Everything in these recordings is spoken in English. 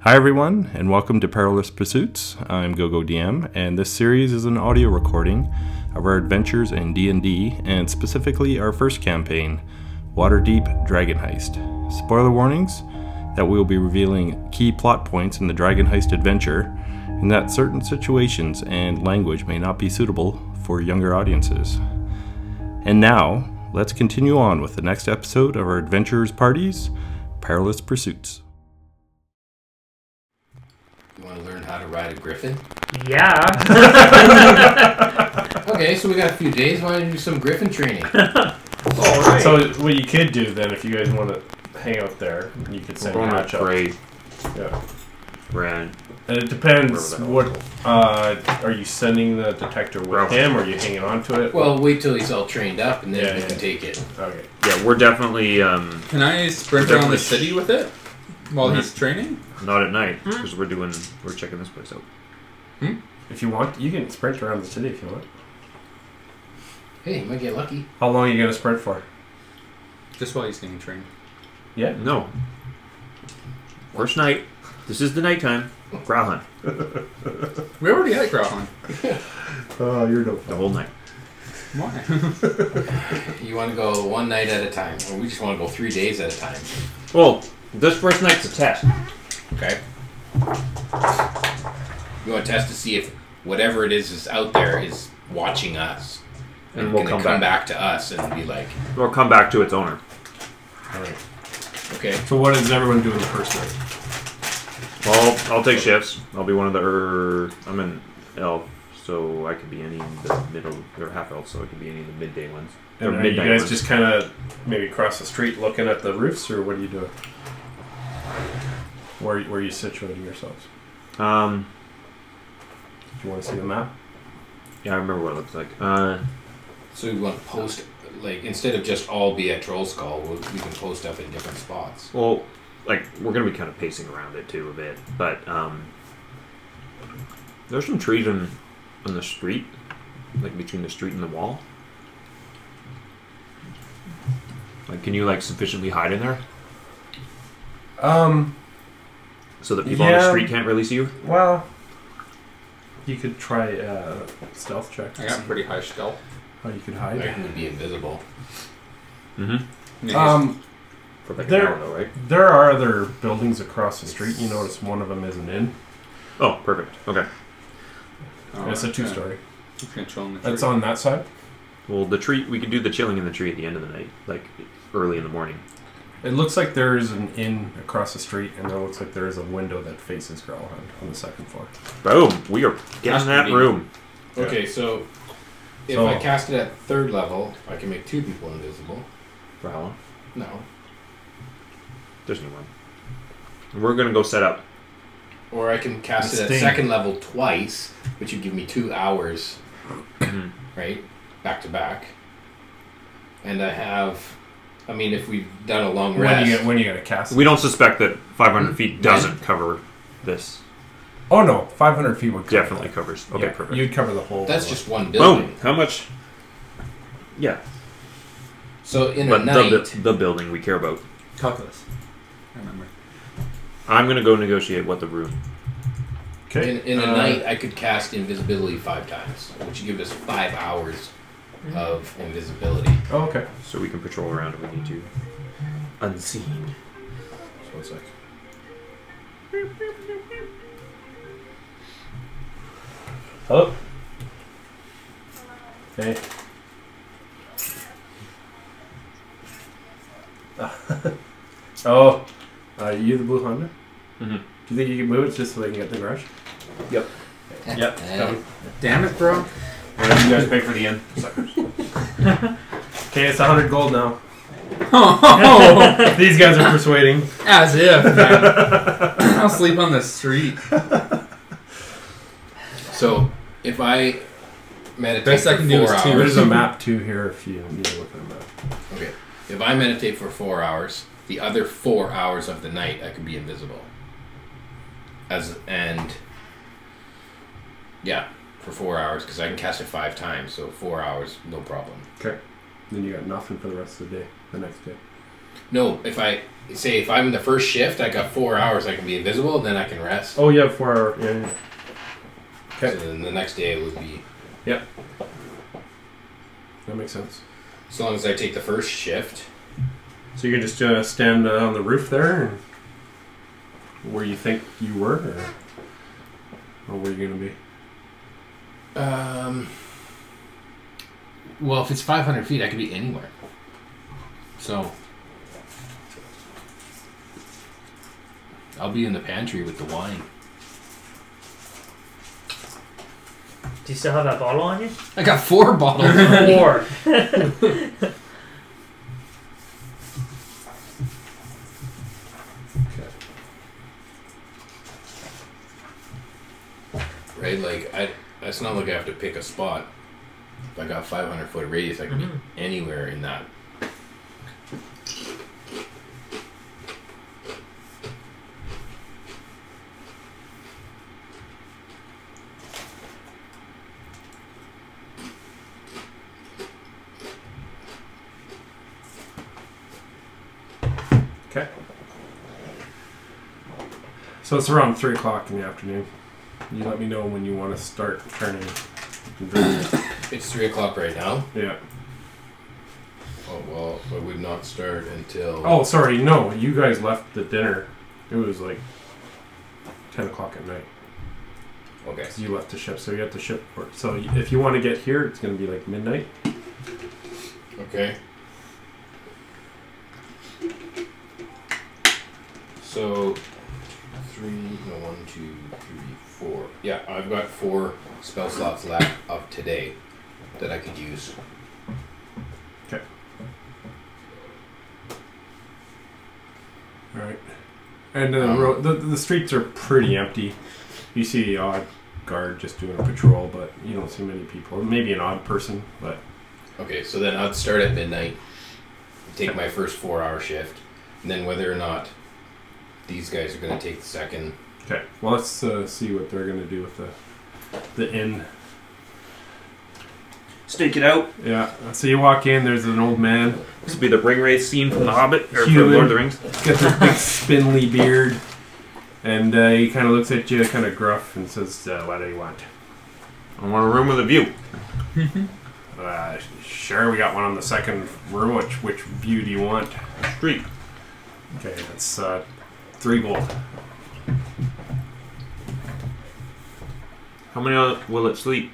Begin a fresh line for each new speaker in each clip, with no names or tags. Hi, everyone, and welcome to Perilous Pursuits. I'm GoGo DM, and this series is an audio recording of our adventures in D&D, and specifically our first campaign, Waterdeep Dragon Heist. Spoiler warnings that we will be revealing key plot points in the Dragon Heist adventure, and that certain situations and language may not be suitable for younger audiences. And now, let's continue on with the next episode of our adventurers' parties, Perilous Pursuits.
You want to learn how to ride a griffin?
Yeah.
Okay, so we got a few days. Why don't you do some griffin training?
All right.
So what you could do then, if you guys want to hang out there, you could send
We're going to
match up.
trade
Yeah.
Rand.
And it depends
Whatever that
what uh, are you sending the detector with
Ralph.
him? Or are you hanging on to it?
Well, wait till he's all trained up, and then
Yeah,
we
yeah.
can take it.
okay.
Yeah, we're definitely um,
Can I sprint
We're
around
definitely
the
sh-
city with it while
Mm-hmm.
he's training?
not at night
Hmm?
because we're doing we're checking this place out.
If you want, you can sprint around the city if you want.
Hey, you might get lucky.
How long are you gonna sprint for?
Just while he's getting trained.
Yeah.
No. First night. This is the nighttime. Growl hunt
We already had Grauhan.
Oh, you're no
the whole night.
Why?
You want to go one night at a time, or we just want to go three days at a time.
Well, this first night's a test.
Okay. You want to test to see if whatever it is is out there is watching us,
And we'll
gonna
come, back.
back. to us and be like,
We'll come back to its owner.
okay,
So what is everyone doing the first night?
Well, I'll take shifts. I'll be one of the. Er, I'm an elf, so I could be any of the middle or half elf, so I could be any of the midday ones. Or
And are you guys
ones.
just kind of maybe across the street looking at the roofs, or what are you doing? Where, where are you situating yourselves?
Um.
Do you want to see the map?
Yeah, I remember what it looks like. Uh,
so we want to post like instead of just all be at Troll Skull, we we can post up in different spots.
Well, like we're gonna be kind of pacing around it too a bit, but um, there's some trees on on the street, like between the street and the wall. Like, can you like sufficiently hide in there
Um.
so that people on
Yeah.
the street can't really see you?
Well, you could try uh, stealth check.
I got pretty high stealth.
Oh, you could
I
hide.
would be invisible.
Mm-hmm.
Um,
For like
There-
an hour though, right?
there are other buildings across the street. You notice one of them is an inn.
Oh, perfect. Okay.
Oh,
it's a
okay.
two-story.
He's gonna chill in the
That's
tree.
on that side.
Well, the tree we could do the chilling in the tree at the end of the night, like early in the morning.
It looks like there is an inn across the street, and there looks like there is a window that faces Growlhound on the second floor.
Boom! We are getting
Must
that
be.
room.
Okay, so if
So-
I cast it at third level, I can make two people invisible.
For how long?
No.
There's no one. We're gonna go set up.
Or I can cast it
The
at
sting.
second level twice, which would give me two hours, right? Back to back. And I have, I mean, if we've done a long
When
rest.
are you when are you gonna cast?
We don't suspect that 500 feet doesn't cover this.
oh no, 500 feet would cover
Definitely
that.
covers. Okay,
Yeah,
perfect.
You'd cover the whole.
that's just one building.
Boom. How much? Yeah,
So in
but
a night,
the, the the building we care about.
Cutlass. I remember.
I'm gonna go negotiate what the room.
okay.
in, in a
uh,
night, I could cast invisibility five times, which would give us five hours of invisibility.
Oh, okay.
So we can patrol around if we need to. Unseen.
Just one sec. Hello. Hey. oh, are you the blue Honda?
Mhm.
Do you think you can move it just so they can get in the garage?
Yep.
Yep. coming.
Damn it, bro.
you guys pay for the end. Okay, it's 100 gold now.
Oh,
These guys are persuading.
as if. Man. I'll sleep on the street.
So if I meditate
Best I
for
can do
four
is two.
hours-
There's a map too here if you need to look at a map.
Okay. If I meditate for four hours, the other four hours of the night I could be invisible. As and yeah, for four hours because I can cast it five times, so four hours, no problem.
Then you got nothing for the rest of the day, the next day.
No, if I say if I'm the first shift, I got four hours. I can be invisible, then I can rest.
Oh, you have four hour. Yeah, yeah.
So
Okay,
then the next day it would be
that makes sense.
as long as I take the first shift.
So you can just uh, stand uh, on the roof there, and where you think you were, or, or where you're gonna be.
Um. Well, if it's 500 feet, I could be anywhere. So. I'll be in the pantry with the wine.
Do you still have that bottle on you?
I got four bottles.
Or
right? Like I, that's not like I have to pick a spot. If I got 500 foot radius, I can be
Mhm.
anywhere in that.
Okay. So it's around three o'clock in the afternoon. You let me know when you want to start turning. the drinks.
It's three o'clock right now.
yeah.
Oh well, I would not start until.
Oh, sorry. No, you guys left the dinner. It was like ten o'clock at night.
okay.
'Cause you left the ship, so you have to ship. For, so y- if you want to get here, it's going to be like midnight.
Okay. So, three, no, one, two, three, four. Yeah, I've got four spell slots left of today that I could use.
All right. And uh,
Um,
ro- the the streets are pretty empty. You see the odd guard just doing a patrol, but you don't see many people. Maybe an odd person, but
Okay, so then I'd start at midnight, take my first four hour shift, and then whether or not these guys are going to take the second.
Okay. Well, let's uh, see what they're gonna do with the the inn.
Stake it out.
Yeah. So you walk in. There's an old man.
This would be the ring race scene from The Hobbit or from
Human.
Lord of the Rings.
He's got this big spindly beard, and uh, he kind of looks at you, kind of gruff, and says, uh, "What do you want?"
I want a room with a view.
Uh, sure. We got one on the second room. Which which view do you want?
Street.
Okay. That's uh, three gold.
How many o- will it sleep?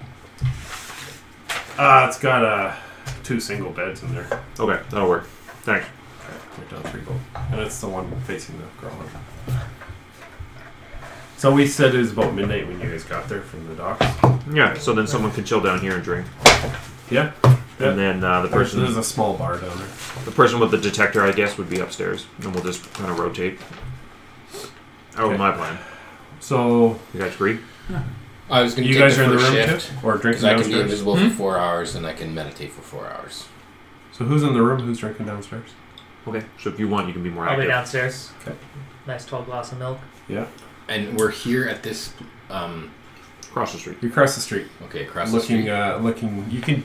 Uh, it's got uh, two single beds in there.
Okay, that'll work. Thanks.
Okay, we're down three gold. And it's the one facing the ground. So we said it was about midnight when you guys got there from the docks.
Yeah, so then someone can chill down here and drink.
Yeah. Yeah.
And then uh, the
There's,
person
there's a small bar down there.
The person with the detector, I guess, would be upstairs, and we'll just kind of rotate. That was
Okay.
my plan.
So
You guys agree?
I was going to
you
take
guys
the
are in the
first
room
shift
too, or drinking
because I can be
downstairs.
invisible for four hours and I can meditate for four hours.
So who's in the room? Who's drinking downstairs?
Okay. So if you want, you can be more
I'll be
active.
downstairs.
Okay.
Nice tall glass of milk.
And we're here at this. Um,
Across the street.
You cross the street,
okay, across
looking,
the street.
uh, looking. You can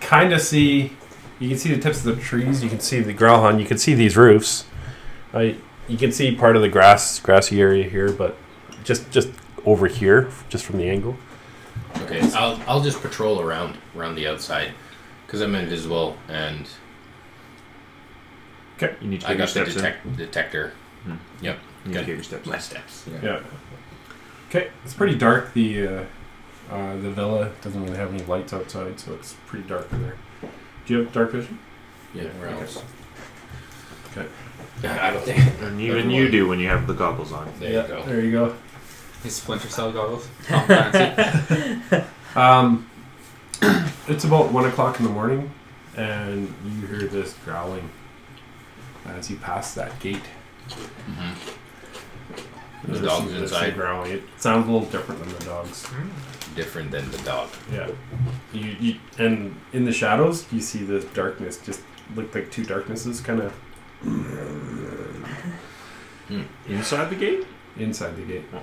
kind of see. You can see the tips of the trees. You can see the Grauhan. You can see these roofs. I. You can see part of the grass, grassy area here, but just just over here, just from the angle.
Okay, I'll, I'll just patrol around around the outside because I'm invisible and
You need to
I
get
got
your
the
steps in.
detect- detector.
Hmm.
Yep,
You need to
got
get your steps
my
in.
steps.
Yeah. Okay, it's pretty dark. The uh, uh, the villa doesn't really have any lights outside, so it's pretty dark in there. Do you have dark vision?
Yeah, where
Okay.
else?
Okay.
I don't think.
And even you do when you have the goggles on.
There
Yeah,
you go.
There you go.
His splinter cell goggles. Oh, fancy.
Um, it's about one o'clock in the morning, and you hear this growling as you pass that gate.
hmm The
There's
dog's
some- there's
inside.
some growling. It sounds a little different than the dogs.
Different than the dog.
Yeah. You, you and in the shadows you see the darkness just look like two darknesses kind of
Inside the gate?
inside the gate.
Oh,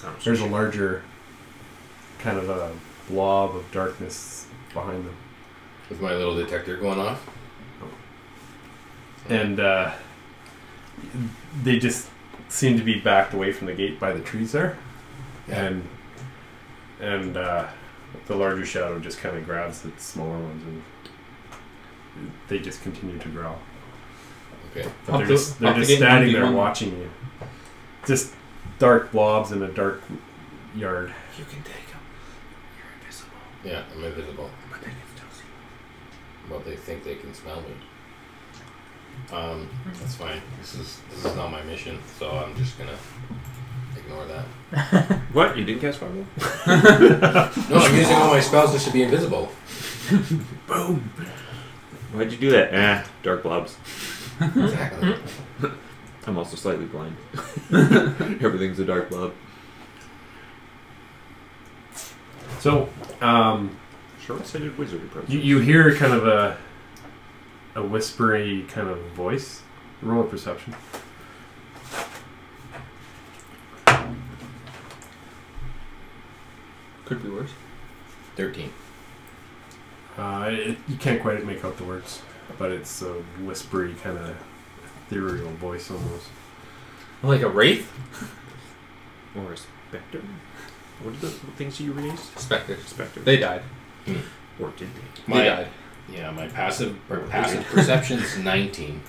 so
There's a larger kind of a blob of darkness behind them.
With my little detector going off.
and uh, they just seem to be backed away from the gate by the trees there,
Yeah.
and and uh, the larger shadow just kind of grabs the smaller ones, and they just continue to growl.
Okay.
But
Up
they're
to-
just, they're
up to
just
getting
standing
one
there
v one.
watching you. Just dark blobs in a dark yard.
You can take them. You're invisible,
Yeah, I'm invisible.
but they can still see.
Well, they think they can smell me. Um, that's fine. This is this is not my mission, so I'm just gonna ignore that.
What? You didn't cast fireball?
No, I'm using all my spells just to be invisible.
Why'd you do that? Eh, dark blobs.
Hmm. Exactly.
I'm also slightly blind. Everything's a dark blob.
So, um,
Short-sighted wizard approach.
You, you hear kind of a a whispery kind of voice. Roll a perception.
Could be worse.
Thirteen.
Uh, it, you can't quite make out the words, but it's a whispery kind of ethereal voice almost.
Like a wraith?
or a specter? What are the things you released?
Spectre.
Specter.
They died.
or did they?
they
My
died.
yeah, my passive or passive perception's nineteen.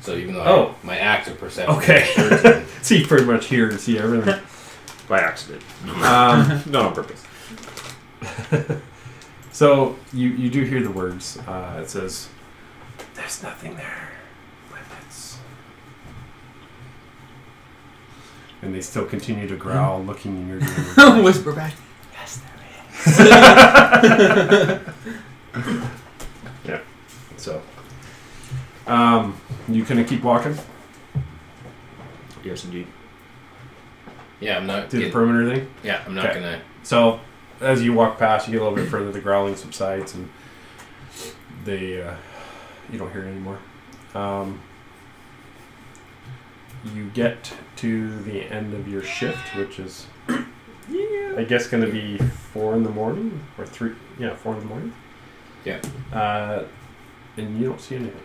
So even though
Oh.
I, my active perception
Okay.
is thirteen,
So you pretty much hear and see everything.
By accident.
um,
Not on purpose.
so you you do hear the words. Uh, it says, "There's nothing there. Limits." And they still continue to growl, looking in your direction.
Whisper back.
So, um, you gonna keep walking
Yes, indeed.
yeah, I'm not.
do the
Get,
perimeter thing?
yeah, I'm not
Okay.
gonna.
So, as you walk past, you get a little bit further. The growling subsides, and they uh, you don't hear it anymore. Um, you get to the end of your shift, which is I guess going to be four in the morning or three. Yeah, four in the morning.
Yeah.
Uh, and you don't see anything.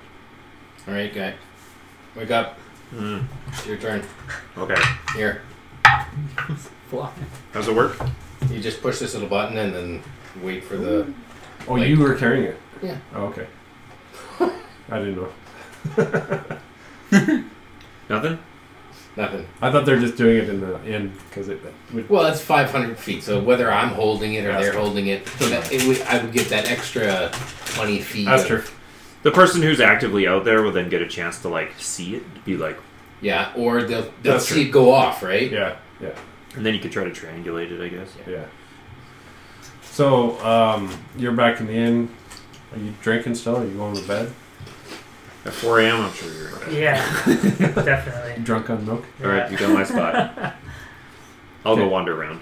All right, guy, wake up.
Mm,
It's your turn.
okay.
Here,
How's it work?
you just push this little button and then wait for the.
Oh,
Like-
you were carrying it.
Yeah.
Oh, okay. I didn't know.
Nothing?
Nothing.
I thought they're just doing it in the end because it would.
Well, it's 500 feet, so whether I'm holding it or
That's
they're
true.
holding it, that, it would, I would get that extra 20 feet.
That's
of-
true.
The person who's actively out there will then get a chance to like see it, be like,
Yeah, or they'll, they'll
That's
see it go off, right?
Yeah, yeah,
and then you could try to triangulate it, I guess.
yeah. So um, you're back in the inn. Are you drinking still? Are you going to bed?
At 4 a.m., I'm sure you're right.
Yeah, definitely.
Drunk on milk.
All right, you got my spot. I'll go wander around.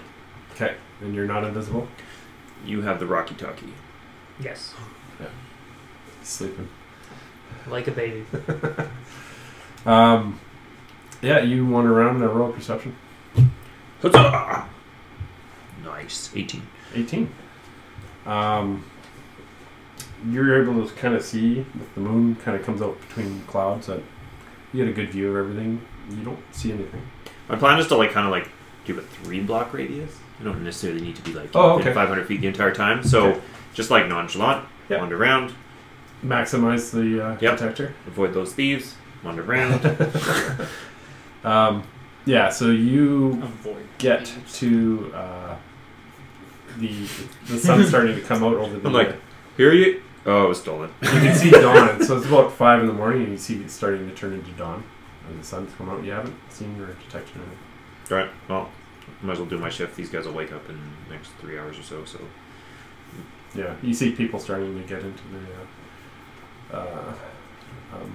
Okay, and you're not invisible.
You have the Rocky Talkie.
Yes,
Sleeping.
like a baby.
Um, yeah, you wander around and I roll a perception.
Huzzah! Nice. 18.
18. Um, you're able to kind of see with the moon kind of comes out between clouds that you get a good view of everything. You don't see anything.
My plan is to like kind of like do a three block radius. You don't necessarily need to be like
Oh,
within
okay.
500 feet the entire time. So
Okay.
just like nonchalant,
Yeah.
wander around,
Maximize the uh,
Yep.
detector.
avoid those thieves, wander around.
Um, yeah, so you
Avoid.
get to uh, the the sun's starting to come out over the.
I'm like- Here you. Oh, it was stolen.
you can see dawn. So it's about five in the morning, and you see it starting to turn into dawn, and the sun's come out. You haven't seen your detector.
All right. Well, might as well do my shift. These guys will wake up in the next three hours or so. So
Yeah, you see people starting to get into the. Uh, uh, um,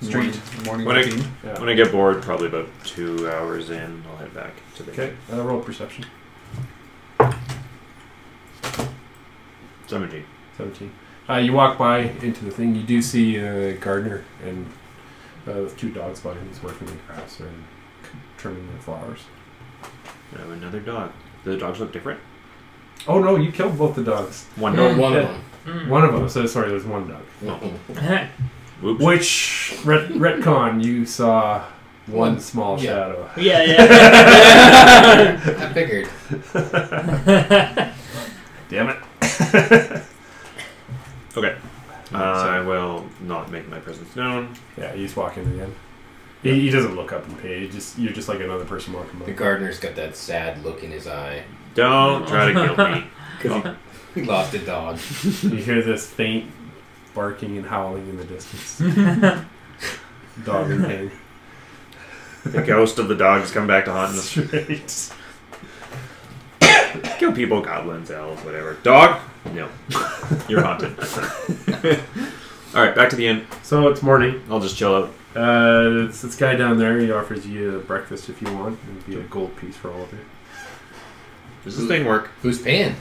Street.
Morning,
When I-
morning routine.
yeah.
when I get bored, probably about two hours in, I'll head back to the.
Okay, uh, roll perception.
17.
17. Uh, you walk by into the thing. You do see a gardener and uh, with two dogs behind him. He's working the grass and trimming the flowers.
I have uh, another dog. Do the dogs look different?
Oh no, you killed both the dogs.
One
No,
dog.
one of
Yeah.
them.
One of them. So sorry, there's one dog.
Mhm.
them.
Whoops.
Which ret- retcon you saw one small
Yeah.
shadow?
Yeah, yeah.
I figured.
Damn it!
Okay. Uh, I will not make my presence known.
Yeah, he's walking again. He, he doesn't look up and pay. He just you're just like another person walking
The
by.
gardener's got that sad look in his eye.
Don't try to kill me.
Because he, he lost a dog.
you hear this faint barking and howling in the distance. Dog in pain.
Oh, The ghost of the dogs come back to haunt us.
Straight.
Kill people, goblins, elves, whatever. Dog? No. You're haunted. Alright, back to the inn.
So it's morning.
I'll just chill out.
Uh, it's this guy down there. He offers you breakfast if you want. It'd be a gold piece for all of you.
Does this thing work?
Who's paying?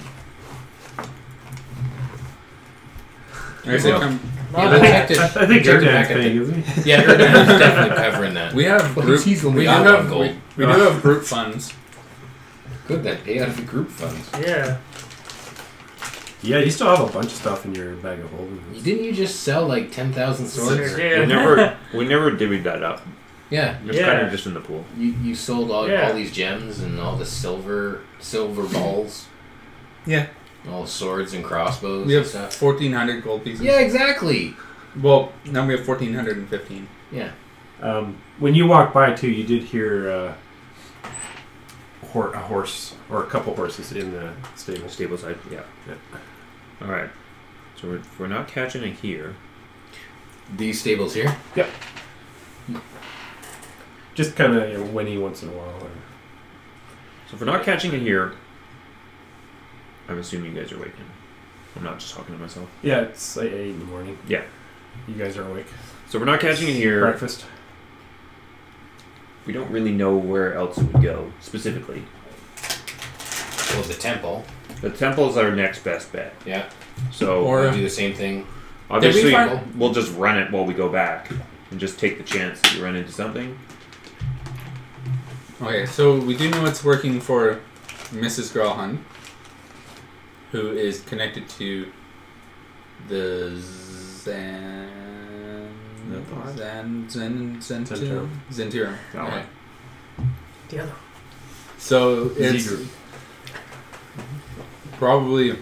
I guess they come-
Yeah, the detective-
I, I think your
detective
dad's
packet-
paying, isn't he?
Yeah, they're definitely covering that.
we have
Well,
group.
geez, when we
we do
got
have
one gold.
We, we do have group funds.
Good that day out of the group funds.
yeah.
Yeah, you still have a bunch of stuff in your bag of holding.
Didn't you just sell like ten thousand
Sure
swords?
We
did.
never we never divvied that up.
Yeah.
It's
Yeah.
kind of just in the pool.
You, you sold all,
Yeah.
all these gems and all the silver silver balls,
Yeah.
all the swords and crossbows
We have
and stuff.
1,400 gold pieces.
Yeah, exactly.
Well, now we have 1,415.
Yeah.
Um, when you walked by too, you did hear uh, hor- a horse or a couple horses in the stable.
Stable side, yeah.
Yeah.
Alright. So we're, we're not catching it here.
These stables here.
Just kind of you know, whinny once in a while. Or,
So if we're not catching it here, I'm assuming you guys are waking. I'm not just talking to myself.
yeah, it's like eight in the morning.
Yeah.
you guys are awake.
So if we're not catching it here.
Breakfast.
We don't really know where else it would go specifically.
Well, the temple.
The temple's our next best bet.
Yeah.
So
Or-
do the same thing.
obviously
Did we
we
find-
will just run it while we go back and just take the chance that we run into something.
Okay, so we do know it's working for Mrs. Gralhan, who is connected to the Zen.
The what?
Zen. Zen. Zen.
Zentirum.
Zentirum.
That one.
The other
So it's
Zeger.
probably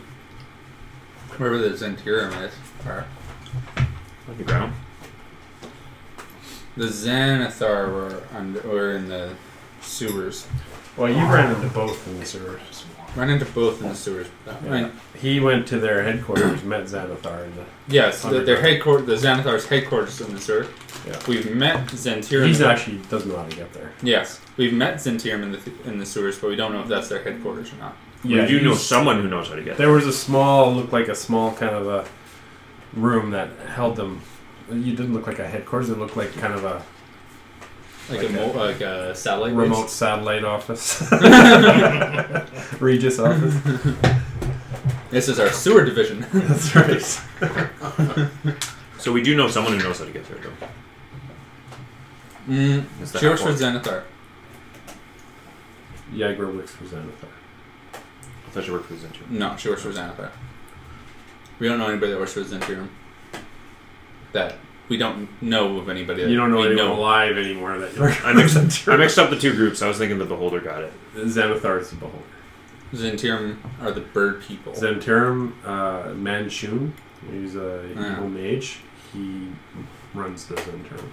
wherever the Zentirum is. Or
On the ground.
the Xanathar were, under, were in the sewers.
Well, you ran into both in the sewer.
Run into both in the sewers. Right.
He went to their headquarters, met Xanathar. In the,
Yeah, so the, their
Underground.
headquarters, the Xanathar's headquarters in the sewer.
Yeah.
We've met Zentirum.
he's actually doesn't know how to get there.
Yes, we've met Zentirum in the in the sewers, but we don't know if that's their headquarters or not.
we do know
he's-
someone who knows how to get there.
There was a small, looked like a small kind of a room that held them. You didn't look like a headquarters. It looked like kind of a
Like,
Like
a, mo- like a satellite base?
remote satellite office, Regis office.
This is our sewer division.
That's right.
So we do know someone who knows how to get there, though.
mm,
It's the
she works for
half-orc.
Xanathar.
Jaeger works for Xanathar.
I thought you worked for the Zentrum.
No, she works for Xanathar. We don't know anybody that works for Zentirum. That we don't know of anybody. That
You don't know
we
anyone alive anymore that you're
I mixed, I mixed up the two groups. I was thinking the Beholder got it.
Xanathar is the beholder.
Zentirum are the bird people.
Xantarum uh, Manchun, he's a
Yeah.
evil mage. He runs the Xantarum.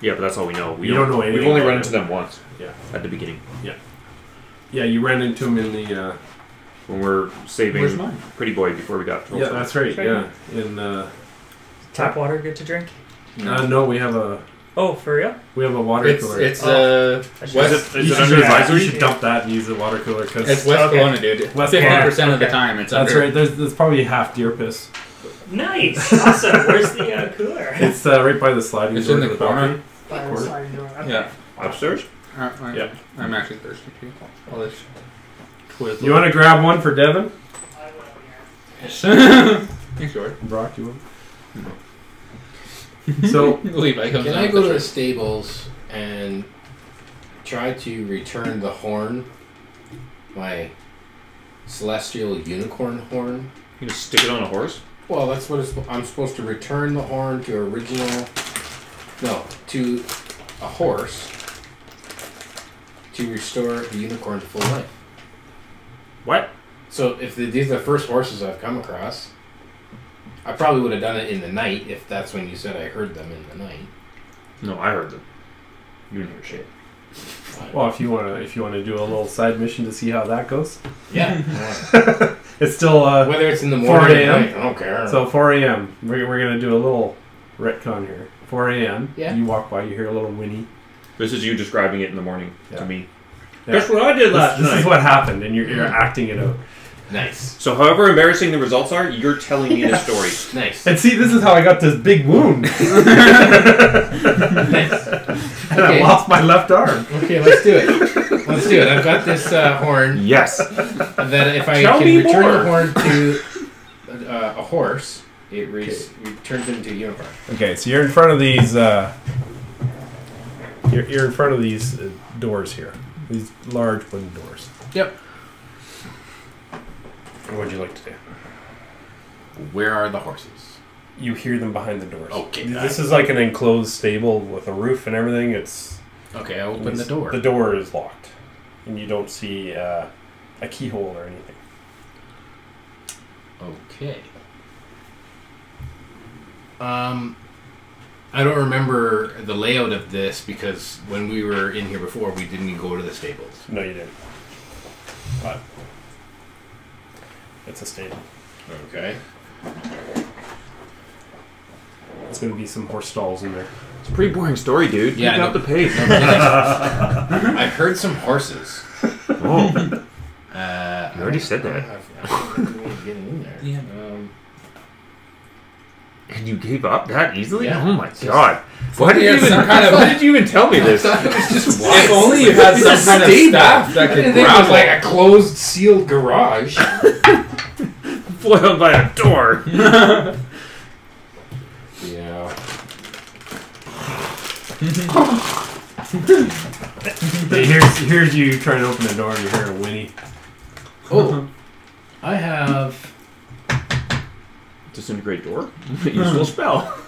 Yeah, but that's all we know. We
You don't know anything
We've only
about
run
it.
into them once.
Yeah.
At the beginning.
Yeah, you ran into him in the. Uh,
When we're
Where's
saving
mine?
Pretty Boy before we got to
yeah, oh, that's right.
Fair
Yeah, in the.
tap water good to drink?
Uh, no, we have a
Oh, for real?
we have a water
It's
cooler.
it's uh,
I should-
Is
West.
it, is
you
it
should,
under
yeah,
advisory?
you should dump that and use the water cooler because
It's
that's
West
Okay.
Kelowna, dude.
West
Fifty percent
Kelowna,
of the
okay.
time, it's under.
right. There's, there's probably half deer piss.
Nice. Awesome. Where's the uh, cooler?
It's uh, right by the sliding
It's
door
in
to
the corner.
balcony.
By the
Quarter.
sliding door. Okay.
Yeah.
Upstairs?
I, I,
Yeah.
I'm actually thirsty too. All this Twizzler.
You want to grab one for Devin?
Thanks, George.
Brock, you want? so
Levi comes
Can
down
I
with
go
the
to the
shirt.
stables and try to return the horn, my celestial unicorn horn?
You can just stick it on a horse?
Well, that's what it's, I'm supposed to return the horn to original No, to a horse to restore the unicorn to full life.
What?
So if the, these are the first horses I've come across, I probably would have done it in the night if that's when you said I heard them in the night.
No, I heard them. You didn't hear shit.
Well, if you want to, if you want to do a little side mission to see how that goes,
Yeah.
it's still uh,
Whether it's in the
4
morning or
a.m.?
night, I don't care.
so 4 a.m. We're, we're gonna do a little retcon here. 4 a.m.
Yeah.
You walk by, you hear a little whinny.
This is you describing it in the morning
Yeah.
to me.
Yeah.
That's what I did
This,
last
this is
night.
what happened, and you're, you're
Mm.
acting it out.
nice.
so, however embarrassing the results are, you're telling me the story.
Nice.
And see, this is how I got this big wound,
nice.
and I
Okay.
lost my left arm.
Okay, let's do it. Let's do it. I've got this uh, horn
Yes.
that if I
Tell
can
me
return
more.
the horn to uh, a horse, it re- returns it into a unicorn.
Okay, so you're in front of these. Uh, you're, you're in front of these uh, doors here. These large wooden doors.
Yep.
What would you like to do?
Where are the horses?
You hear them behind the doors.
Okay.
This is like an enclosed stable with a roof and everything. It's
Okay, I open the door.
The door is locked, and you don't see uh, a keyhole or anything.
Okay. Um, I don't remember the layout of this because when we were in here before, we didn't even go to the stables.
No, you didn't. But it's a stable.
Okay.
It's going to be some horse stalls in there.
It's a pretty boring story, dude.
Yeah,
Yeah,
I
Pick up
know.
the pace.
I heard some horses.
oh,
Uh,
You already said that.
I've- I've been getting in there.
Yeah.
Um,
and you gave up that easily?
Yeah.
Oh my god! Why did
Yeah,
you even?
some kind of-
why did you even tell me this?
If only you had
It's
some
a
kind of
stable.
staff that could
and it was
grapple.
like a closed, sealed garage.
Foiled by a door.
yeah.
here's, here's you trying to open the door, and you hear a whinny.
Oh, I have.
Disintegrate door. Useful spell.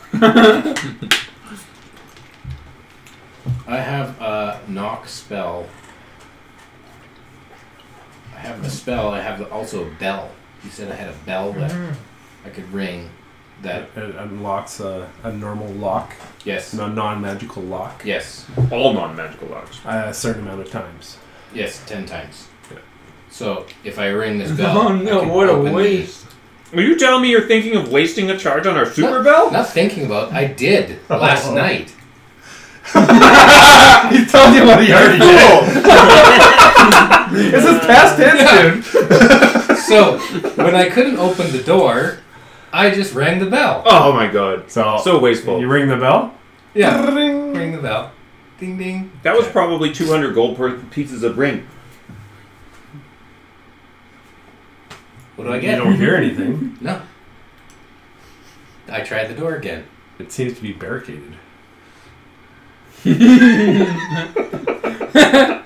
I have a knock spell. I have the spell. I have also a bell. You said I had a bell that I could ring. That
It unlocks a, uh, a normal lock,
yes,
a non magical lock,
yes,
All non-magical locks.
a certain amount of times.
yes, ten times.
Yeah.
So if I ring this bell,
Oh,
I
no,
can
what a
open the-
waste.
Are you telling me you're thinking of wasting a charge on our super
Not-
bell?
Not thinking about. I did last
Oh.
night.
He's telling you what he already did. this is past tense, dude.
So when I couldn't open the door, I just rang the bell.
Oh my god.
So,
So wasteful.
you ring the bell.
Yeah, ring the bell. Ding ding.
That was probably 200 gold per pieces of ring.
What do I
You
get?
don't hear anything.
No. I tried the door again.
It seems to be barricaded.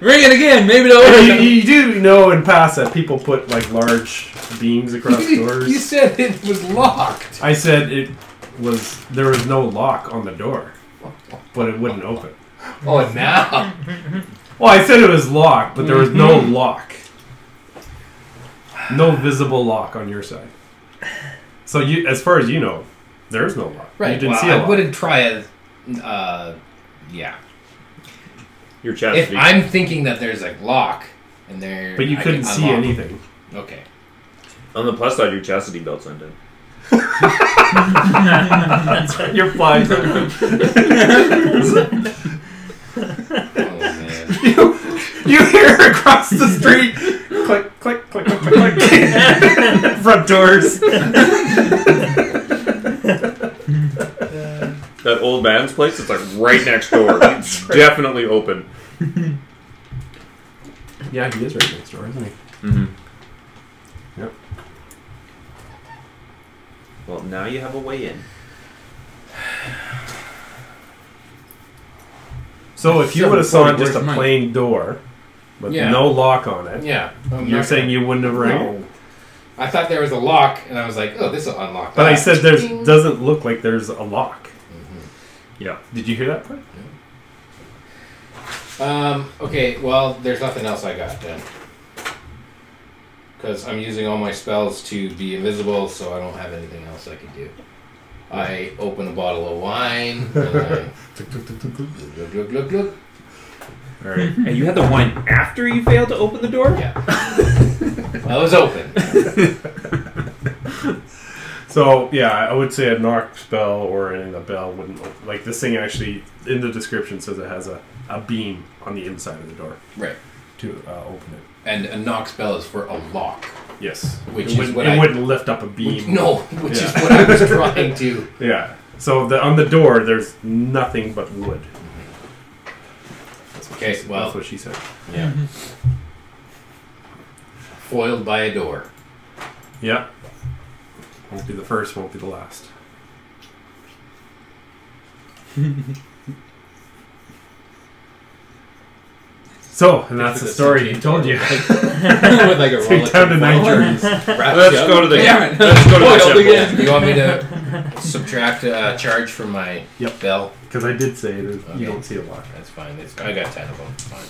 Ring it again, maybe they'll
you,
open it.
you do know in past that people put like large beams across doors.
you said it was locked.
I said it was there was no lock on the door, but it wouldn't open.
Oh, now.
Well, I said it was locked, but there was no
Mm-hmm.
lock, no visible lock on your side. So you, as far as you know, there's no lock.
Right.
You didn't
well,
see a
I
lock.
wouldn't try it. Uh, yeah.
Your chest.
If
beat.
I'm thinking that there's a lock, and there.
But you
I
couldn't
can
see
unlock-
anything.
Okay.
On the plus side, your chastity belt's undone.
You're flying.
Oh, man.
you hear across the street, click, click, click, click, click, click. Front doors.
That old man's place is like right next door. It's definitely open.
Yeah, he is right next door, isn't he?
Well, now you have a way in.
So if you
Seven
would have saw
forty,
just a
where's mine?
plain door with
Yeah.
no lock on it,
Yeah. I'm
you're
not
saying you wouldn't have
gonna-
rang. it?
No. I thought there was a lock, and I was like, "Oh, this will unlock."
But I
that.
said there's
Ding.
doesn't look like there's a lock.
Mm-hmm.
Yeah.
Did you hear that part?
Um, okay, well, there's nothing else I got then. Because I'm using all my spells to be invisible, so I don't have anything else I can do. I open a bottle of wine. And I look, look, look, look, look.
All right. and you had the wine after you failed to open the door.
Yeah. I was open.
So yeah, I would say a knock spell or anything that bell wouldn't open. like this thing actually in the description says it has a, a beam on the inside of the door
Right.
to uh, open it.
And a knock spell is for a lock.
Yes,
Which
it
is
wouldn't,
what
it
I-
wouldn't lift up a beam.
Which, no, which is
Yeah.
what I was trying to.
Yeah. So the, on the door, there's nothing but wood. That's what
Okay,
she said.
well-
that's what she said.
Yeah. Foiled by a door.
Yeah. Won't be the first. Won't be the last. so, and that's
for
the
the
story
CG
he told you.
With like a
Take
roll
down to nine journeys.
Let's
Damn it.
Let's go to
Foiled
the
again.
temple.
You want me to subtract a charge from my
Yep.
bell?
Because I did say that
Okay.
you don't see a lot.
That's fine. It's, I got ten of them. Fine.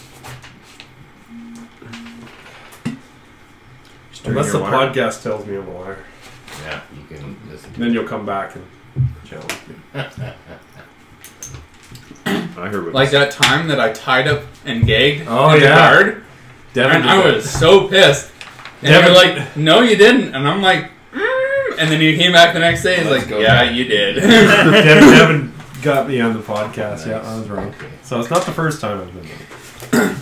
Stir
Unless
your
the
water.
podcast tells me I'm a liar.
Yeah, you can listen to
Then you'll come back and challenge me.
I heard what
Like that time that I tied up and gagged
Oh,
in the
yeah.
guard,
Devin
and
did
I
that.
was so pissed. And
Devin-
they were like, "No, you didn't," and I'm like, mm. and then he came back the next day and was
Let's
like,
go
"Yeah,
now."
you did."
Devin, Devin got me on the podcast. Yeah, I
Nice.
was wrong.
Okay.
So it's not the first time I've been wrong.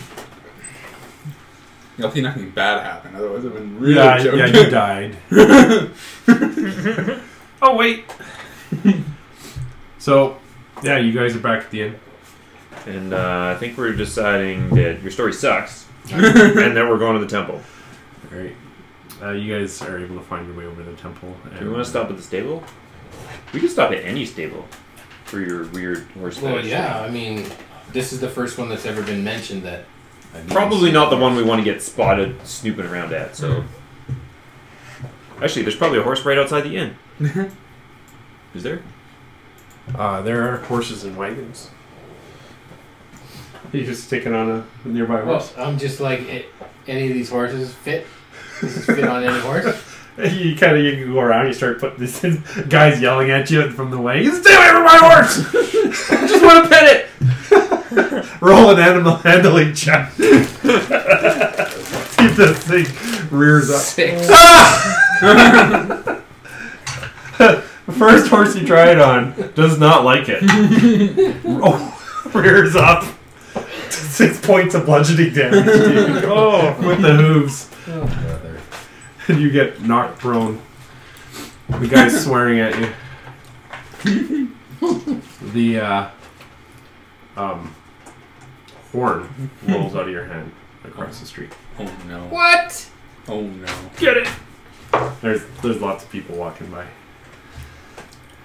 Luckily, nothing bad happened. Otherwise, I've been really
yeah,
choked.
yeah, you died. oh wait. so, yeah, you guys are back at the end.
And uh, I think we're deciding that your story sucks, and that we're going to the temple.
All right. Uh, you guys are able to find your way over the temple.
Do we want to stop at the stable? We can stop at any stable for your weird horse.
Well,
fetish.
yeah. I mean, this is the first one that's ever been mentioned that. I've even
Probably
seen.
not the one we want to get spotted snooping around at. So, actually, there's probably a horse right outside the inn. Is there?
Uh, there are horses and wagons. You're just taking on a nearby
Well,
horse.
I'm just like eh, any of these horses fit. This is fit on any horse.
You kind of you go around. You start putting these guys yelling at you from the way. Stay away from my horse! I just want to pet it. Roll an animal handling check. See if this thing rears up.
Six.
The first horse you try it on does not like it. oh, rears up. Six points of bludgeoning damage. to you.
Oh.
with the hooves,
Brother.
and you get knocked prone. The guy's swearing at you. The uh, um, horn rolls out of your hand across the street.
Oh no!
What?
Oh no!
Get it.
There's there's lots of people walking by.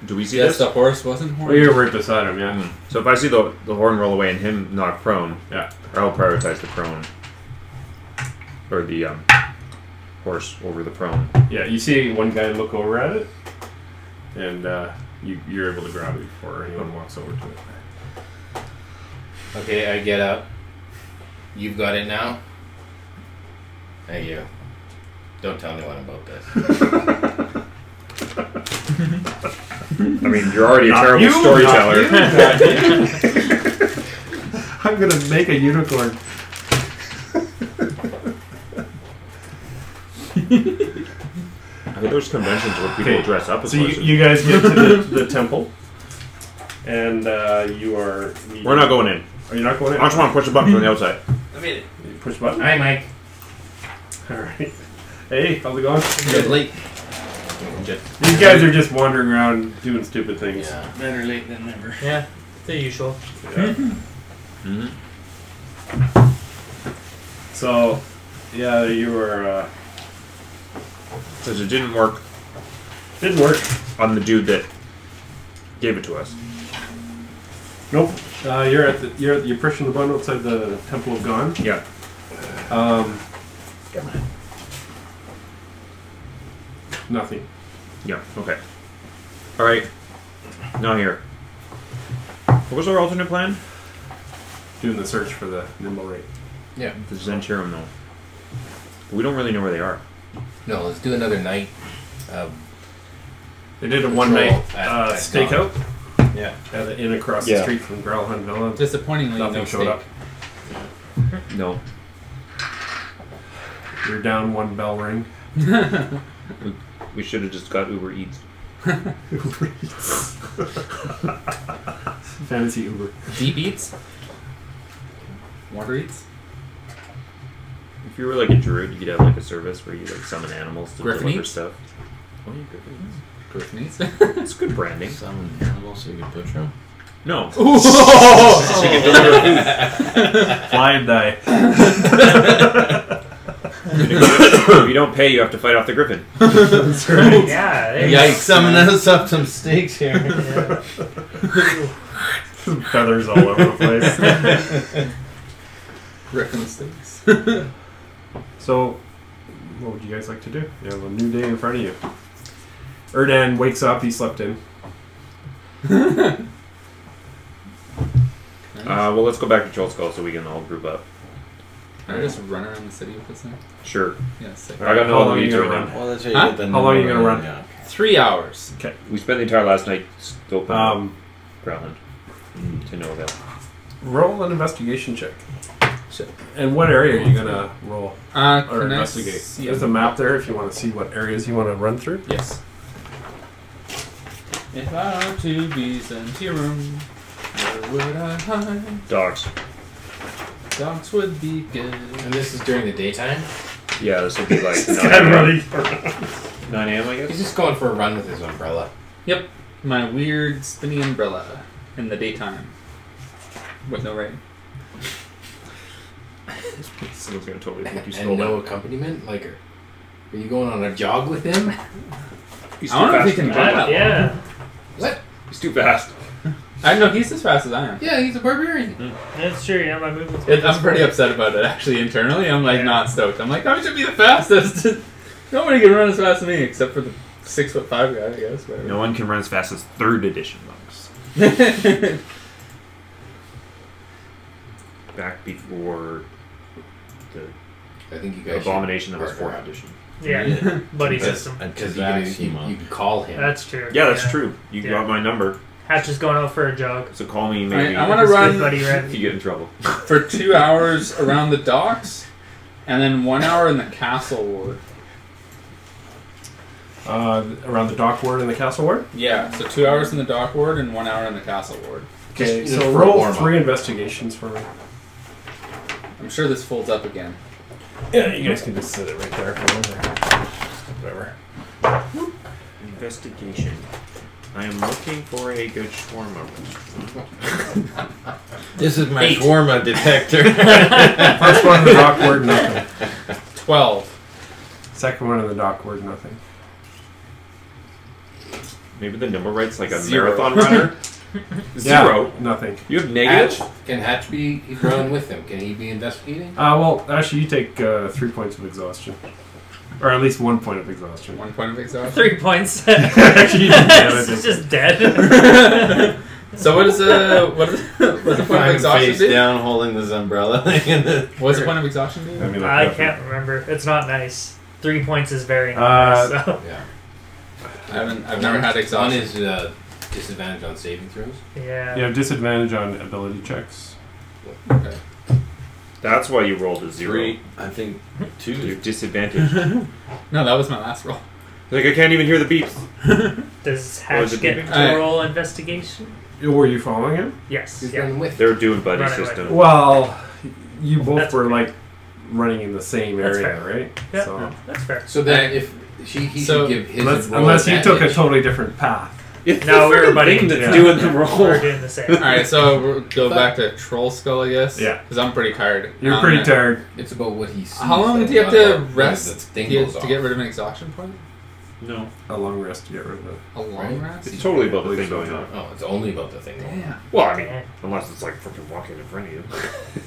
Do we see this?
Yes, the horse wasn't
Well,
horse.
you're right beside him, yeah.
So if I see the the horn roll away and him knock prone,
Yeah.
I'll prioritize the prone or the um, horse over the prone.
Yeah, you see one guy look over at it, and uh, you, you're able to grab it before anyone walks over to it.
Okay, I get up. You've got it now. Thank you. Don't tell anyone about this.
I mean, you're already a
Not
terrible
you,
storyteller.
not you, not you. I'm gonna make a unicorn.
I think there's conventions where people
Okay,
dress up as
So you,
horses.
you guys get to the, the temple, and uh, you are.
We're not going in.
Are you not going
I
in?
just want to push the button from the outside.
You push button.
Hi, Mike.
All right. Hey, how's it going?
You're late.
These guys are just wandering around doing stupid things.
Yeah.
Better late than never.
Yeah, the usual.
So, yeah, you were. Uh,
Because it didn't work
didn't work.
on the dude that gave it to us.
Nope. Uh, you're at the you're you're pushing the button outside the Temple of Gone.
Yeah.
Um, nothing.
Yeah. Okay. All right. Now here. What was our alternate plan?
Doing the search for the nimble rate.
Yeah.
The Zentirum, though. We don't really know where they are.
No, let's do another night. Um,
They did a
Patrol
one night
at-
uh,
at
stakeout
yeah.
at an inn across
Yeah.
the street from Growlhunt Villa.
Disappointingly,
Nothing
no
showed up.
steak.
No.
You're down one bell ring.
We should have just got Uber Eats.
Fantasy Uber.
Deep eats. Water eats.
If you were like a druid, you could have like a service where you like summon animals to
Griffin
deliver
eats?
stuff. Oh, yeah, Griffin eats.
Griffin eats.
It's good branding.
Summon animals so you can butcher them.
No.
Ooh.
She can deliver food.
Fly and die.
if you don't pay, you have to fight off the griffin.
yeah. there you
Yikes! Summon us up some steaks here.
go.
Feathers all over the place.
Griffin steaks.
so, what would you guys like to do? You have a new day in front of you. Erdan wakes up. He slept in.
Uh, well, let's go back to Troll Skull so we can all group up.
Can I just run around the city with this thing?
Sure.
Yeah, sick.
I got
How
no
long
other
are you
leads
gonna
right
run?
now.
Well, that's how you
Huh?
get the
How long you
number
gonna
right
run?
now.
Three hours.
We spent the entire last night still um,
Um,
Growlhunt to no avail.
roll an investigation check.
Shit.
And what area are you gonna roll
Uh,
or
can I
investigate?
see-
There's a map there if you want to see what areas you want to run through.
Yes. If I were to be sent to your room, where would I hide?
Dogs.
Dogs would be good.
And this is during the daytime.
Yeah, this will be like 9
I'm
a.m.
ready.
9 a.m., I guess?
He's just going for a run with his umbrella.
Yep, my weird spinning umbrella in the daytime. With no rain.
Someone's going to totally think you stole
and no accompaniment? Like, are are you going on a jog with him?
that. He's
I wonder if he
fast.
can jump
Yeah.
that long.
yeah.
What?
He's too fast.
I know he's as fast as I am.
Yeah, he's a barbarian.
That's true. Yeah, my movement's
It, I'm pretty upset about it actually internally. I'm like
Yeah.
not stoked. I'm like, "Oh, I should be the fastest. Nobody can run as fast as me except for the six foot five guy, I guess. Whatever.
No one can run as fast as third edition monks. Back before the
I think you guys.
abomination that was
work
fourth
around.
edition.
Yeah. Buddy system.
Because you, can- you, you can call him.
That's true.
Yeah, that's true. You
Yeah.
got my number,
Hatch is going out for a jog.
so call me
Alright,
maybe
I want to
Good
run
buddy,
if
right?
you get in trouble.
for two hours around the docks, and then one hour in the castle ward.
Uh, around the dock ward and the castle ward.
Yeah, so two hours in the dock ward and one hour in the castle ward.
Okay,
Just, you know,
so
for
roll
warm-up.
three investigations for me.
I'm sure this folds up again.
Yeah, you guys can just sit it right there for one there. Whatever.
Investigation. I am looking for a good shawarma.
This is my shawarma detector.
First one in the dock ward, nothing.
Twelve.
Second one in the dock ward, nothing.
Maybe the number right's like a
Zero.
marathon runner.
Yeah,
Zero.
nothing.
You have
Hatch,
negative.
can Hatch be run with him? Can he be investigating?
Uh, well, actually, you take uh, three points of exhaustion, or at least one point of exhaustion.
One point of exhaustion.
Three points.
actually, you didn't damage
it's
it.
just dead.
So what is a what is what's a point of exhaustion do?
down, holding this umbrella.
What's a point of exhaustion do?
Let me look it
I
up.
can't remember. It's not nice. Three points is very
Uh,
nice. so,
yeah.
I haven't. I've never had
One
exhaustion.
is uh, disadvantage on saving throws.
yeah.
You have disadvantage on ability checks.
Okay.
That's why you rolled a zero.
I think
You're disadvantaged.
No, that was my last roll.
like I can't even hear the beeps.
Does
was
Hatch
it
get
beeping?
to
Alright.
roll investigation?
Oh, Were you following him?
Yes.
He's
Yeah.
running with.
They're doing buddy
Running away.
system.
Well, you both
That's
were
okay.
like running in the same
That's
area,
fair.
right?
Yeah,
So,
that's fair.
So then, if she, he
So,
should give his
unless,
roll
unless you took a
advantage.
totally different path.
It's
No,
the
we were
fucking
buddy.
thing that's
Yeah.
doing the
We're
roll.
doing the same.
All right, so we'll go back to Troll Skull, I guess.
Yeah.
Because I'm pretty tired.
You're
Um,
pretty tired.
It's about what he sees.
How long
that
do you have
not
to
about when
rest
the
to
thing
get,
goes
to
off.
get rid of an exhaustion point?
No,
A long rest to get rid of it.
A long
Right.
rest.
it's totally about the
Believe
thing
so,
going
yeah.
on.
Oh, it's only about the thing. going
Yeah.
off.
Well, I mean,
Yeah.
unless it's like freaking walking in front of you,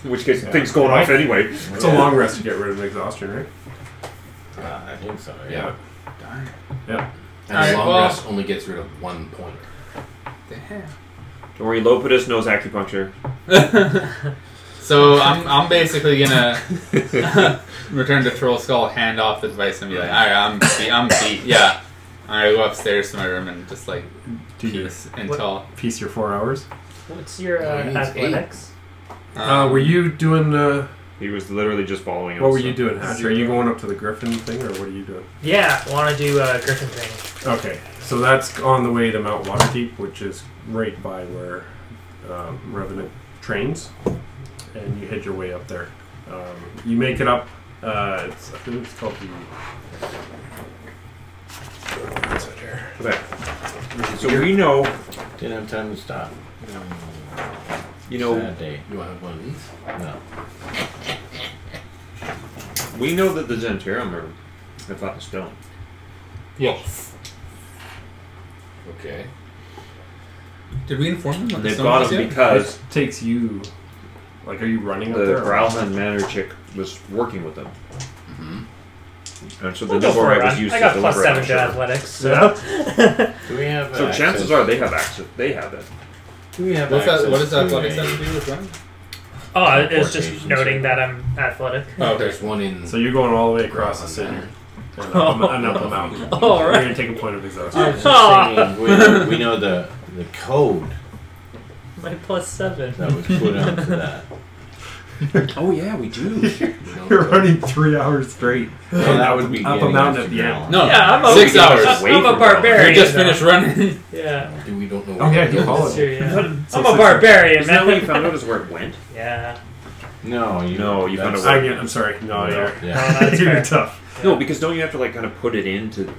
in which case the
Yeah.
thing's going off anyway.
It's a long rest to get rid of exhaustion, right?
Uh, I think so. Yeah.
Darn.
Yeah.
And
All
a
right,
long
well-
rest only gets rid of one point.
Damn.
Don't worry, Lopitus knows acupuncture.
so I'm, I'm basically gonna return to Troll Skull, hand off the device, and be like, all right, I'm beat, I'm beat, yeah. I go upstairs to my room and just like
Do your
peace until.
piece your four hours.
What's your
Yeah,
uh,
he needs
athletics?
Um,
Uh, were you doing? Uh,
He was literally just following us.
what were
so-
you doing? Hatch? Are you going up to the Griffin thing, or what are you doing?
Yeah, want to do uh, Griffin thing.
Okay, so that's on the way to Mount Waterdeep, which is right by where um, Revenant trains, and you head your way up there. Um, you make it up. Uh, it's, I think it's called the. What's it here?
Okay. So we know,
Didn't have time to stop.
you know,
Sad day.
Mm. You want to have one of these?
No.
we know that the Zentarum are have fought the stone.
Yes.
Okay.
Did we inform them? of
And
the
they
stone
fought
was
them
yet?
because
It takes you. Like, are you running up
Uh, the
there?
Growlhund Manor chick was working with them. And so the
We'll go for a
Nidoran was
run.
used
I
to
got plus
deliver
seven
it.
to athletics. So.
Yeah.
Do we have?
So
access?
chances are they have access. They have it.
Do we have?
What's
access
that, what does
to
athletics
a-
have to do with running?
Oh, it- it's just
Coordination,
noting
sorry.
that I'm athletic.
Oh, okay.
There's one in.
So you're going all the way across the city
Ground
and up, a- and up a mountain.
All
You're
right.
gonna take a point of exhaustion.
I was just thinking, we, know, we know the the code
My plus seven.
that was put onto that.
Oh yeah, we
you
do.
know,
You're
so-
running three hours straight.
Well, that would be
Up a
getting
mountain
us
at
to
the end.
Growlithe.
No,
Yeah, I'm a-
six hours.
Just
I'm
wait
a
for
barbarian.
You just
though.
finished running.
Yeah.
Do we don't know?
Oh, yeah,
it
you
is.
followed.
Sure, yeah. I'm
six,
a
six.
barbarian,
Isn't that what you
man.
found out is where it went?
Yeah.
No, you
No, you found
that's-
a way.
I get, I'm sorry. No,
No,
you're,
yeah.
No, that's
you're
fair.
tough.
No, because don't you have to like kind of put it into?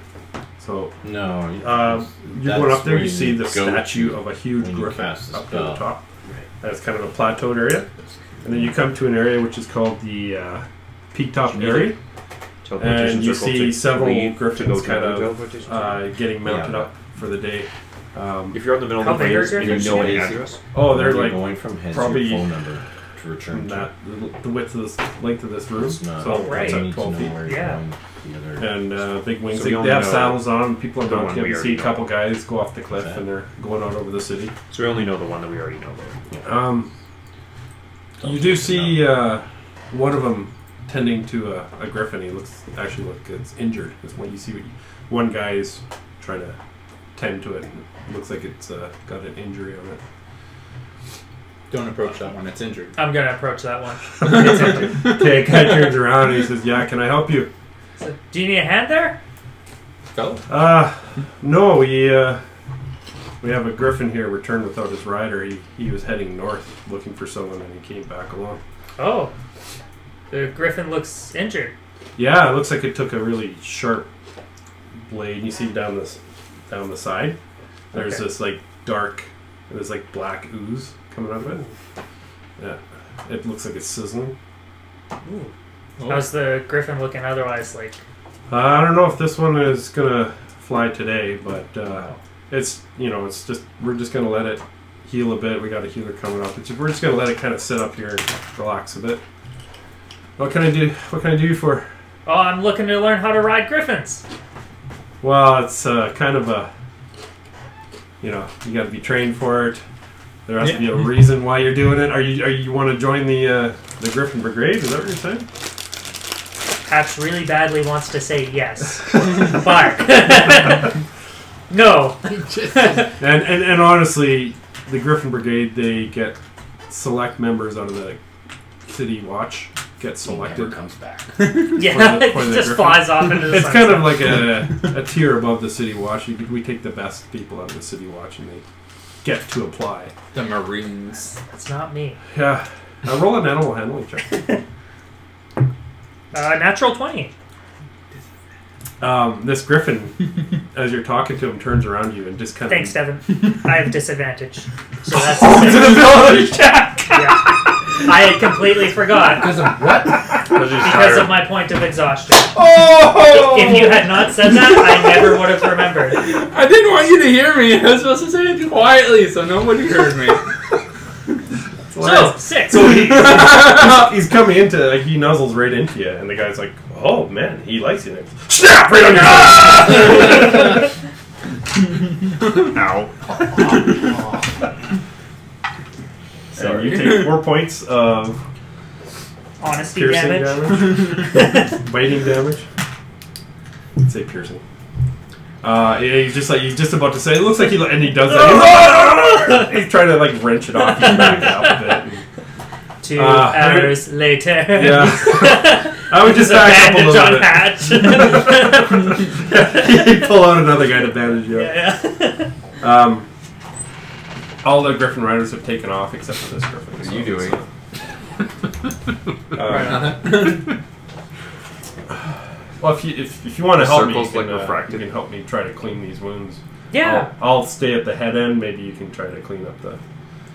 So
No. you-
uh, you're going
that's
up there.
where
You see the
go
statue of a huge
when you
griffin up
cast the
to the
spell.
top.
Right.
That's kind of a plateaued area, and then you come to an area which is called the uh, peak top area,
teleportation
and you
circle
see
to
several
leave, to go
griffins
to
kind
another
of
teleportation circle?
uh, getting mounted
Yeah.
up for the day. Um,
If you're in the middle
How
of the
big are
race and you
griffins
know an
again?
address,
oh, they're
You're
like
going from heads
probably-
to your phone number to
from
return to.
that the width of this length of this room.
It's not.
so
Oh, right.
it's
You
like
need to
12 feet.
know where
Yeah.
you're going. The other.
And uh, big wings.
So
they,
we only
they have
know
saddles on. them. People are
the
going
one
to
we
see a
already
couple guys go off the cliff
Okay.
and they're going out over the city.
so we only know the one that we already know. Though.
Um, you do see uh, one of them tending to a, a griffin. He looks actually look it's injured. Is what you see. What you, one guy is trying to tend to it. And it looks like it's uh, got an injury on it.
Don't approach that one. It's injured.
I'm gonna approach that one.
Okay, guy turns around and he says, "Yeah, can I help you?"
So, do you need a hand there?
Fellow.
Uh, no, we, uh, we have a griffin here returned without his rider. He, he was heading north looking for someone and he came back along.
Oh. The griffin looks injured.
Yeah, it looks like it took a really sharp blade. You see down this, down the side, there's
Okay.
this like dark, there's like black ooze coming out of it. Yeah, it looks like it's sizzling.
Ooh.
Oh.
How's the griffin looking otherwise? Like,
Uh, I don't know if this one is gonna fly today, but uh, it's you know it's just we're just gonna let it heal a bit. We got a healer coming up. It's, we're just gonna let it kind of sit up here and relax a bit. What can I do? What can I do for?
oh, I'm looking to learn how to ride griffins.
Well, it's uh, kind of a you know you got to be trained for it. There has to be a reason why you're doing it. Are you are you, want to join the uh, the Griffin Brigade? Is that what you're saying?
Hatch really badly wants to say yes. Fire. no.
And and, and honestly, the Griffin Brigade they get select members out of the city watch get
He never
selected.
comes back.
Yeah,
For the-
it
for the
just
griffin.
flies off into the
It's kind of
sunset.
like a, a tier above the city watch. You, could- we take the best people out of the city watch, and they get to apply.
The Marines.
It's not me.
Yeah, now roll an animal handling check.
Uh, natural 20.
Um, this griffin, as you're talking to him, turns around you and just kind
Thanks,
of.
Devin. I have disadvantage. So that's
Thanks, Dad.
yeah. I had completely forgot
Because of what?
Uh,
because of my point of exhaustion.
oh!
If you had not said that, I never would have remembered.
I didn't want you to hear me. I was supposed to say it quietly so nobody heard me.
So, six.
So he, he's, he's coming into like he nuzzles right into you, and the guy's like, "Oh man, he likes you." And it's, Snap right on your eye.
Ow!
So you take four points of
Honesty
piercing
damage.
damage, biting damage. I'd say piercing. Uh, yeah, he's just like he's just about to say. It looks like he and he does that. He's, he's trying to like wrench it off. You back out of it.
Two
Ah, I
hours later.
Yeah. I would just
There's a
back up a
bandage
little
on
bit.
Hatch.
you pull out another guy to bandage you. up.
yeah. yeah.
Um, all the Griffin riders have taken off except for this Griffin.
What are
so
you doing?
it's-
Right
uh,
on it.
well, if you if, if you want to help me, you
Circles
can,
like
uh, you
refracted.
can help me try to clean these wounds. I'll, I'll stay at the head end. Maybe you can try to clean up the,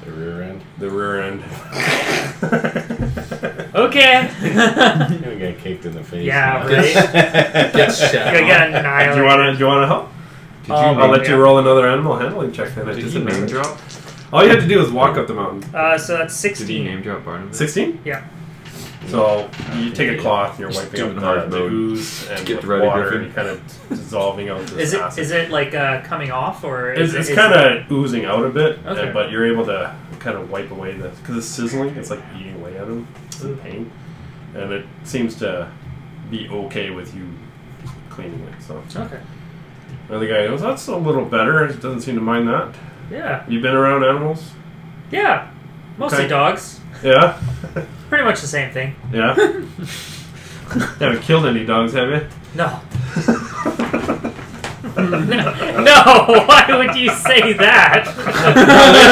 The rear end.
the rear end. Oh.
Okay.
You got kicked in the face.
Yeah,
right.
Get shot.
I got
do you
annihilated.
want to do you want to help?
Did
I'll let you roll another animal handling check then. at
Did he name
disadvantage.
drop?
All you have to do is walk up the mountain.
Uh, so that's
Did he
16.
name drop Barnabas?
Sixteen.
Yeah.
So you take a cloth and you're
Just
wiping
doing
up
hard
the, the
mode
ooze and
get
with
the Rowdy
water
Griffin.
and kind of dissolving out this
Is it
acid.
is it like uh, coming off or
It's,
is
it's
it,
kind of oozing out a bit, and-
Okay.
but you're able to kind of wipe away the because it's sizzling. It's like eating away at him. It's in pain, and it seems to be okay with you cleaning it. So
okay.
another guy goes, "That's a little better." It doesn't seem to mind that.
Yeah,
You've been around animals,
yeah. Mostly
Okay.
dogs.
yeah,
Pretty much the same thing.
yeah. Haven't killed any dogs, have you?
No. no. No. Why would you say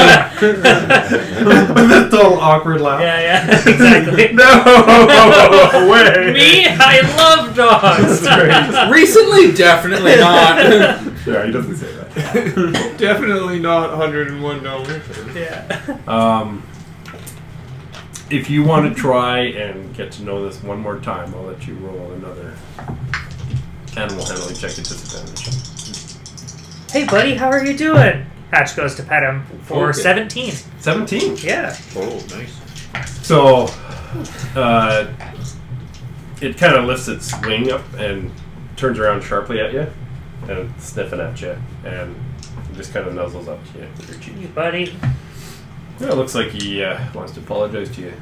that?
With this total awkward laugh.
yeah, yeah. Exactly.
No way.
Me, I love dogs.
Recently, definitely not.
Yeah, he doesn't say that.
definitely not 101 dollars.
yeah.
Um, if you want to try and get to know this one more time, I'll let you roll another animal handling check at disadvantage.
Hey, buddy, how are you doing? Hatch goes to pet him for
Okay.
17.
17.
Yeah.
Oh, nice.
So, uh, it kind of lifts its wing up and turns around sharply at you and it's sniffing at you and it just kind of nuzzles up to you. Your cheek.
You buddy.
Yeah, it looks like he uh, wants to apologize to you.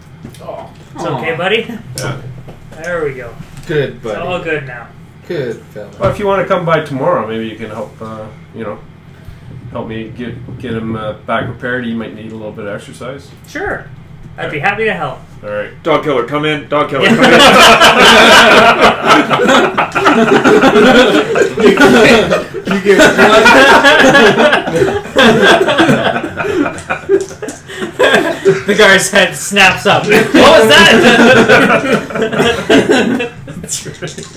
Oh,
It's okay, buddy.
Yeah.
There we go.
Good,
It's all
buddy.
good now.
Good fella.
Well, if you want to come by tomorrow, maybe you can help. Uh, you know, help me get get him uh, back repaired. He might need a little bit of exercise.
Sure. I'd be happy to help.
All right.
Dog killer, come in. Dog killer, come in.
Yeah.
you get
the guard's head snaps up. What was that?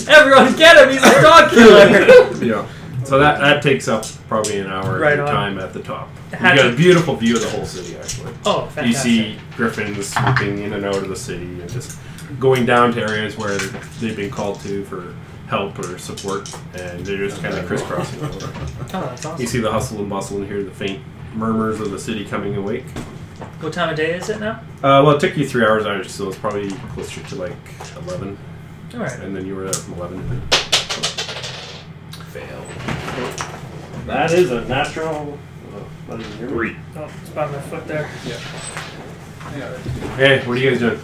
Everyone get him! He's a dog killer!
Yeah. So that that takes up probably an hour of
Right
your
on.
time at the top. You
How
got
do-
a beautiful view of the whole city, actually.
Oh, fantastic.
You see griffins swooping in and out of the city and just going down to areas where they've been called to for help or support, and they're just kind of crisscrossing. all over.
Oh, that's awesome.
You see the hustle and bustle and hear the faint murmurs of the city coming awake.
What time of day is it now?
Uh, well, it took you three hours, I so it's probably closer to like 11,
Alright.
and then you were there from 11.
Fail.
That is a natural.
Three.
Oh, it's by my foot there.
Hey, what are you guys doing?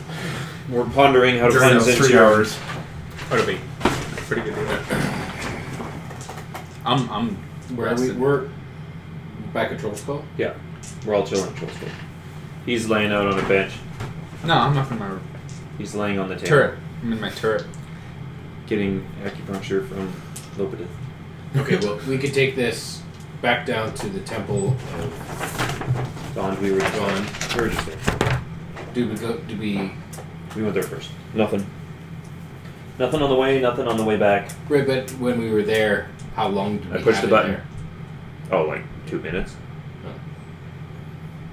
We're pondering how to
During
find
those
Zinchi.
three hours.
What are we? Pretty good either. I'm I'm
Where we,
rested.
we're back at Troll Skull.
Yeah. We're all chilling. Trust me. He's laying out on a bench.
No, I'm up in my
He's laying on the table.
turret. I'm in my turret.
Getting acupuncture from Lopidith.
Okay, well, we could take this back down to the temple of
Bond, we were just
Dawn.
We were just there.
Do we go? Do we?
We went there first. Nothing. Nothing on the way, nothing on the way back.
Right, but when we were there, how long did
I
we
pushed
have it
the button.
there?
Oh, like two minutes.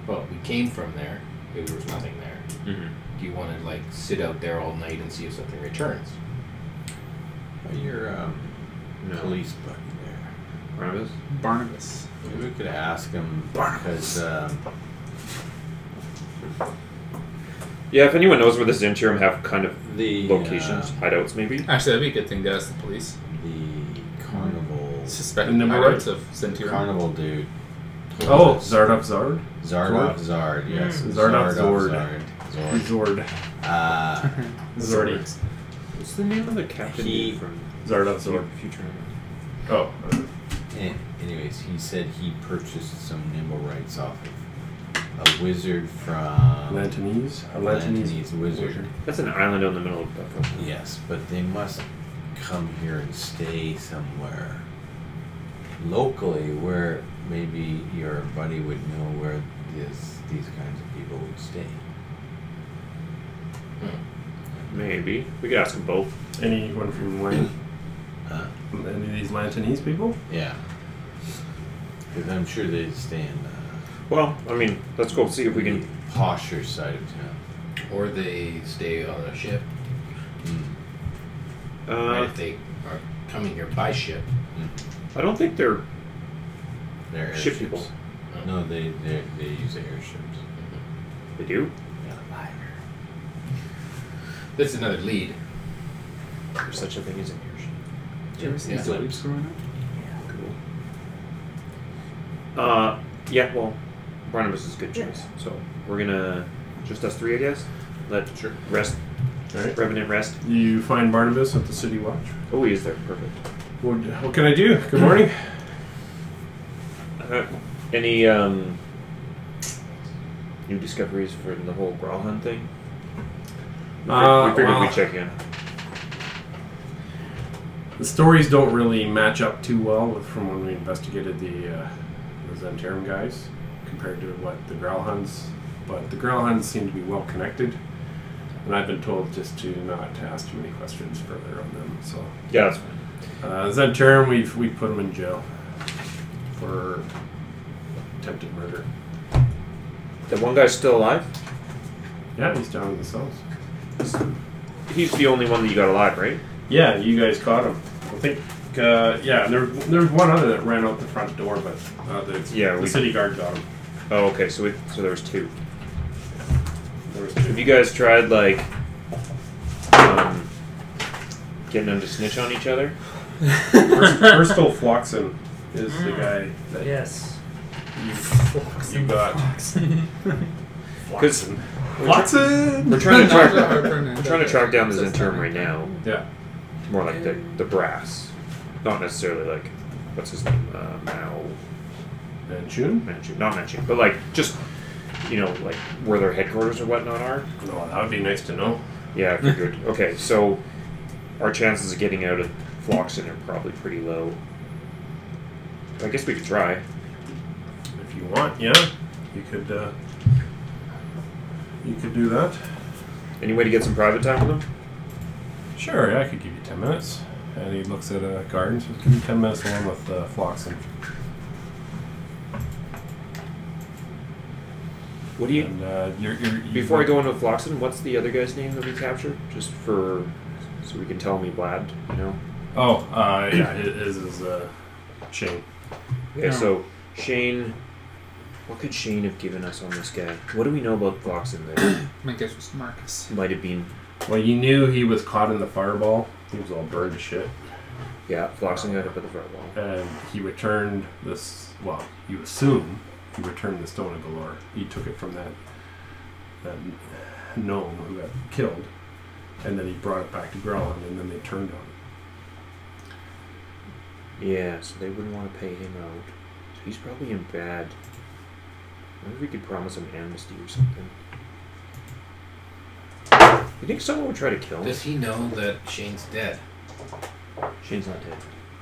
Well, we came from there. Maybe there was nothing there.
Mm-hmm.
Do you want to like sit out there all night and see if something returns?
Are your um, police buddy there?
Barnabas?
Barnabas.
Maybe we could ask him because um,
Yeah, if anyone knows where the Zinchirum have kind of
the
locations,
uh,
hideouts maybe.
Actually, that'd be a good thing to ask the police.
the carnival
Suspect
And number
hideouts of Centurion.
carnival dude
Oh, Zardov Zard.
Zardov Zard, yes.
Mm. Zardoz
Zardoz Zord.
Zord.
Zord. Uh,
Zordy.
What's the name of the captain
He-
dude from
Zardov Zord.
Futurama?
Oh.
an- anyways, he said he purchased some nimble rights off of a wizard from
Lantanese? A Lantanese.
Atlantis wizard.
That's an island on the middle of Buffalo.
Yes, but they must come here and stay somewhere locally where maybe your buddy would know where this, these kinds of people would stay.
Maybe. We could ask them both.
Anyone from Lan-
Uh,
any of these Lantanese people?
yeah. Because I'm sure they'd stay in uh,
Well, I mean, let's go see if we can.
the posher side of town.
Or they stay on a ship. right,
Uh,
if they are coming here by ship.
Mm.
I don't think they're
They're
ship
airships.
people.
No, they, they, they use airships.
They do?
Yeah, liar.
This is another lead.
There's such a thing as an airship.
Did you ever see
Yeah.
Zoids growing up?
Uh, yeah, well, Barnabas is a good choice. So we're gonna just us three, I guess. Let rest,
Alright.
Revenant rest.
You find Barnabas at the city watch.
Oh, he is there. Perfect.
What, what can I do? Good morning.
Uh, any um, new discoveries for the whole Growlhunt thing? We fig-
Uh,
we figured
well-
we'd check in.
The stories don't really match up too well with from when we investigated the, uh, the Zentarum guys compared to what the Growlhuns. But the Growlhuns seem to be well connected, and I've been told just to not to ask too many questions further on them. So
Yeah, that's fine.
uh, Zentarum, we've we put him in jail for attempted murder.
The one guy's still alive.
Yeah, he's down in the cells.
He's the only one that you got alive, right?
Yeah, you guys caught him. I think. Uh, yeah, there, there was one other that ran out the front door, but uh, the,
Yeah,
the
we-
city guard got him.
Oh, okay. So we, so there was two.
There was
Have
two.
you guys tried like um, getting them to snitch on each other?
Bristol Floxen is the
Mm.
guy that
Yes.
you, you got.
Because
Floxen!
we're trying to track
That's how I
we're
pronounce
trying to
it.
track down the
That's
Zenturum
not-
right now.
Yeah.
More like the the brass, not necessarily like what's his name uh, Mao
Manchun?
Manchu, not Manchu, but like just you know like where their headquarters or whatnot are.
No, that would be nice to know.
Yeah, I figured. okay, so our chances of getting out of Floxen are probably pretty low. I guess we could try.
If you want, yeah. You could, uh, you could do that.
Any way to get some private time with them?
Sure, yeah, I could give you 10 minutes. And he looks at a garden, so give me 10 minutes along with uh, Floxen.
What do you?
And, uh, you're, you're, you
Before I go into Floxen, what's the other guy's name that we captured? Just for so we can tell him he blabbed, you know?
Oh, uh, yeah, his is, uh, Shane.
Okay,
Yeah.
so Shane what could Shane have given us on this guy? What do we know about Floxen that
My guess was Marcus.
might have been
Well, you knew he was caught in the fireball. He was all burned to shit.
yeah, Floxen got up at the front wall.
and he returned this. Well, you assume he returned the stone of Galore. He took it from that that gnome who got killed, and then he brought it back to Grelon, and then they turned on him.
Yeah, so they wouldn't want to pay him out. So he's probably in bad. I wonder if we could promise him amnesty or something. You think someone would try to kill him?
Does he know that Shane's dead?
Shane's not dead.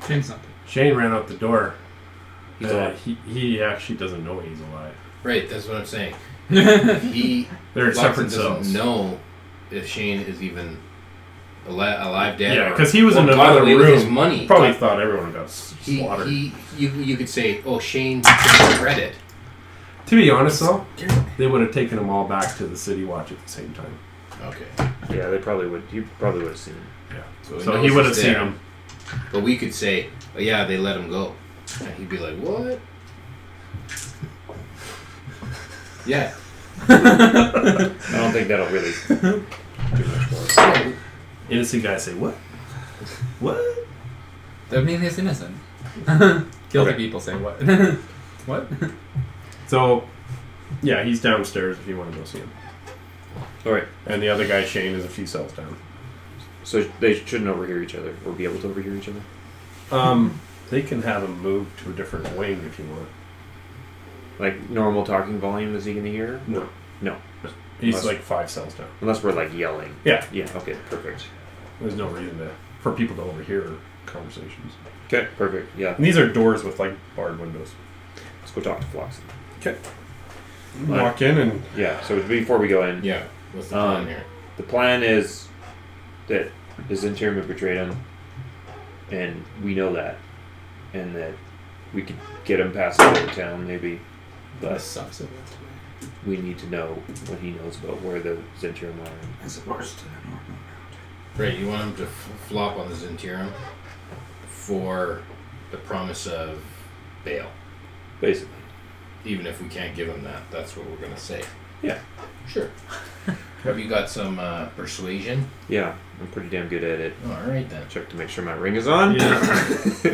James something.
Shane ran out the door.
He's
Uh,
alive.
he he actually doesn't know he's alive.
Right, that's what I'm saying. he
They're
Loxton
separate
doesn't
cells.
know if Shane is even alive, alive dead.
Yeah,
or-
because he was
Well,
in
got
another
away with His
room.
money.
Probably thought everyone got s-
He,
slaughtered.
he, you, you could say, oh, Shane took credit.
to be honest, though, they would have taken them all back to the City Watch at the same time.
Okay.
Yeah, they probably would. You probably would have seen him.
Yeah,
So
so,
he
he
knows
would have
he's
seen
there.
them.
But we could say, oh, yeah, they let him go. And he'd be like, what? yeah.
I don't think that'll really do much for us.
Innocent guys say what? What?
That means he's innocent. Guilty people say what?
What? so, yeah, he's downstairs if you want to go see him.
All right.
And the other guy, Shane, is a few cells down.
So they shouldn't overhear each other or be able to overhear each other.
Um, they can have him move to a different wing if you want.
Like normal talking volume, is he going to hear?
No.
No.
He's
Unless-
like five cells down.
Unless we're like yelling.
Yeah.
Yeah. Okay. Perfect.
There's no reason to, for people to overhear conversations.
Okay. Perfect. Yeah.
And these are doors with like barred windows.
Let's go talk to Floxy.
Walk in and
Yeah. So before we go in,
Yeah. What's the plan
Um,
here?
the plan is that his interior betrayed him, and we know that, and that we could get him past the other town maybe,
That
but
sucks so bad.
we need to know what he knows about where the Zentirum are.
It's supposed to.
Right, you want him to f- flop on the Zentirum for the promise of bail.
Basically.
Even if we can't give him that, that's what we're going to say.
Yeah.
Sure. Have you got some uh, persuasion?
Yeah, I'm pretty damn good at it.
All right, then.
Check to make sure my ring is on.
Should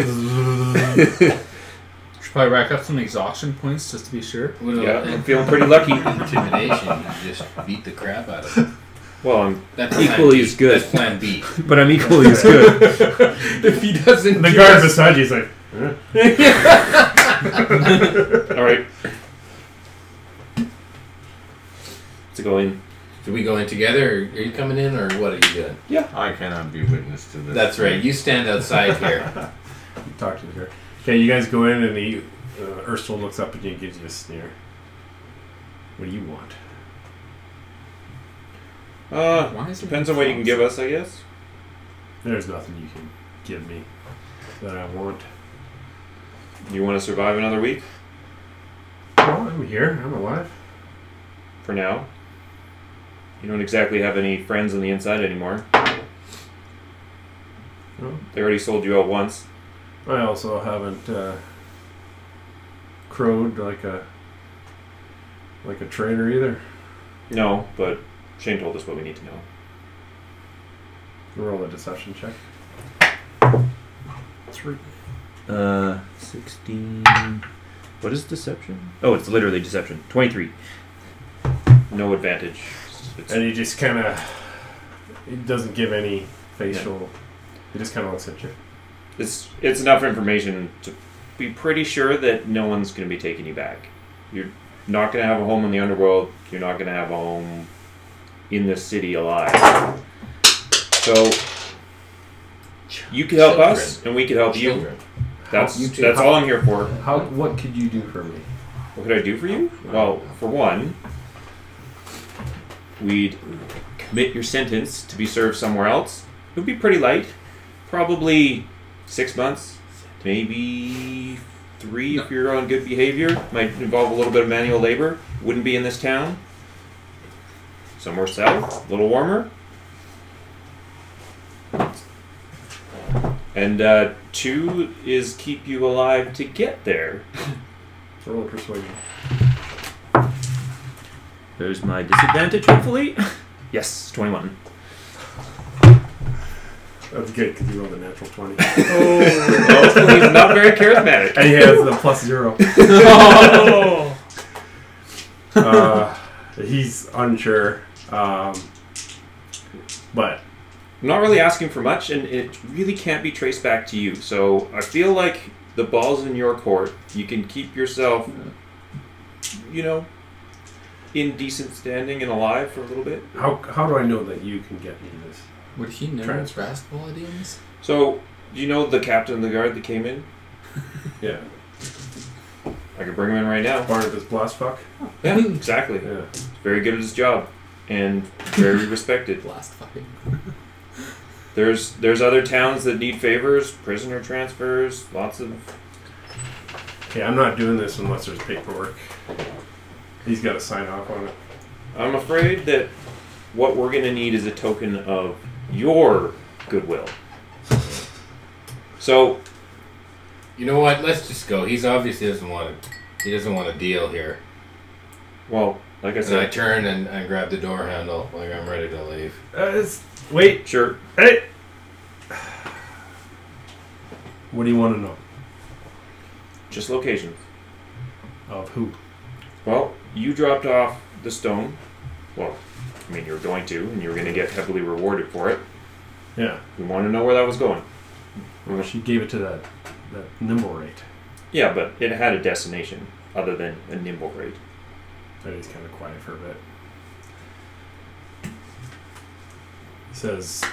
probably rack up some exhaustion points just to be sure.
What
yeah,
about
I'm feeling pretty lucky.
intimidation? You just beat the crap out of him.
Well, I'm
That's plan
equally
B.
as good,
That's plan B.
but I'm equally as good.
if he doesn't
the guard beside you is like,
All right. Let's go in.
Do we go in together? Or are you coming in, or what are you doing?
I cannot be witness to this.
That's right. You stand outside here.
talk to the guard. Okay, you guys go in and he, uh, Ursula looks up at you and gives you a sneer. What do you want?
Uh,
Why is there
depends on what you can give us, I guess.
There's nothing you can give me that I want.
You want to survive another week
Well, I'm here. I'm alive.
for now. You don't exactly have any friends on the inside anymore.
No.
They already sold you out once.
I also haven't uh, crowed like a like a traitor either.
No, but Shane told us what we need to know.
Roll a deception check.
Three.
Uh,
16. What is deception? Oh, it's literally deception. 23. No advantage. It's-
And he just kind of he doesn't give any facial. He just kind of looks at you.
It's it's enough information to be pretty sure that no one's going to be taking you back. You're not going to have a home in the underworld. You're not going to have a home in this city alive. So you could help us, and we could help you.
Children.
That's
You two.
that's all I'm here for.
How? What could you do for me?
What could I do for you? Well, for one, we'd commit your sentence to be served somewhere else. It would be pretty light, probably six months, maybe three if you're on good behavior. Might involve a little bit of manual labor. Wouldn't be in this town. Somewhere south, a little warmer. And uh, two is keep you alive to get there.
Roll a persuasion.
There's my disadvantage, hopefully. Yes, 21.
That's good because you rolled a natural twenty,
Hopefully he's not very charismatic.
and he has the plus zero.
Oh!
Uh, he's unsure, um, but
I'm not really asking for much, and it really can't be traced back to you. So I feel like the ball's in your court. You can keep yourself, you know, in decent standing and alive for a little bit.
How, how do I know that you can get me this?
Would he know
Trans-
basketball idioms?
So, you know the captain of the guard that came in?
Yeah.
I could bring him in right now.
Barnabas Blastfuck?
Yeah, exactly.
Yeah.
Very good at his job, and very respected.
Blast fucking.
There's there's other towns that need favors, prisoner transfers, lots of
Okay, I'm not doing this unless there's paperwork. He's got to sign off on it.
I'm afraid that what we're going to need is a token of your goodwill. So,
You know what? Let's just go. He's obviously doesn't want to. He doesn't want to deal here.
well, like
And
I
I
said,
turn and, and grab the door handle like I'm ready to leave.
Uh, it's, wait,
sure.
hey! What do you want to know?
Just locations.
Of who?
Well, you dropped off the stone. Well, I mean, you were going to, and you were going to get heavily rewarded for it.
Yeah.
We want to know where that was going.
Well, she gave it to that that nimble rate.
Yeah, but it had a destination other than a nimble grade.
That is kind of quiet for a bit. He says.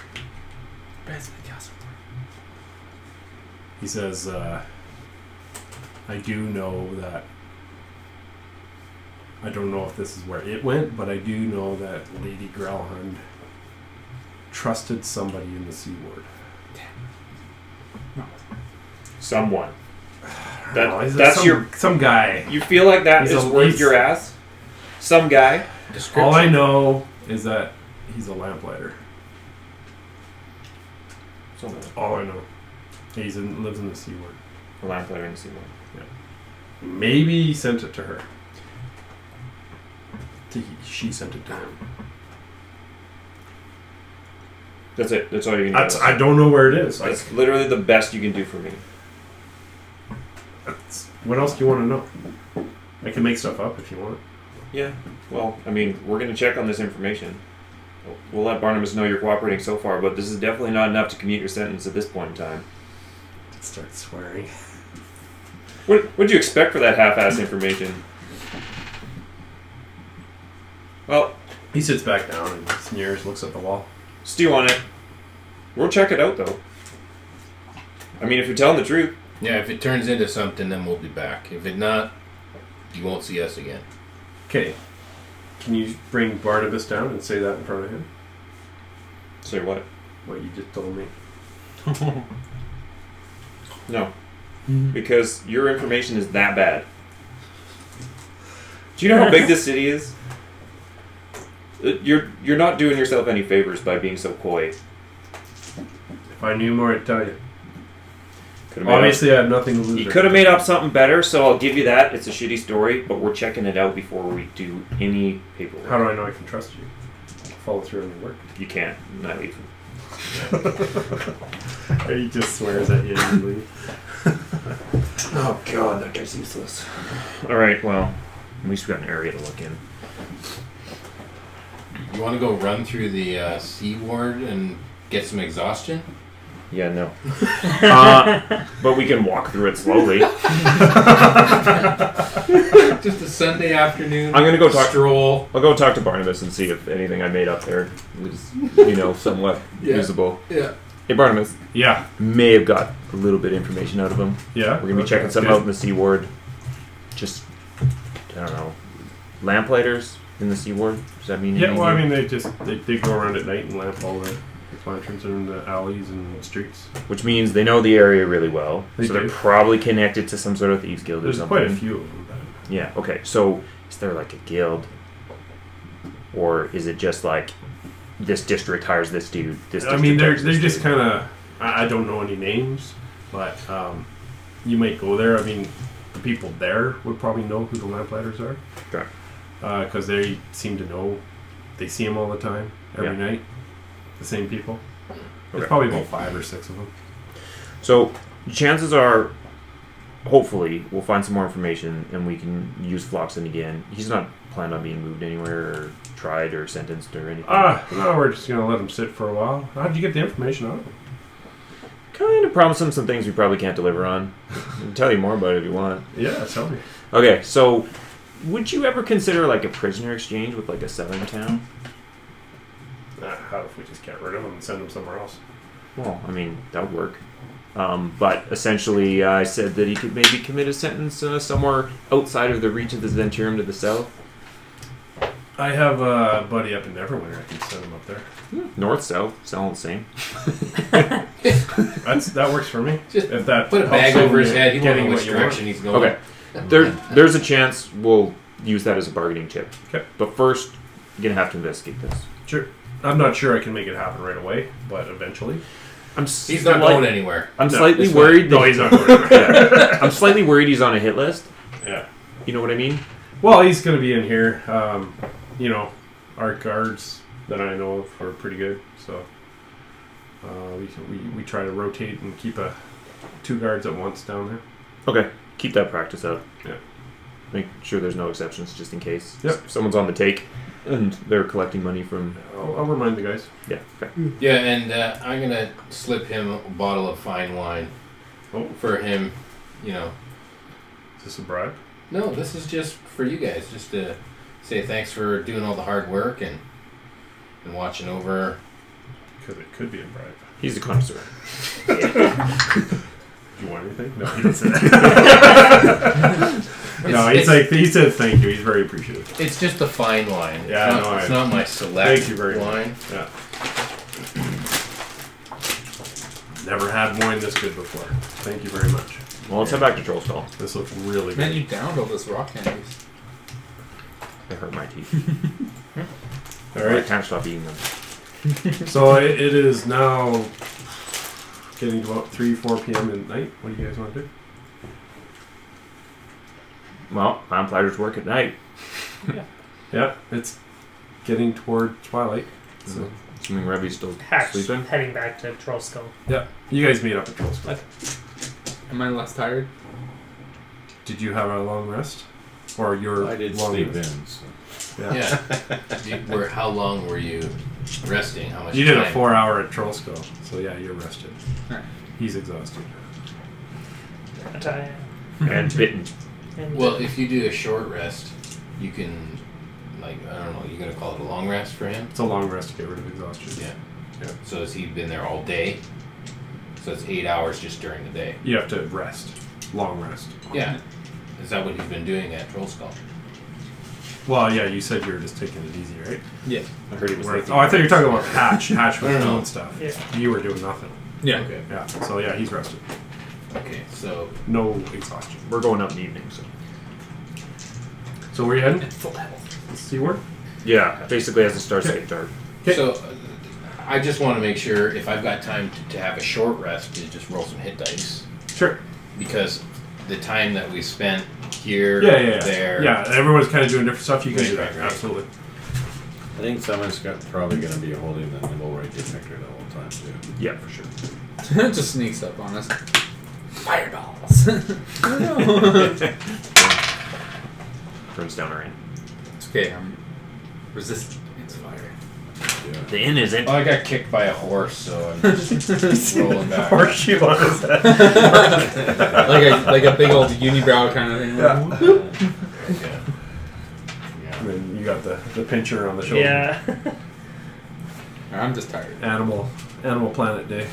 He says, uh, I do know that. I don't know if this is where it went, but I do know that Lady Growlhund trusted somebody in the Sea Ward.
Someone. That,
Oh, is it
that's
some-
your.
some guy.
You feel like that
He's
is
a-
worth
he's-
your ass? Some guy.
All I know is that he's a lamplighter.
Someone.
All I know. He's in, lives in the Sea Ward.
A lamplighter in the sea world.
Maybe he sent it to her. To- She sent it to him.
That's it. That's all you can do.
That's, I don't know where it is. Like,
That's literally the best you can do for me.
that's- what else do you want to know? I can make stuff up if you want.
Yeah. Well, I mean, we're going to check on this information. We'll let Barnabas know you're cooperating so far, but this is definitely not enough to commute your sentence at this point in time.
Start swearing.
What what'd you expect for that half-ass information? Well,
He sits back down and sneers, looks at the wall.
stew on it. We'll check it out, though. I mean, if you're telling the truth,
Yeah, if it turns into something, then we'll be back. If it not, you won't see us again.
Okay. Can you bring Barnabas down and say that in front of him?
say what?
What you just told me.
No, Mm-hmm. because your information is that bad. Do you know how big this city is? Uh, You're you're not doing yourself any favors by being so coy.
If I knew more, I'd tell you.
Could've made up-
Obviously, I have nothing to lose.
You
right
could have
now.
made up something better, so I'll give you that. It's a shitty story, but we're checking it out before we do any paperwork.
How do I know I can trust you? Follow through on your work.
You can't. I'm not leaving.
he just swears at you. and leaves.
Oh god, that guy's useless. All right, well, at least we got an area to look in.
You want to go run through the uh, C ward and get some exhaustion?
Yeah, no. uh, but we can walk through it slowly. I'm
Just a Sunday afternoon.
gonna go talk.
stroll.
I'll go talk to Barnabas and see if anything I made up there was, you know, somewhat
Yeah.
usable.
Yeah.
Hey, Barnabas,
Yeah.
may have got a little bit of information out of him.
Yeah.
We're gonna be checking something out in the Sea Ward. Just, I don't know, lamplighters in the Sea Ward. Does that mean?
Yeah,
anything?
well, I mean, they just they, they go around at night and lamp all the lanterns in the alleys and the streets.
which means they know the area really well,
They
so
do.
they're probably connected to some sort of thieves guild
There's
or something.
quite a few of them. but-
Yeah. Okay. So is there like a guild, or is it just like this district hires this dude? This
I
district
mean, they're
hires this
they're just
dude?
kind of. I, I don't know any names, but um, you might go there. I mean, the people there would probably know who the lamplighters are.
Okay.
Because they seem to know. They see them all the time, every
Yeah.
night. The same people. There's
Okay.
probably about five or six of them.
So chances are, hopefully, we'll find some more information and we can use Floxen again. He's not planned on being moved anywhere or tried or sentenced or anything.
Ah, no, we're just gonna let them sit for a while. How'd you get the information out of them?
kind of promise him some things we probably can't deliver on. I'll tell you more about it if you want.
Yeah, tell me.
Okay, so would you ever consider like a prisoner exchange with like a southern town?
Uh, how if we just get rid of them and send them somewhere else?
Well, I mean, that would work. Um, but essentially, uh, I said that he could maybe commit a sentence uh, somewhere outside of the reach of the Zentirum to the south.
I have a buddy up in Neverwinter. I can send him up there.
North, south, it's all the same.
That's that works for me.
Just
if that
Put a
helps
bag
in
over his head. He won't
Oh, getting
know
what
which
you want.
direction he's going.
Okay, there, there's a chance we'll use that as a bargaining chip.
Okay.
But first, you're going to have to investigate this.
Sure. I'm not sure I can make it happen right away, but eventually.
I'm
He's not
slight-
going anywhere.
I'm
No,
slightly
it's
worried.
No,
that-
he's not going. to.
Yeah. I'm slightly worried he's on a hit list.
yeah.
You know what I mean?
Well, he's going to be in here. Um, you know, our guards that I know of are pretty good, so uh, we, we we try to rotate and keep a two guards at once down there.
Okay, keep that practice up.
Yeah.
Make sure there's no exceptions, just in case.
Yep.
If someone's on the take and they're collecting money from.
I'll, I'll remind the guys.
Yeah. Okay.
Yeah, and uh, I'm gonna slip him a bottle of fine wine
Oh.
for him. You know,
Is this a bribe?
no, this is just for you guys, just to say thanks for doing all the hard work and and watching over.
Because it could be a bribe.
He's a connoisseur.
Do you want anything? No, he didn't say
It's,
no,
it's,
he's like he said thank you. He's very appreciative.
it's just the fine wine. It's
Yeah, I
not,
know,
it's
I-
not my select
Thank you very much.
wine.
Yeah. Never had wine this good before. Thank you very much.
Well, let's head back to Troll's Call.
This looks really
Man,
good.
you downed all those rock candies.
They hurt my teeth.
All
I
right.
can't stop eating them.
So it, it is now getting to about three, four p.m. at night. What do you guys want to do?
Well, vampires work at night.
Yeah, it's getting toward twilight. So
Mm-hmm.
Assuming Revy's still
Hatch
sleeping.
heading back to Trollskull.
yeah, you guys meet up at Troll's. Club.
Am I less tired?
Did you have a long rest? Or your
I did
long
sleep in.
rest?
So.
Yeah.
Yeah. Do you- where, how long were you resting? How much?
You did a
time?
four hour at Trollskull, so yeah, you're rested.
Alright.
He's exhausted.
Attire
and bitten.
and-
Well, if you do a short rest, you can like I don't know. You gonna call it a long rest for him?
It's a long rest to get rid of exhaustion.
Yeah.
Yeah.
So has he been there all day? So it's eight hours just during the day.
You have to rest. Long rest.
Yeah. Is that what he's been doing at Troll Skull?
Well, yeah, you said you were just taking it easy, right?
Yeah.
I heard he was
Where-
thinking.
oh, I thought you were talking about Hatch. Hatch was
No, no, no.
doing stuff.
Yeah.
You were doing nothing.
Yeah.
Okay.
Yeah. So yeah, he's rested.
Okay. So
No exhaustion.
We're going up in the evening, so.
So where are you heading?
At full health.
Seaward?
Yeah, basically as the stars
Okay.
get dark.
Okay.
so uh, I just want to make sure if I've got time to, to have a short rest to just roll some hit dice
Sure.
because the time that we spent here,
Yeah, yeah, yeah.
there,
Yeah, everyone's kind of doing different stuff. You can
Right,
do that.
right, right.
Absolutely.
I think someone's got, probably going to be holding the nibble right detector the whole time too.
Yeah, for sure.
Just sneaks up on us. Fireballs.
Turns down our end.
it's okay. I'm resistant. It's fire.
Yeah.
The inn isn't.
Well, I got kicked by a horse, so I'm just rolling back.
Horseshoe on his head.
like a like a big old unibrow kind of thing.
Yeah.
I
Yeah.
mean, you got the, the pincher on the shoulder.
yeah.
I'm just tired.
Animal Animal Planet Day.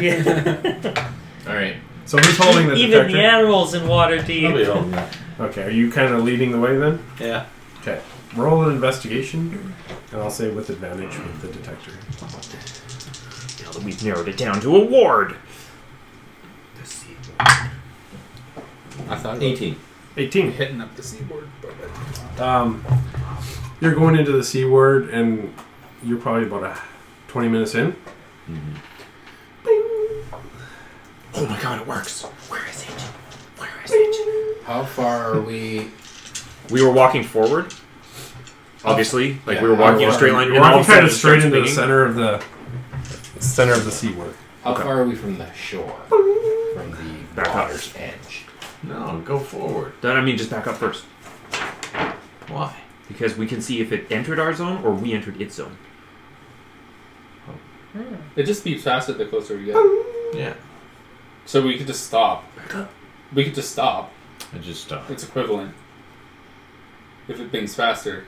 yeah.
All right.
So who's holding the
Even the
detector?
animals in water deep.
Probably all that.
okay, are you kind of leading the way then?
Yeah.
Okay. Roll an investigation, and I'll say with advantage with the detector.
Now that we've narrowed it down to a ward.
I thought about
18.
18.
hitting up the seaboard, but I-
Um, you're going into the C word, and you're probably about a 20 minutes in.
Oh my god, it works. Where is it? Where is it?
How far are we?
We were walking forward. Obviously, like
Yeah,
we were walking in a
we're
straight line.
You're
and all
walking
a sudden
kind of
it
straight
starts
into the
pinging.
center of the center of the C word.
How
Okay.
far are we from the shore? From the
Back up.
water's edge.
No, go forward.
Then I mean, just back up first
Why?
because we can see if it entered our zone or we entered its zone.
it just beeps faster the closer we get.
Yeah.
So we could just stop. We could just stop.
I just stopped.
It's equivalent. If it bings faster,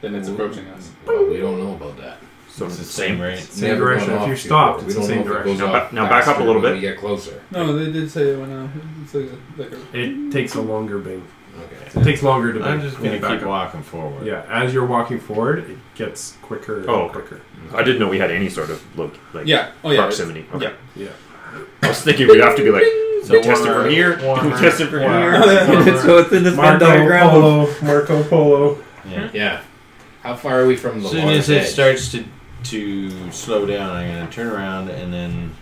then it's approaching us.
Well, we don't know about that.
So
It's the same rate.
It's never
direction.
gone
If
off
you
before.
stopped,
we
it's
don't
the same
know if it
direction.
goes
Now
off
ba- now back up a
faster
little
when
bit.
We get closer.
No, they did say it went out. It's like a, like a
It takes a longer bing.
Okay.
It takes longer to.
I'm
bing
just
when
going
you
to
back
keep
up.
walking forward.
Yeah, as you're walking forward, it gets quicker. And
Oh, okay.
quicker.
I didn't know we had any sort of look like
yeah. Oh yeah. it's-
proximity. Okay.
Yeah.
I was thinking we'd have to be like
So
we test it
we're-
from here, we
we're-
test it from
we're-
here.
so it's in this Venn
Marco
diagram. of-
Polo. Marco Polo.
Yeah.
Yeah. How far are we from the
As soon
water's
as it
edge?
starts to to slow down, I'm going to turn around and then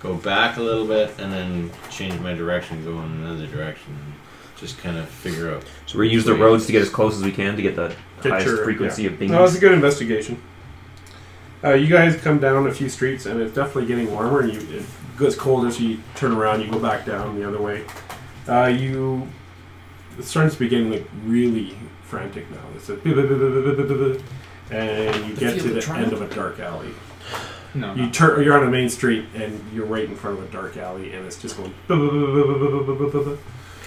go back a little bit and then change my direction, go in another direction. and Just kind of figure out.
So we use the roads to get as close as we can to get the
Get
highest
your-
frequency of
No, it's
bings.
a good investigation. Uh, you guys come down a few streets, and it's definitely getting warmer. And you, it gets colder, so you turn around, you go back down the other way. Uh, you it's starting to be getting like really frantic now. It's like, and you get to the end of a dark alley.
No,
You
no.
turn, you're on a main street, and you're right in front of a dark alley, and it's just going.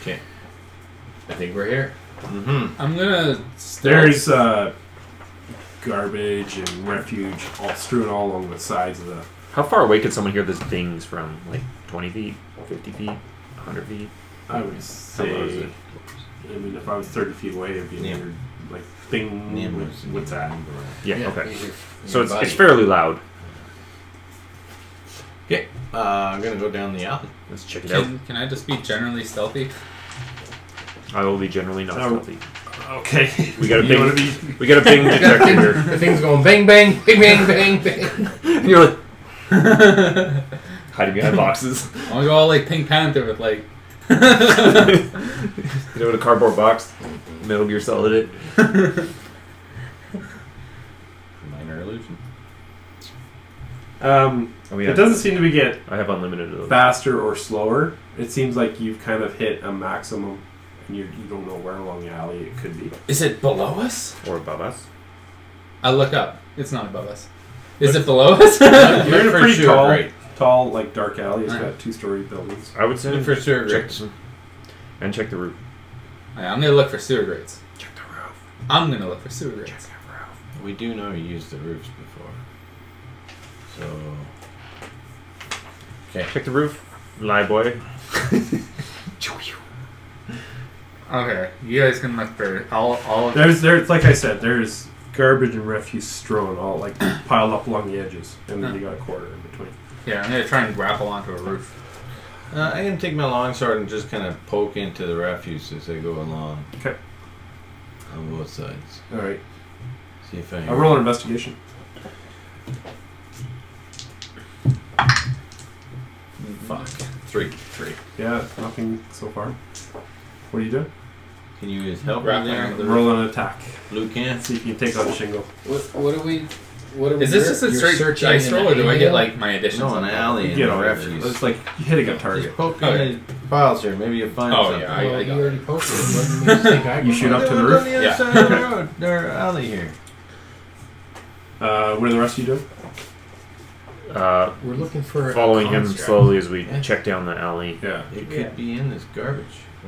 Okay. I think we're here. Mm-hmm.
I'm gonna. Still,
There's uh, garbage and refuge all strewn all along the sides of the.
How far away could someone hear these things from? Like 20 feet, 50 feet, 100 feet?
I would say. I mean, if I was 30 feet away, it'd be
Yeah.
weird. Like, thing.
Numerous
What's that?
Yeah, okay.
here's your-
So
your
it's,
body.
it's fairly loud.
Okay, uh, I'm gonna go down the alley.
Let's check it out.
Can, can I just be generally stealthy?
I will be generally not
Oh.
stealthy.
Okay.
We got a
You want
ping.
to be
We got a ping detector here.
The thing's going bang, bang, bang, bang, bang, bang.
And you're like
I'm
hiding behind boxes.
gonna go all like Pink Panther with like.
You know, in a cardboard box, Metal Gear Solid it.
Minor illusion.
Um,
Oh yeah,
It doesn't seem to be get
I have unlimited of those.
faster or slower. It seems like you've kind of hit a maximum, and you're, you don't know where along the alley it could be.
Is it below us?
or above us.
I look up. It's not above us. Is it below us?
You're in a
for
pretty
sure,
tall,
right.
tall like dark alley. It's
Alright.
got two-story buildings.
I would say
For sewer
check
grates.
and check the roof.
Alright, I'm gonna look for sewer grates.
Check the roof.
I'm gonna look for sewer grates.
We do know you used the roofs before. So. Okay.
Check the roof, lie boy.
Okay, you guys can look for all all of
There's there's like I said, there's garbage and refuse strewn all like piled up along the edges, and then you got a corner in between.
Yeah, I'm gonna try and grapple onto a roof.
Uh, I'm gonna take my longsword and just kind of poke into the refuse as I go along.
Okay.
On both sides.
All right,
See if I.
I roll an investigation.
Fuck. Three. Three.
Yeah, nothing so far. What do you do?
Can you just help me
Grappling
there?
with The
roll an attack.
Blue
Let's
can.
see if you can take out a shingle.
What, what are we? What are we?
Is this just a
you're
straight
searching
dice
in
roll,
an
or do I
area?
get like my additions?
No, an
on top?
alley
You
and
get
a
all
refuse.
It's like hitting a target.
Just poke
Okay.
in the piles here. Maybe you'll find
Oh,
something.
yeah, I-
Well,
got
you
it.
already posted it. What do you think I
You
can
shoot
find?
up to the
Look
roof.
On the other
Yeah.
side of the road, their alley here.
Uh, what are the rest of you doing?
Uh,
We're looking for a
following him
construct.
slowly as we
Yeah.
check down the alley.
Yeah.
It could
Yeah.
be in this garbage.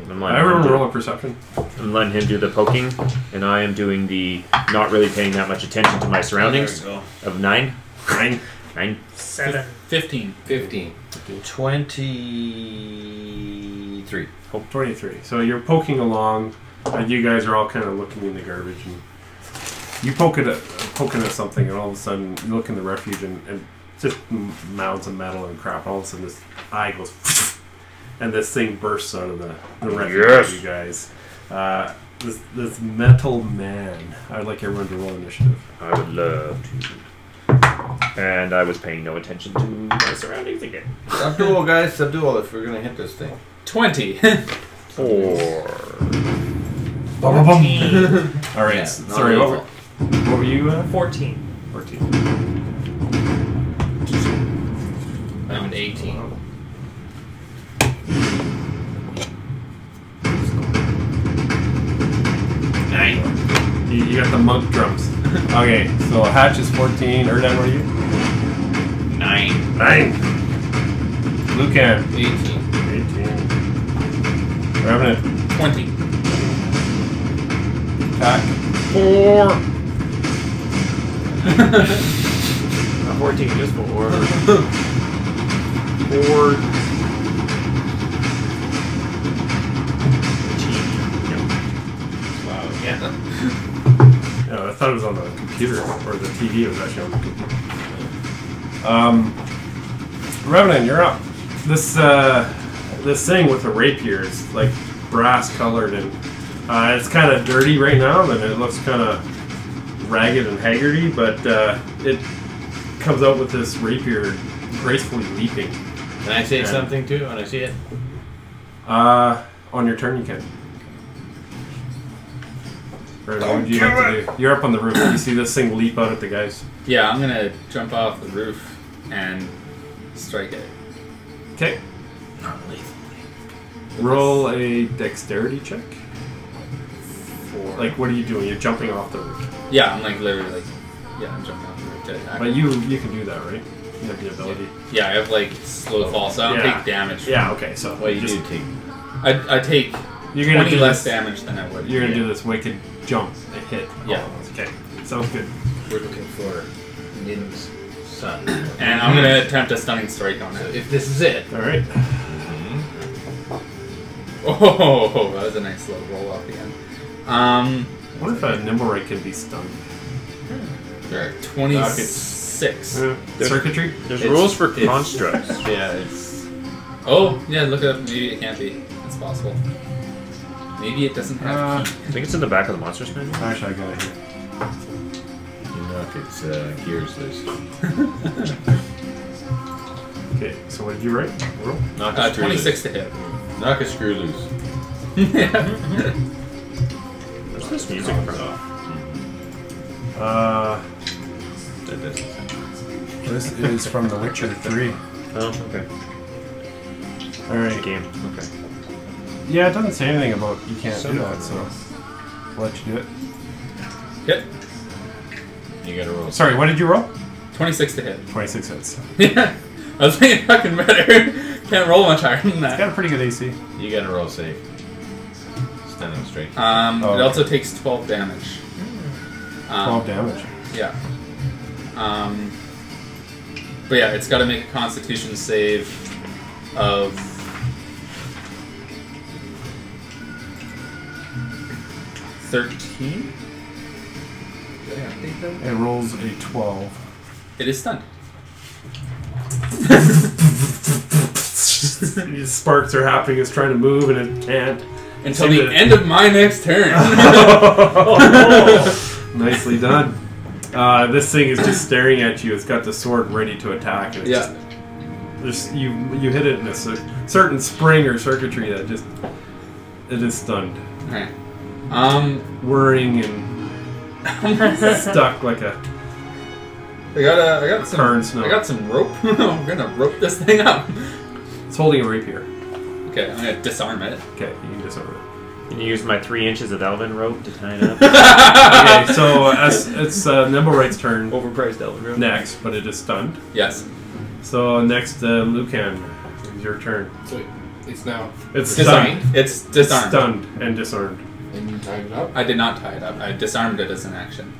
I'm
I
letting, him
remember
do,
roll a perception.
I'm letting him do the poking, and I am doing the not really paying that much attention to my surroundings
There we go.
of nine.
Nine.
Nine.
Seven.
Fifteen.
Fifteen.
Twenty-three.
23. Oh, So you're poking along, and you guys are all kind of looking in the garbage, and you poke it at poking at something, and all of a sudden you look in the refuge, and, and just m- mounds of metal and crap. All of a sudden, this eye goes, and this thing bursts out of the, the refuge.
Yes.
You guys, uh, this this metal man. I'd like everyone to roll initiative.
I would love to. And I was paying no attention to my surroundings again.
Subdual, guys. Subdual. If we're gonna hit this thing.
Twenty.
Four.
Bum, bum, bum. all right.
Yeah,
s-
not
sorry. What were,
evil.
what were you? Uh,
14.
14.
I'm an eighteen.
Nine.
You, you got the monk drums. Okay. So Hatch is 14. Erdan, what are you?
Nine.
Nine. Lucan.
Eighteen.
18. Revenant.
Twenty.
Attack.
Four. Not Fourteen, just
Four.
four. No.
Wow. Yeah.
No, I thought it was on the computer or the TV. It was actually on the computer. Um, Revenant, you're up. This uh, this thing with the rapier is like brass colored and uh, it's kind of dirty right now, and it looks kind of ragged and haggardy. But uh, it comes out with this rapier gracefully leaping.
Can I say
Yeah.
something too when I see it?
Uh, on your turn, you can. Or what do you have to do? You're up on the roof. You see this thing leap out at the guys.
Yeah, I'm gonna jump off the roof and strike it.
Okay. Roll a dexterity check.
before.
Like, what are you doing? You're jumping off the roof.
yeah, I'm like literally like, yeah, I'm jumping off the roof to attack.
But you you can do that, right? You have the ability.
yeah, I have like slow fall, so I don't
Yeah.
take damage.
Yeah. Okay. So
Well, you
just-
do take.
I, I take
You're gonna
20
do
less
this-
damage than I would.
You're gonna
yeah.
do this wicked jump and hit.
Yeah.
Okay. Sounds good.
We're looking for Nim's son.
And I'm gonna attempt a stunning strike on
So
it.
if this is it,
All right.
Oh, that was a nice little roll off the end. Um,
I wonder if a nimble ray can be stunned.
Sure.
26.
Uh, Circuitry.
There's
It's-
rules for
it's-
constructs.
Yeah, it's.
Oh, yeah, look it up. Maybe it can't be. It's possible. Maybe it doesn't have.
Uh,
I think it's in the back of the monster's manual.
Actually, I got it here.
You knock its uh, gears loose.
Okay. So what did you write? Roll.
Knock
uh,
a screw
26 to hit.
Loose. Knock a screw loose.
Where's this music from?
Uh,
That doesn't sound.
this is from The Witcher Three.
Oh, okay.
All right.
Game. Okay.
Yeah, it doesn't say anything about you can't do that, so I'll let you do it.
Hit.
You gotta roll.
Sorry, what did you roll?
26 to hit.
26 hits.
Yeah. I was thinking fucking better. Can't roll much higher than that.
Got a pretty good AC.
You gotta roll safe. Stunning straight.
Um,
Oh,
It
okay.
also takes 12 damage.
12
Um,
damage.
Yeah. Um, but yeah, it's got to make a Constitution save of. Thirteen.
It rolls a 12.
It is stunned.
These sparks are happening. It's trying to move and it can't.
Until
Save
the
it.
end of my next turn.
Nicely done. Uh, this thing is just staring at you. It's got the sword ready to attack. And it's
yeah.
just, there's- you you hit it in a cer- certain spring or circuitry that just it is stunned,
Alright. Um,
whirring and stuck like a
I got a, I got some,
Turn snow.
I got some rope. I'm gonna rope this thing up.
It's holding a rapier.
Okay, I'm gonna disarm it.
Okay, you can disarm it.
Can you use my three inches of elven rope to tie it up?
Okay, so uh, as, it's uh, Nimble Right's turn
Overpriced elven rope.
next, but it is stunned.
Yes.
So next, uh, Lucan, it's your turn.
so it's now
It's
Disarmed.
stunned.
It's disarmed.
Stunned and disarmed.
and you tied it up.
I did not tie it up. I disarmed it as an action.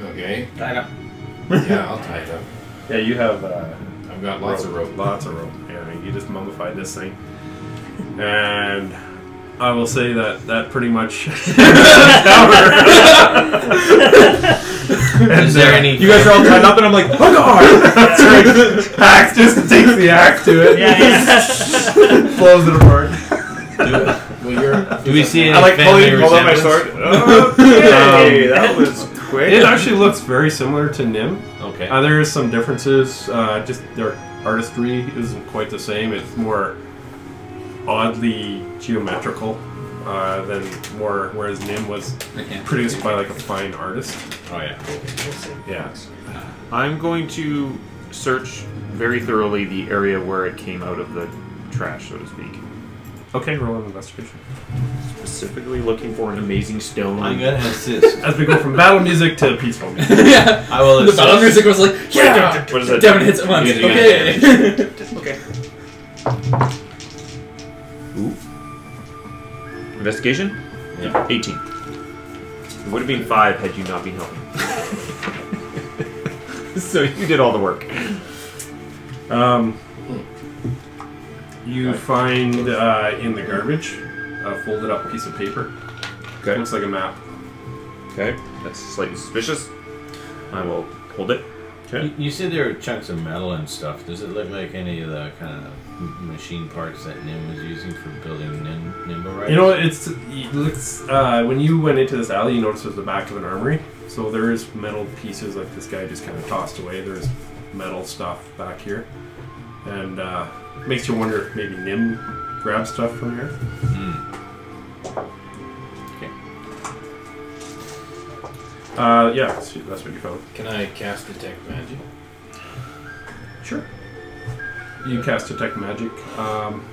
Okay.
Tie it up.
Yeah, I'll tie it up.
Yeah, you have uh,
I've got lots of rope.
Lots of rope. Yeah, you just mummified this thing. And I will say that that pretty much.
Is there any?
You guys are all tied up, and I'm like, oh god!
That's right. Axe just takes the axe to it.
Yeah, yeah.
blows it apart.
Well, you're.
Do we see any
I like
family
pulling, pull out my
resemblance?
sword. Okay, that was
It
quick.
actually looks very similar to Nim.
Okay.
Uh, there is some differences. Uh, just their artistry isn't quite the same. It's more oddly geometrical uh, than more. Whereas Nim was
I can't.
produced by like a fine artist.
oh yeah.
Yeah.
I'm going to search very thoroughly the area where it came out of the trash, so to speak.
Okay, roll an investigation.
Specifically looking for an amazing stone.
I'm gonna assist.
As we go from battle music to peaceful music.
yeah.
I will
the
assist.
battle music was like, yeah.
What is it?
Devin hits it once.
You gotta do
Okay.
Okay. Ooh. Investigation?
Yeah.
18. It would have been 5 had you not been helping. so you did all the work.
Um, you find uh, in the garbage a folded up piece of paper.
Okay.
Looks like a map.
Okay. That's slightly suspicious. I will hold it.
You, you said there were chunks of metal and stuff. Does it look like any of the kind of m- machine parts that Nim was using for building Nim, Nimble Riders?
You know, it's it looks uh, when you went into this alley, you noticed it was the back of an armory. So there is metal pieces like this guy just kind of tossed away. There's metal stuff back here, and uh, makes you wonder if maybe Nim grabbed stuff from here. Uh, yeah, that's, that's what you found.
Can I cast detect magic?
Sure. You cast detect magic. Um,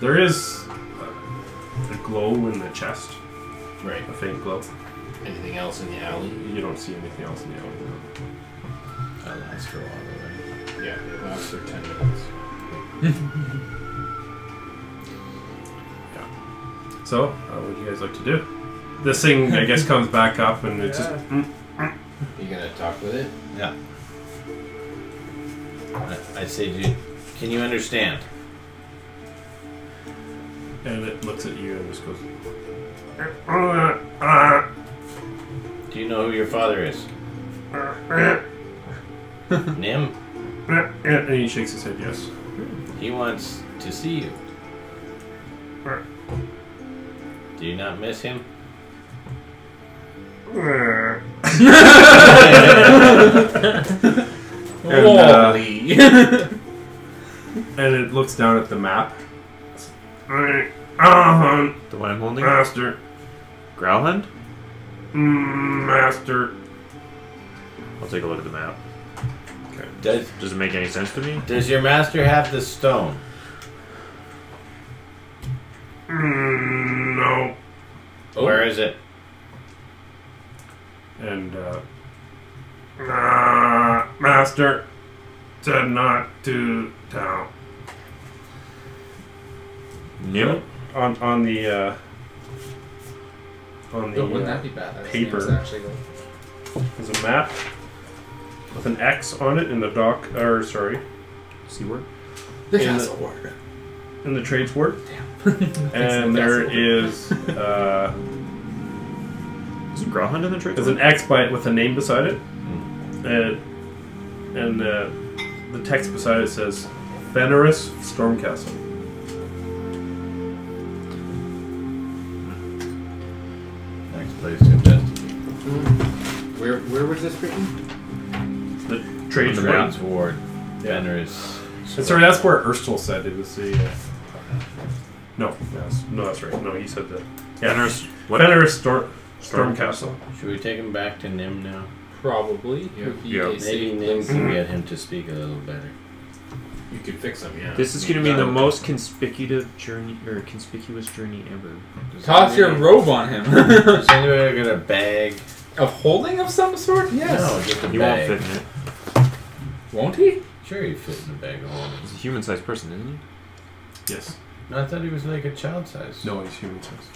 there is a, a glow in the chest
Right.
a faint glow.
Anything else in the alley?
You don't see anything else in the alley.
That lasts Oh, for a while, though, right?
Yeah, it lasts for 10 minutes.
So, uh, what do you guys like to do? This thing, I guess, comes back up and it's just.
You gonna talk with it?
Yeah. I, I say, dude, can you understand?
And it looks at you and just goes.
Do you know who your father is? Nim?
And he shakes his head yes.
He wants to see you. Do you not miss him?
And, uh, and it looks down at the map. Uh,
The one I'm holding?
master,
Growlhound?
master.
I'll take a look at the map.
Does
Does it make any sense to me?
Does your master have the stone?
No.
Where is it?
And uh, uh, master said not to tell.
New?
On on the uh, on the
But Oh, wouldn't
uh,
that be bad?
paper.
Actually, like,
there's a map with an X on it in the dock. Or sorry,
C word?
There
In
has
the-
a word.
in the trades ward.
That's-
and there
that's-
is uh,
Is Growlhound in the trick?
there's an X by it with a name beside it, and and uh, the text beside it says Fenris Stormcastle.
Next place to investigate.
Where where was this written?
The trades
The
ward.
Man's Ward.
Yeah.
Fenris.
And sorry, that's where Erstal said it was the. Uh, no, that's, no, that's right. No, he said that. Yeah, Fenris,
What?
Fenris Stor- Stormcastle.
Should we take him back to Nim now?
Probably.
Yeah.
would be
Yeah.
a
Maybe
safe
Nim
place.
can get him to speak a little better.
You could fix them, yeah.
This is going to be the most conspicuous journey or conspicuous journey ever.
Does
Toss your
anybody-
robe on him.
Does anybody got a bag?
of holding of some sort? Yes.
No, just a
You won't fit
bag.
in it.
Won't he?
Sure, he fit in a bag of holding.
He's a human-sized person, isn't
Yes.
No, I thought he was like a child size.
No, he's human size.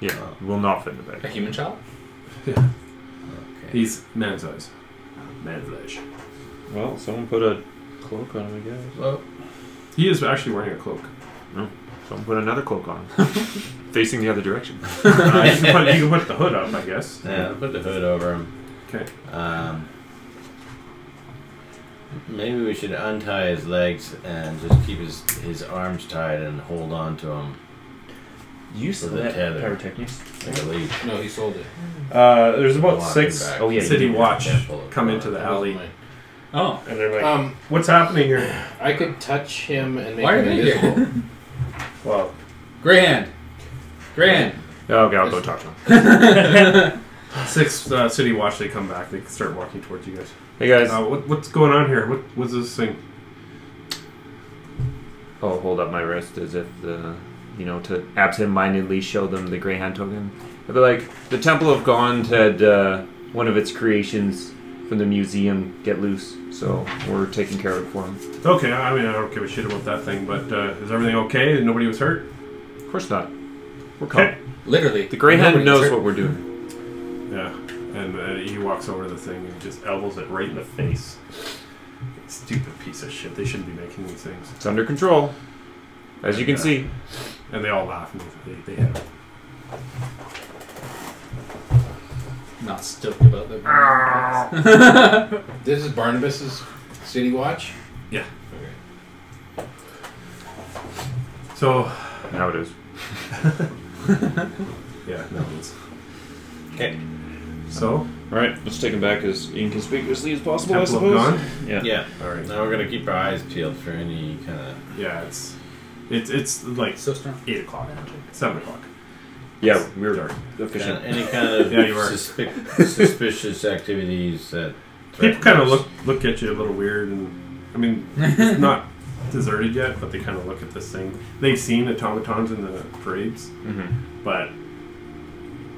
he? Yeah.
Oh.
Will not fit in the
A
bag.
human child?
Okay.
He's man size. Man size.
Well, someone put a cloak on him, I guess.
Well,
He is actually wearing a cloak.
Someone put another cloak on facing the other direction.
Uh, you, can put, you can put the hood up, I guess.
yeah, put the hood over him.
Okay.
Um, maybe we should untie his legs and just keep his, his arms tied and hold on to him
You
saw that Tether.
pyrotechnics.
like a leash.
No, he sold it.
Uh, there's about
Walking
six
back.
Oh, yeah, you
city
did.
watch
Temple of
come
God.
into the
That wasn't
alley,
mine.
Oh.
and they're like,
Um,
"What's happening here?"
I could touch him and make
Why are
him
they
invisible.
here?
Well,
Grey hand. Grey hand.
Oh, okay, I'll go talk to him.
six uh, city watch. They come back. They start walking towards you guys.
Hey guys.
Uh, what, what's going on here? What, what's this thing?
I'll Oh, hold up my wrist as if the, you know, to absent-mindedly show them the Greyhound token. I'd be like, the Temple of Gond had uh, one of its creations from the museum get loose, so we're taking care of it for them.
Okay, I mean, I don't give a shit about that thing, but uh, is everything okay? And nobody was hurt?
Of course not. We're calm.
Okay.
Literally.
The Greyhound
Nobody
knows
was hurt.
what we're doing.
Yeah. And uh, he walks over to the thing and just elbows it right in the face. Stupid piece of shit. They shouldn't be making these things.
It's under control, as you can see.
And they all laugh and they, they have.
Not stoked about the.
This is Barnabas's city watch.
Yeah.
Okay.
So,
Now it is.
yeah, no one's.
Okay.
So,
All right, let's take him back as inconspicuously as possible.
Temple of Gone.
Yeah.
All right.
Now we're gonna keep our eyes peeled for any kind of.
Yeah, it's it's it's like
so strong.
8 o'clock, 7 o'clock.
Yeah, we were
Dark.
efficient.
any kind of
Yeah, you were.
suspic- suspicious activities that
People kind of
threaten us.
look look at you a little weird, and I mean, it's not deserted yet, but they kind of look at this thing. They've seen automatons in the parades,
Mhm.
but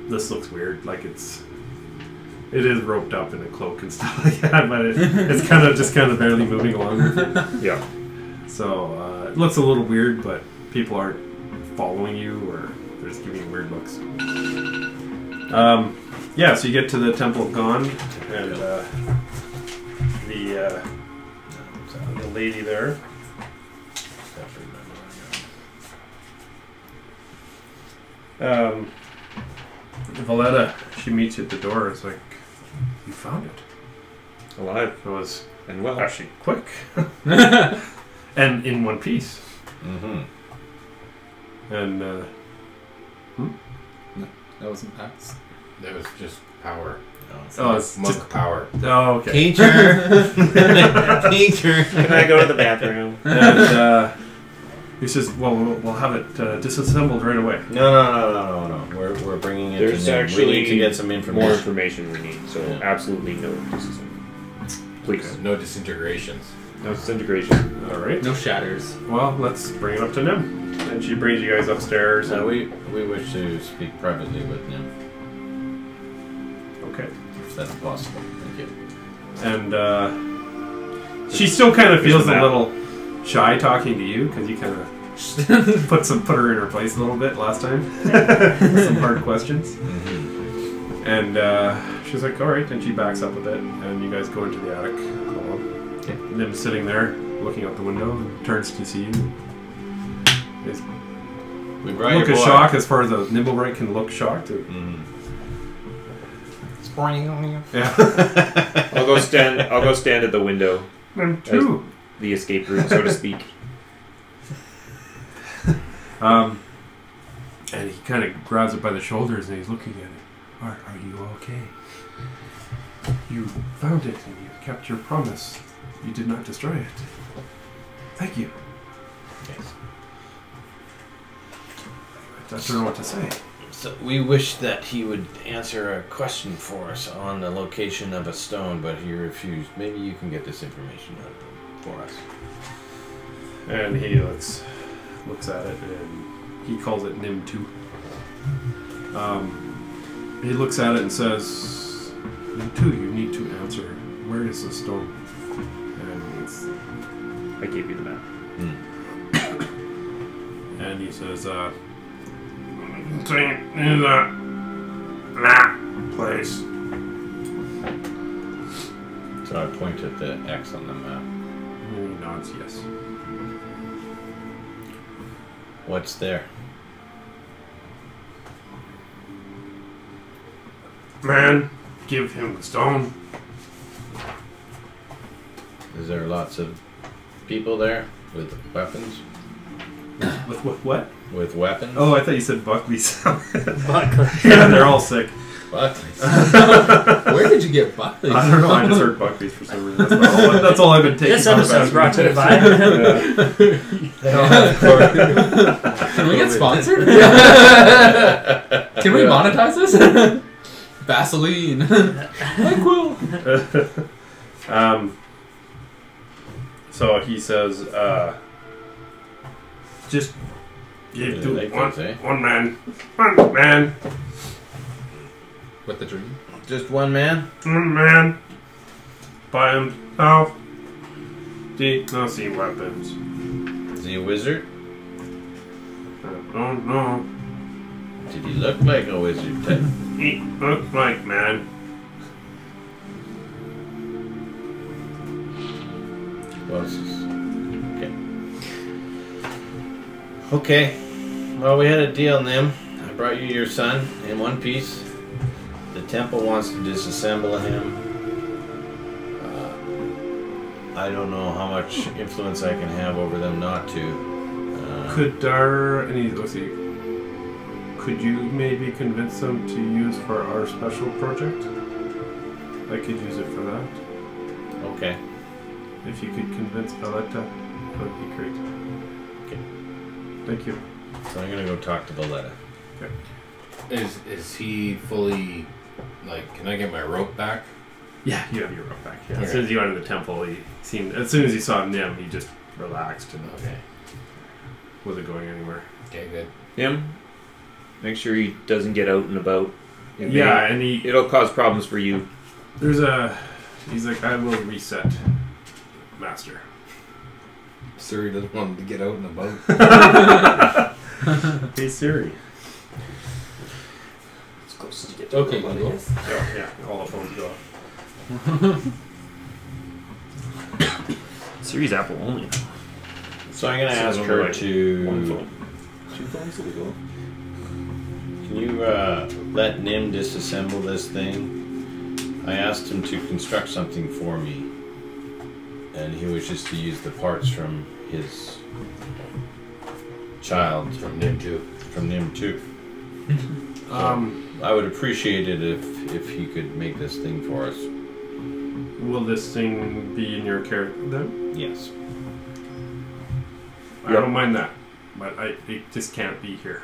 this looks weird. Like it's it is roped up in a cloak and stuff like that, but it, it's kind of just kind of barely moving along. with you.
Yeah.
So uh, it looks a little weird, but people aren't following you or they're just giving you weird looks. Um, yeah, so you get to the Temple of Gon, and uh, the uh, the lady there. Um, Valletta, she meets you at the door. It's like, you found it.
Alive
It was
and well.
actually quick, and in one piece.
Mm-hmm.
And uh,
That wasn't that's
That was just power.
oh, it's
Monk
just
power.
oh, okay.
Teacher, teacher.
Can I go to the bathroom?
and uh, he says, "Well, we'll we'll have it uh, disassembled right away."
No, no, no, no, no, no. We're, we're bringing it.
There's
to them. we
actually
need to get some
More
information.
information we need, so
Yeah.
absolutely no criticism. Please.
No disintegrations.
No disintegration.
All right.
no shatters.
Well, let's bring it up to Nim. And she brings you guys upstairs.
So we we wish to speak privately with him,
okay.
if that's possible. Thank you.
And uh, she still kind of feels
the
a
map.
little shy talking to you because you kind of put some put her in her place a little bit last time. some hard questions. And uh, she's like, "All right," and she backs up a bit, and you guys go into the attic. Alone.
Okay.
Nim's sitting there looking out the window, and turns to see you. His
We brought
look
your
of
boy.
shock as far as a Nimblebright can look shocked.
Mhm.
Yeah,
I'll go stand. I'll go stand at the window,
and two.
the escape route, so to speak.
Um, and he kind of grabs it by the shoulders and he's looking at it. Are, are you okay? You found it and you kept your promise. You did not destroy it. Thank you.
Yes.
I don't know what to say.
So we wish that he would answer a question for us on the location of a stone, but he refused. Maybe you can get this information out of him for us.
And he looks looks at it and he calls it Nim 2. Um, he looks at it and says, Nim 2, you need to answer. Where is the stone? And it's
I gave you the map.
And he says, uh, take me that map, please.
So I point at the X on the map.
And he nods yes.
What's there?
Man, give him the stone.
Is there lots of people there with weapons?
With what? what?
With weapons?
Oh, I thought you said Buckley's. yeah, they're all sick.
Buckley's.
Where did you get Buckley's?
I don't know. I just heard Buckley's for some reason. That's all, that's all I've been taking.
This episode's brought to you by.
Yeah.
Can
Can we get sponsored? Can we monetize this? Vaseline. Nyquil.
um, so he says, uh, just give
Really
to
like
one,
those, eh?
one man, one man,
With the dream.
Just one man?
one man by himself. Did not see weapons.
Is he a wizard?
I don't know.
Did he look like a wizard type?
He looked like man.
Well, this is- Okay. Okay. Well, we had a deal, Nim. I brought you your son in one piece. The temple wants to disassemble him. Uh, I don't know how much influence I can have over them not to. Uh,
Could our and he let's see. Could you maybe convince them to use for our special project? I could use it for that.
okay.
If you could convince Valletta, that would be great.
Okay.
Thank you.
So I'm gonna go talk to Valletta.
Is is he fully like? Can I get my rope back?
Yeah, you have your rope back. Yeah. As
Okay.
soon as you entered the temple, he seemed. As soon as he saw Nim, he just relaxed and
Okay.
wasn't going anywhere.
Okay. Good.
Him. Make sure he doesn't get out and about. It may-
yeah, and he
it'll cause problems for you.
there's a he's like I will reset, master.
Siri doesn't want him to get out and about.
Hey Siri.
It's close to get
Okay, Google.
Oh, Yeah, yeah, all the phones go. off.
Series Apple only.
So I'm gonna
So
ask
it's
her
like
to.
One phone. Two phones illegal.
Can you uh, let Nim disassemble this thing? I asked him to construct something for me, and he was just to use the parts from his child
From Nim too.
from Nim too.
Um,
I would appreciate it if if he could make this thing for us.
will this thing be in your care then?
Yes.
I don't mind that, but I it just can't be here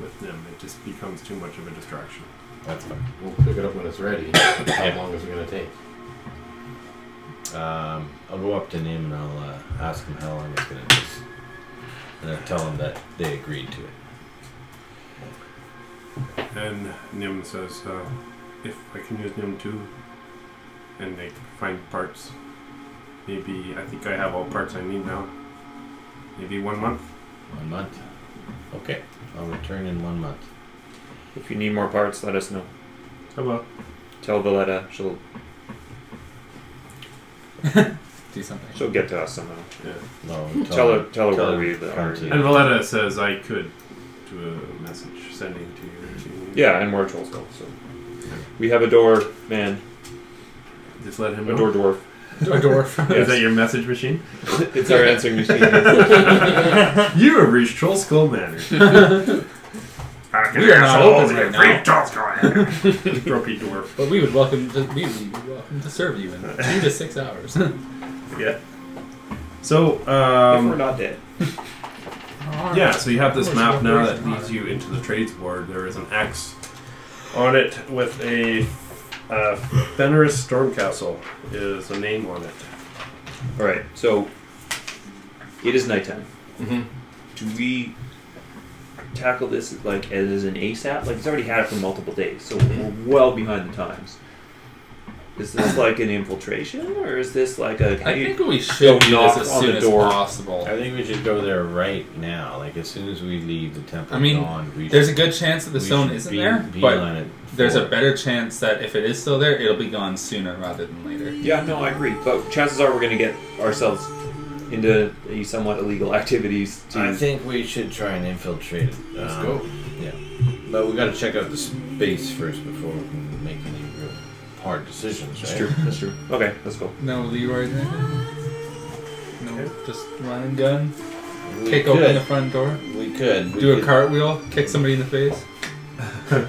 with them. It just becomes too much of a distraction.
That's fine.
We'll pick it up when it's ready. How long is it gonna take?
Um, I'll go up to Nim and I'll uh, ask him how long it's gonna take, and I'll tell him that they agreed to it.
And Nim says, uh, if I can use Nim too, and they find parts, maybe I think I have all parts I need now. Maybe one month.
One month. Okay. I'll return in one month.
If you need more parts, let us know.
How about?
Tell Valletta she'll
Do something.
she'll get to us somehow.
No,
Tell her tell her where we
come
are.
to you.
And Valletta says I could do a message sending to you. if you need.
Yeah, and we're a troll skull, so we have a door man,
Just let him
a
know.
door dwarf.
A dwarf.
Is that your message machine?
It's our answering machine.
you have reached Troll Skull Manor.
We are not open right now.
Troll Skull Manor. Grumpy dwarf.
But we would welcome to, we would be welcome to serve you in two to six hours.
Yeah. So,
if we're
um,
not dead.
yeah, so you have this
Of
map
course, we're
now
very
that leads you into the trades ward. There is an X on it with a uh, Fenris Stormcastle is the name on it.
Alright, so it is nighttime.
Mm-hmm.
Mhm.
Do we tackle this like as an ASAP? Like it's already had it for multiple days, so
Mm-hmm.
we're well behind the times. Is this like an infiltration or is this like a
I think
Go
we should do
knock
this as
on
soon
the
as
door.
possible.
I think we should go there right now. Like as soon as we leave the temple,
I mean,
dawn, we
There's a
should-
good chance that the
we
stone
should
isn't
be-
there,
be
but
on it
there's a
for-
better chance that if it is still there, it'll be gone sooner rather than later.
Yeah, no, I agree. But chances are we're going to get ourselves into a somewhat illegal activities. To,
I think we should try and infiltrate it.
Let's
Um,
go.
But we got to check out the space first before we can make any real hard decisions, right?
That's true. That's true. Okay, let's go.
No Leroy driving. No, just run and gun.
We
Kick
could.
open the front door.
We could. We
Do a
could-
cartwheel. Kick somebody in the face.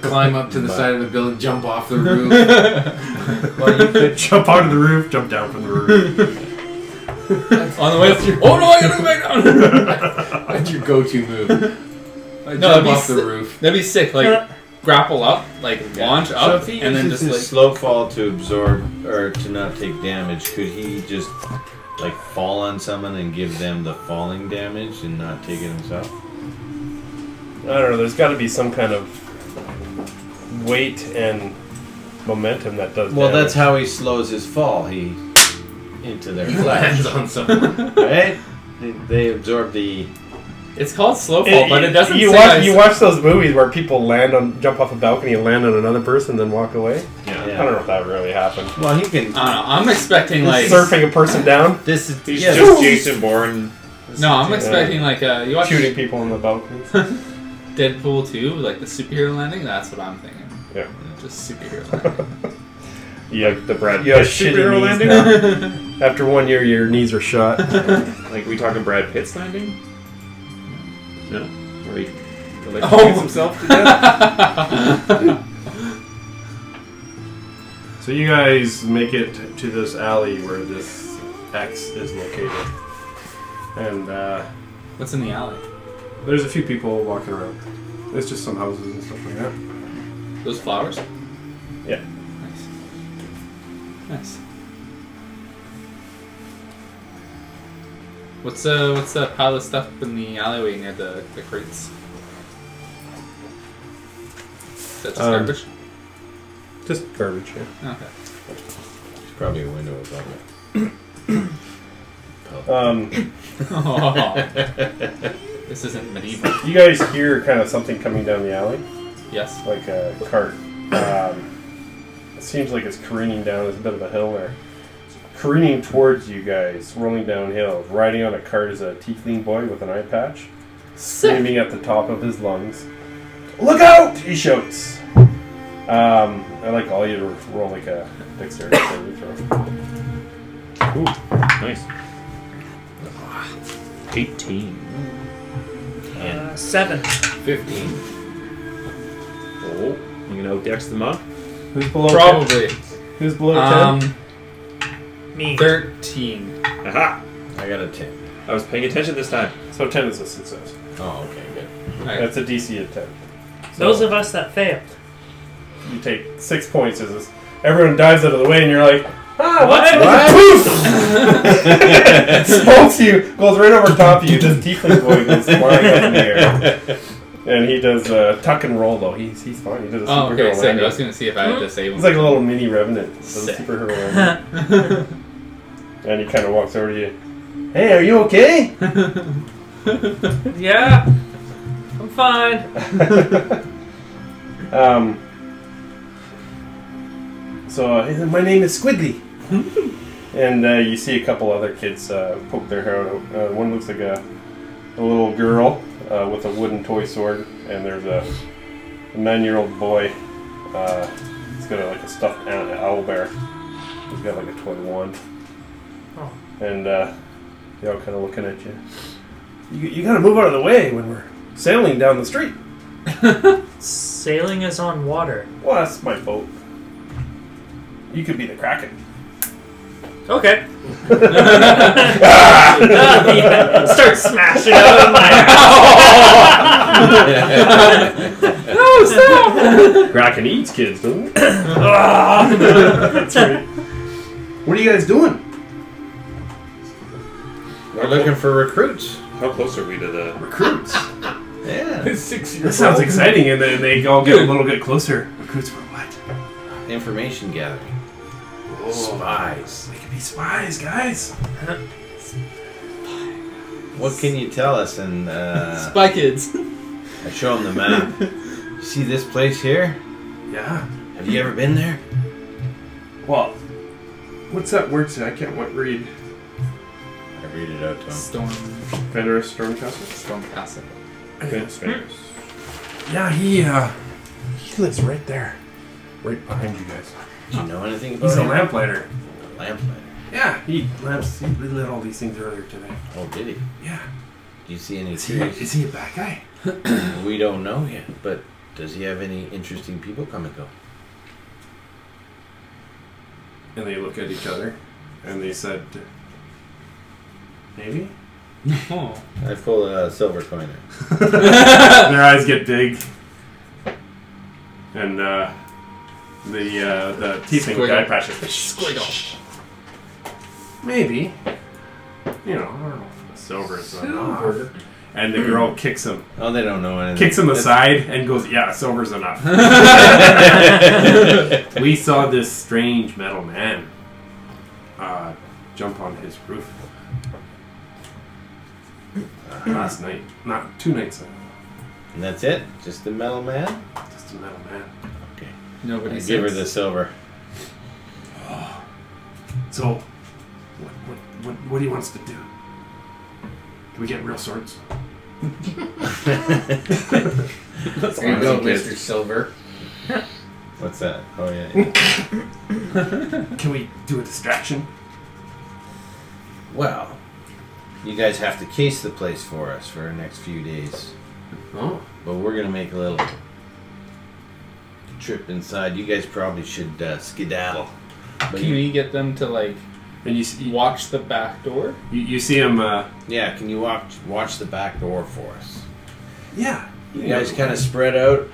Climb up to the
But-
side of the building, jump off the roof.
Oh,
Well, you could.
Jump onto the roof, jump down from the roof.
On the way. Oh no! I gotta go back down.
That's your go-to move.
no, that'd
jump
be,
off
si-
the roof.
that'd be sick. Like grapple up, like launch
So
up,
if he
and then
uses
just
his
like
slow fall to absorb or to not take damage, could he just like fall on someone and give them the falling damage and not take it himself?
I don't know. There's got to be some kind of weight and momentum that does.
Well, that's
damage.
how he slows his fall. He into their
He lands
flesh,
on someone.
right? They, they absorb the.
it's called slow
It-
fall, but it doesn't.
You
say I
watch, you
s-
watch those movies where people land on, jump off a balcony and land on another person, then walk away.
Yeah.
I don't know if that really happened.
Well, he can.
I don't know. I'm expecting like
Just surfing a person down,
This is
He's
yes.
just Jason Bourne.
no, I'm expecting like uh, you watch
shooting people on the balcony.
Deadpool 2, like the superhero landing. That's what I'm thinking.
Yeah.
Just superhero landing.
Yeah, the Brad. Yeah,
superhero landing?
After one year, your knees are shot.
Like, we talking Brad Pitt's landing? No? Or he electrocutes
Oh.
himself to death?
so you guys make it to this alley where this X is located, and uh,
What's in the alley?
there's a few people walking around. It's just some houses and stuff like that.
Those flowers?
Yeah.
Nice. Nice. What's uh what's that pile of stuff in the alleyway near the, the crates? That's just
Um,
garbage?
Just garbage. Yeah.
Okay.
It's probably a window above it. Pub.
Um,
this isn't medieval.
you guys hear kind of something coming down the alley,
Yes.
like a cart. Um, it seems like it's careening down. It's a bit of a hill there. Careening towards you guys, rolling downhill. Riding on a cart is a tiefling boy with an eye patch, screaming at the top of his lungs. Look out! He shouts. Um, I like all you to roll like a dexterity saving throw.
Ooh, nice. 18. And
Uh, seven.
15.
oh, I'm gonna dex them up.
Who's below?
Probably.
Ten? Who's below ten?
Um,
Me.
13.
Aha!
I got a 10.
I was paying attention this time.
So ten is a success.
Oh, okay, good.
Alright.
That's a DC of ten.
Those of us that failed.
you take six points as this, everyone dives out of the way, and you're like, ah,
What?
it smokes you, goes right over top of you. This tiefling boy goes flying up in the air, and he does a tuck and roll though. He's he's fine. He does a
Oh,
superhero
okay. So I
landing.
was gonna see if I would disable.
He's like a little mini revenant, does a
Sick.
superhero landing. and he kind of walks over to you. Hey, are you okay?
Yeah. I'm fine.
um. So uh, he said, my name is Squidly, and uh, you see a couple other kids uh, poke their hair out. Uh, one looks like a, a little girl uh, with a wooden toy sword, and there's a, nine-year-old boy. Uh, he's got a, like a stuffed an- owl bear. He's got like a toy wand,
Oh.
and uh, they're all kind of looking at you. You, you gotta move out of the way when we're sailing down the street.
Sailing is on water.
Well, that's my boat. You could be the Kraken.
Okay. Yeah, Start smashing out of my No, stop!
Kraken eats kids, doesn't
Ah.
What are you guys doing?
We're looking for recruits.
How close are we to the.
Recruits.
Yeah.
Six
This sounds exciting, and then they all get a little bit closer. Recruits for what?
Information gathering. Spies.
They could be spies, guys.
What can you tell us? And uh,
Spy Kids.
I show him the map. You see this place here?
Yeah.
Have you ever been there?
Well, what's that word say? I can't wa- read.
I read it out to him.
Storm.
Fenris Stormcastle.
Storm Castle.
Okay. Yeah, he uh, he lives right there, right behind you guys.
Do you know anything about
He's a
him?
lamplighter.
Lamplighter.
Yeah, he lamps. He lit all these things earlier today.
Oh, did he?
Yeah.
Do you see any
Is he,
curious?
is he a bad guy?
We don't know yet, but does he have any interesting people come and go?
And they look at each other, and they said, "Maybe."
Oh.
I pull a silver coin.
Their eyes get big, and uh, the uh, the teething
Squiggle.
guy patches.
Squiggle.
Maybe. You know, I don't know. Silver is enough. And the girl kicks him,
Oh, they don't know anything.
kicks him aside, and goes, "Yeah, silver's enough." we saw this strange metal man uh, jump on his roof last night. Not two nights ago.
And that's it? Just the metal man?
Just a metal man.
I
Nobody
give her
sees.
the silver.
So, what, what, what, what do you want us to do? Can we get real swords?
There you go, Mr. Silver.
What's that? Oh, yeah. yeah.
Can we do a distraction?
well, you guys have to case the place for us for the next few days.
Oh.
But we're going to make a little trip inside. You guys probably should uh, skedaddle. But
Can
you,
we get them to like
And you s- you,
watch the back door?
you, you see him. Uh,
yeah, can you watch, watch the back door for us?
yeah.
You guys kind of spread out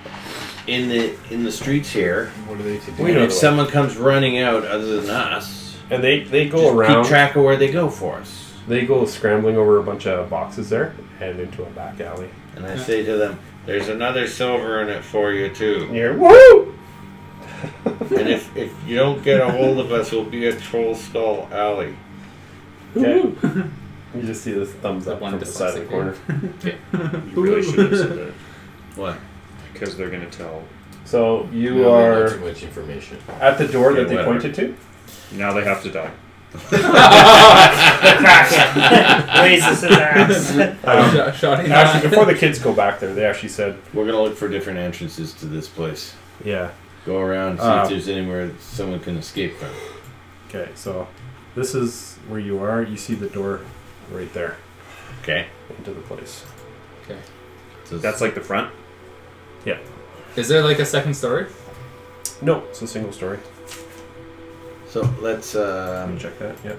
in the in the streets here.
What are they to do?
And if someone comes running out other than us,
And they they go
just keep track of where they go for us.
They go scrambling over a bunch of boxes there and into a back alley.
And I say to them, "There's another silver in it for you too."
Near woo.
and if, if you don't get a hold of us, we'll be at Troll Skull Alley.
Okay. You just see this thumbs
The
up
one
from the side of the
dyslexic
corner.
You really shouldn't have said that
What?
because they're gonna tell.
So you
No, we know
are
too much information.
at the door
Okay,
that they
whatever.
pointed to.
Now they have to die.
Kraken raises his axe.
Sh- shouting
Um, Actually,
that.
before the kids go back there, they actually said,
We're gonna look for different entrances to this place.
"Yeah,
Go around, see
Uh,
if there's anywhere someone can escape from.
okay." So this is where you are. You see the door right there
Okay.
into the place.
So
That's like the front.
Is there like a second story?
No, it's a single story.
so. Let's
Let me
um,
check that. Yeah.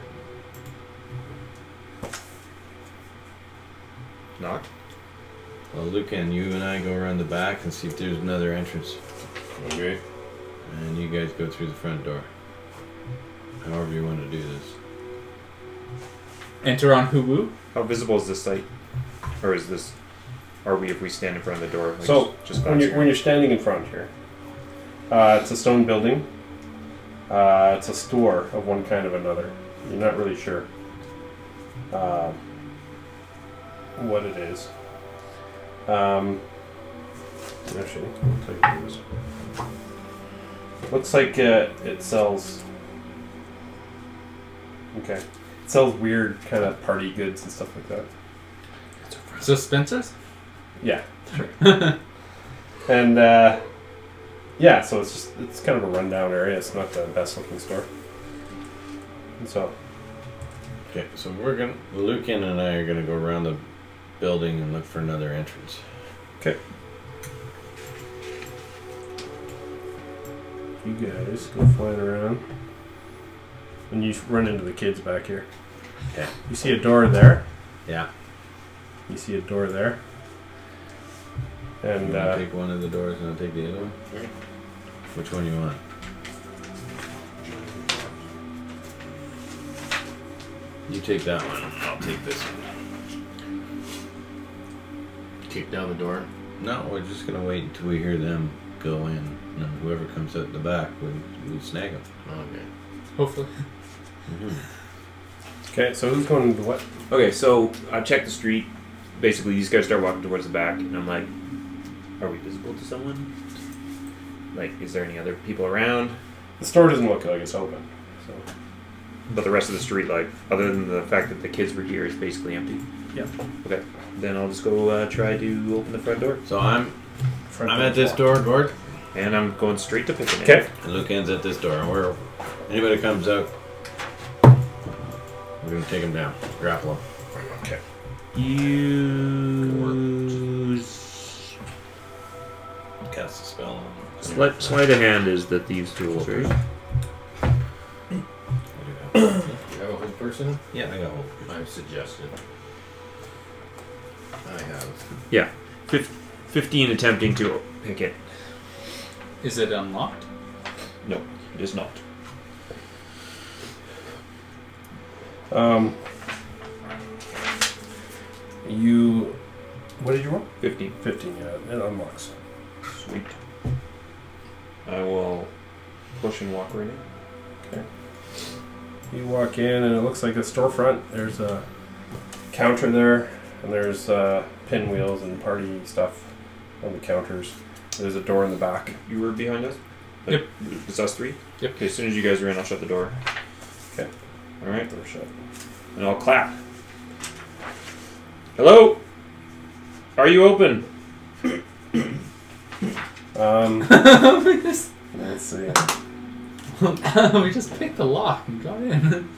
Knocked.
well, Lucan, you and I go around the back and see if there's another entrance,
Okay.
and you guys go through the front door. However you want to do this.
Enter on Hubu?
How visible is this site? Or is this? Are we if we stand in front of the door? Like
So,
just
When you're,
glass?
when you're standing in front here, uh, it's a stone building. Uh, it's a store of one kind of another. You're not really sure uh, what it is. Um, actually, I'll tell you what it is. Looks like uh, it sells. Okay. It sells weird kind of party goods and stuff like that.
So Spencer's?
Yeah. and uh, yeah, so it's just it's kind of a rundown area. It's not the best looking store. And so
Okay, so we're gonna Lucan and I are gonna go around the building and look for another entrance.
you guys go flying around, and you run into the kids back here.
Okay.
You see a door there.
Yeah.
You see a door there.
You
And
wanna
uh,
take one of the doors and I'll take the other one. Which one you want? You take that one. I'll take this one.
Kick down the door.
No, we're just gonna wait until we hear them go in. And whoever comes out the back, we, we snag them.
Okay.
Hopefully.
okay, so who's going to what?
Okay, so I check the street. Basically, these guys start walking towards the back, and I'm like, "Are we visible to someone? Like, is there any other people around?"
The store doesn't look like it's open. So
But the rest of the street, like, other than the fact that the kids were here, is basically empty.
Yeah.
Okay, then I'll just go uh, try to open the front door,
So I'm
front
I'm at this door, Gord.
and I'm going straight to picking it.
Okay.
And Lucan's at this door. And we're anybody comes out, we're gonna take them down, grapple them.
Use
Cast a spell on them.
slight sleight of hand is that these two will be.
You have a whole person?
Yeah, I got hold.
I've suggested. I have.
Yeah, Fif- fifteen attempting to pick it.
Is it unlocked?
No, it is not.
Um, you. What did you roll?
Fifteen.
15, yeah, it unlocks.
Sweet. I will push and walk right in.
You walk in, and it looks like a storefront. There's a counter there, and there's uh, pinwheels and party stuff on the counters. There's a door in the back.
You were behind us?
Yep.
It's us three?
Yep.
Okay, as soon as you guys are in, I'll shut the door.
Okay.
Alright,
Door shut.
and I'll clap. Hello? Are you open?
Um,
we just
let's see.
we just picked the
Ah,
lock and got in.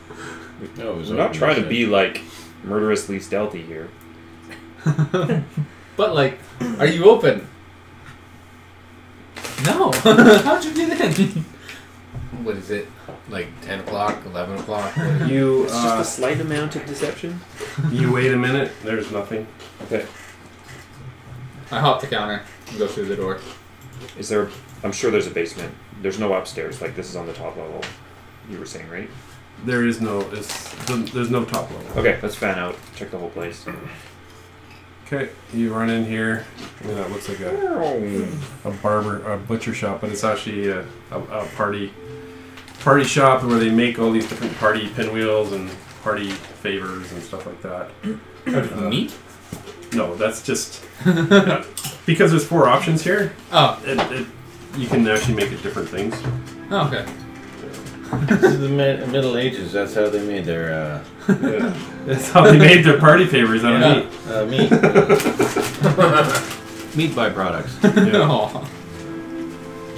No, it was
We're not
open,
trying to
so-
be like murderously stealthy here.
But like, are you open? No. How'd you get in?
What is it? Like 10 o'clock, 11 o'clock? What is it?
You
It's
uh,
just a slight amount of deception.
you wait a minute. There's nothing.
I hop the counter and go through the door.
Is there I'm sure there's a basement. There's no upstairs, like this is on the top level. You were saying, right?
There is no. It's, there's no top level.
Okay, let's fan out, check the whole place.
Okay, you run in here. I mean, that looks like a a barber, a butcher shop, but it's actually a, a, a party party shop where they make all these different party pinwheels and party favors and stuff like that. Uh,
Meat?
No, that's just because there's four options here.
Oh,
It, it, you can actually make it different things.
oh, okay.
this is the mid- Middle Ages. That's how they made their
Yeah. That's how they made their party favors out
uh,
of
meat. Uh, meat. meat byproducts.
meat. Yeah.
Oh,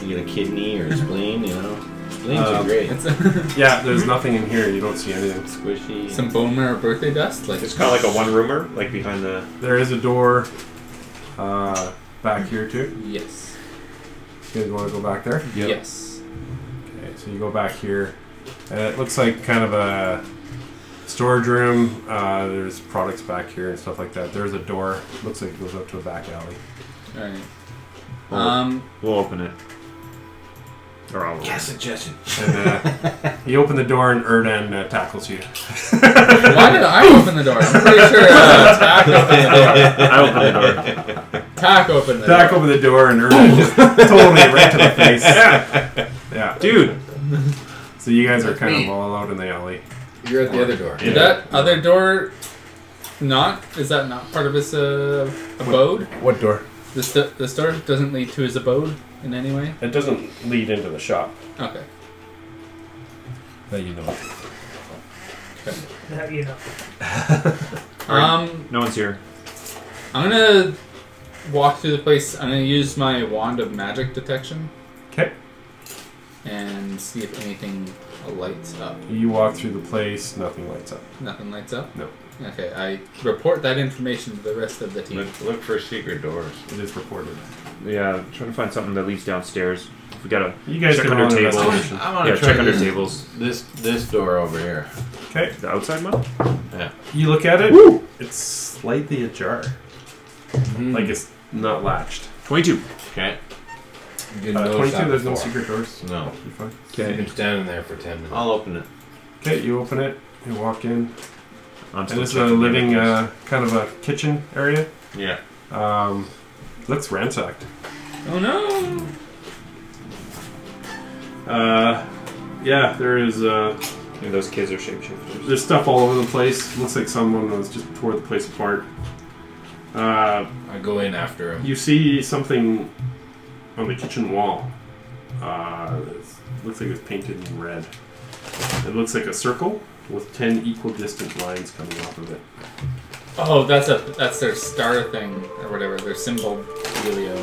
You get a kidney or a spleen, you know. Spleens
Um,
are great.
it's
yeah, there's nothing in here. You don't see anything.
Squishy.
some bone marrow birthday dust. Like
It's kind of like a one roomer, like behind the.
There is a door uh, back here too.
yes,
You guys want to go back there?
yes.
Okay, so you go back here, and it looks like kind of a storage room. Uh, there's products back here and stuff like that. There's a door. Looks like it goes up to a back alley.
All right. Um,
We'll open it. Or I'll
Yes, suggestion.
And uh, you open the door, and Erdan uh, tackles you.
why did I open the door? I'm pretty sure uh, Tack
uh,
opened
I open the door.
the door. Tack opened the
Back
door.
over the door, and Erdan just totally right to the face. Yeah. yeah,
Dude!
So you guys are kind
Me.
of all out in the alley.
You're at the other door.
Did that other door not? Is that not part of his uh, abode?
What door?
This do- this door doesn't lead to his abode in any way.
It doesn't lead into the shop.
Okay.
That you know.
That, you know.
Um,
No one's here.
I'm gonna walk through the place. I'm gonna use my wand of magic detection
Okay.
and see if anything lights up.
You walk through the place. Nothing lights up.
Nothing lights up.
No.
Okay. I report that information to the rest of the team.
Look, look for secret doors.
It is reported.
Yeah, I'm trying to find something that leads downstairs. We gotta.
You guys
Check
can
under
roll an
table.
investigation.
I want to
Yeah,
try
check under
this-
tables.
This this door over here.
Okay.
The outside one?
You look at it, it's slightly ajar.
Mm.
Like it's not latched.
22.
Okay.
You didn't
Uh,
notice
22,
that
there's no
before.
secret doors.
No.
You're fine.
You've been standing there for 10 minutes.
I'll open it.
Okay, you open it, you walk in.
I'm
And
still
this is a
checking
living,
everything.
uh, kind of a kitchen area.
Yeah.
Um, looks ransacked.
Oh no!
Uh, yeah, there is, uh,
Yeah, those kids are shapeshifters.
there's stuff all over the place. Looks like someone was just tore the place apart. Uh,
I go in after him.
You see something on the kitchen wall. Uh, it's- looks like it was painted in red. It looks like a circle with ten equal distant lines coming off of it.
Oh, that's a that's their star thing or whatever. Their symbol, Helio.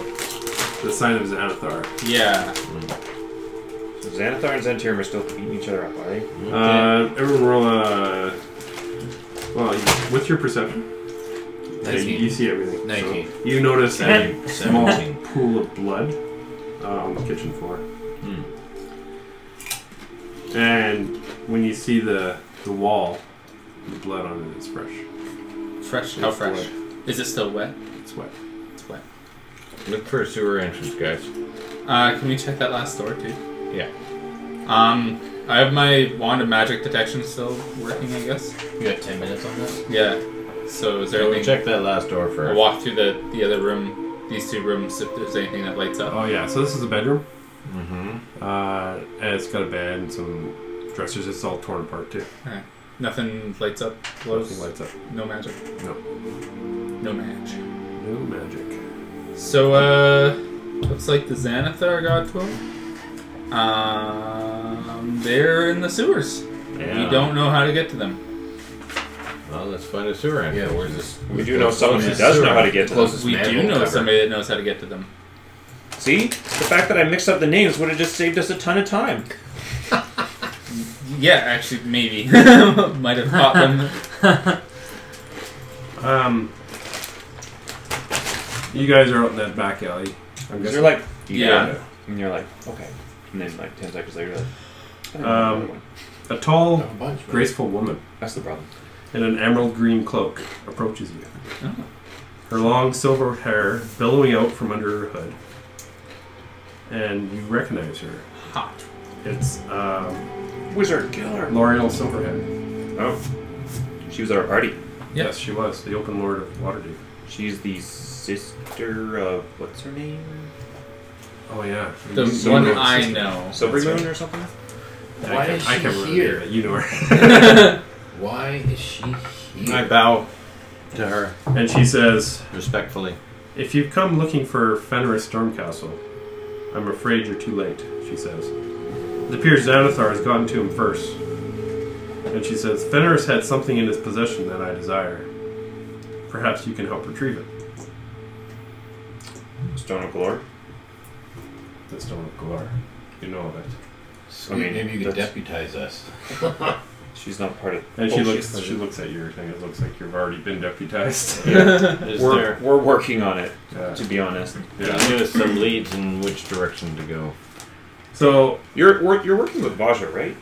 The sign of Xanathar.
Yeah.
So Xanathar and Zentirum are still beating each other up, are they?
Uh, everyone roll a. Well, you- with your perception, Yeah, you, you see everything. So
Nineteen.
you notice a
Ten.
small pool of blood uh, on the kitchen floor.
Hmm.
And when you see the the wall, the blood on it is fresh.
Fresh. How
It's
fresh?
wet.
Is it still wet?
It's wet.
It's wet.
Look for a sewer entrance, guys.
Uh, can we check that last door too?
Yeah.
Um, I have my wand of magic detection still working, I guess.
You got 10 minutes on this?
Yeah. So is there
So we
anything?
Oh, check that last door
I'll
first.
walk through the the other room, these two rooms, if there's anything that lights up.
Oh yeah, so this is a bedroom.
Mm-hmm.
Uh, and it's got a bed and some dressers. It's all torn apart too.
Alright. Nothing lights up. Close.
Nothing lights up.
No magic.
No.
No magic.
No magic.
So uh, looks like the Xanathar got to him. Um, they're in the sewers. We don't know how to get to them.
Well, let's find a sewer entrance.
Yeah, where's this?
We do know someone who does know how to get to them.
Closest
We do
manhole
know
cover.
somebody that knows how to get to them.
See? The fact that I mixed up the names would have just saved us a ton of time.
Yeah, actually, maybe might have caught them.
Um, you guys are out in that back alley. I'm
'Cause you're
guessing.
like,
Yeah.
And you're like, okay. And then, like, 10 seconds later, you're
Um,
like, um,
A tall,
A bunch, right?
graceful woman
that's the problem.
in an emerald green cloak approaches you.
Oh.
Her long silver hair billowing out from under her hood, and you recognize her.
Hot.
It's um,
Wizard killer.
L'Oreal Silverhead.
Oh. She was at our party.
Yep.
Yes, she was the Open Lord of Waterdeep.
She's the sister of what's her name?
Oh yeah.
The
So
one
we're-
I know.
Silvery Moon or something?
Why
can't-
is
I
she
can't remember
here?
the name, but You know her.
Why is she here?
I bow to her
And she says,
respectfully.
"If you've come looking for Fenris Stormcastle, I'm afraid you're too late." She says. It appears Xanathar has gotten to him first. And she says, "Fenris had something in his possession that I desire. Perhaps you can help retrieve it."
Stone of Galore.
The Stone of Galar. You know of it.
Sweet,
I mean,
maybe you could
that's-
deputize us.
She's not part of.
And
oh,
she looks.
she's-
She looks at your thing. It looks like you've already been deputized.
Is
We're,
there?
we're working on it,
Yeah.
to be honest.
Yeah, give us some leads in which direction to go.
So
You're we're, you're working with Vaja, right?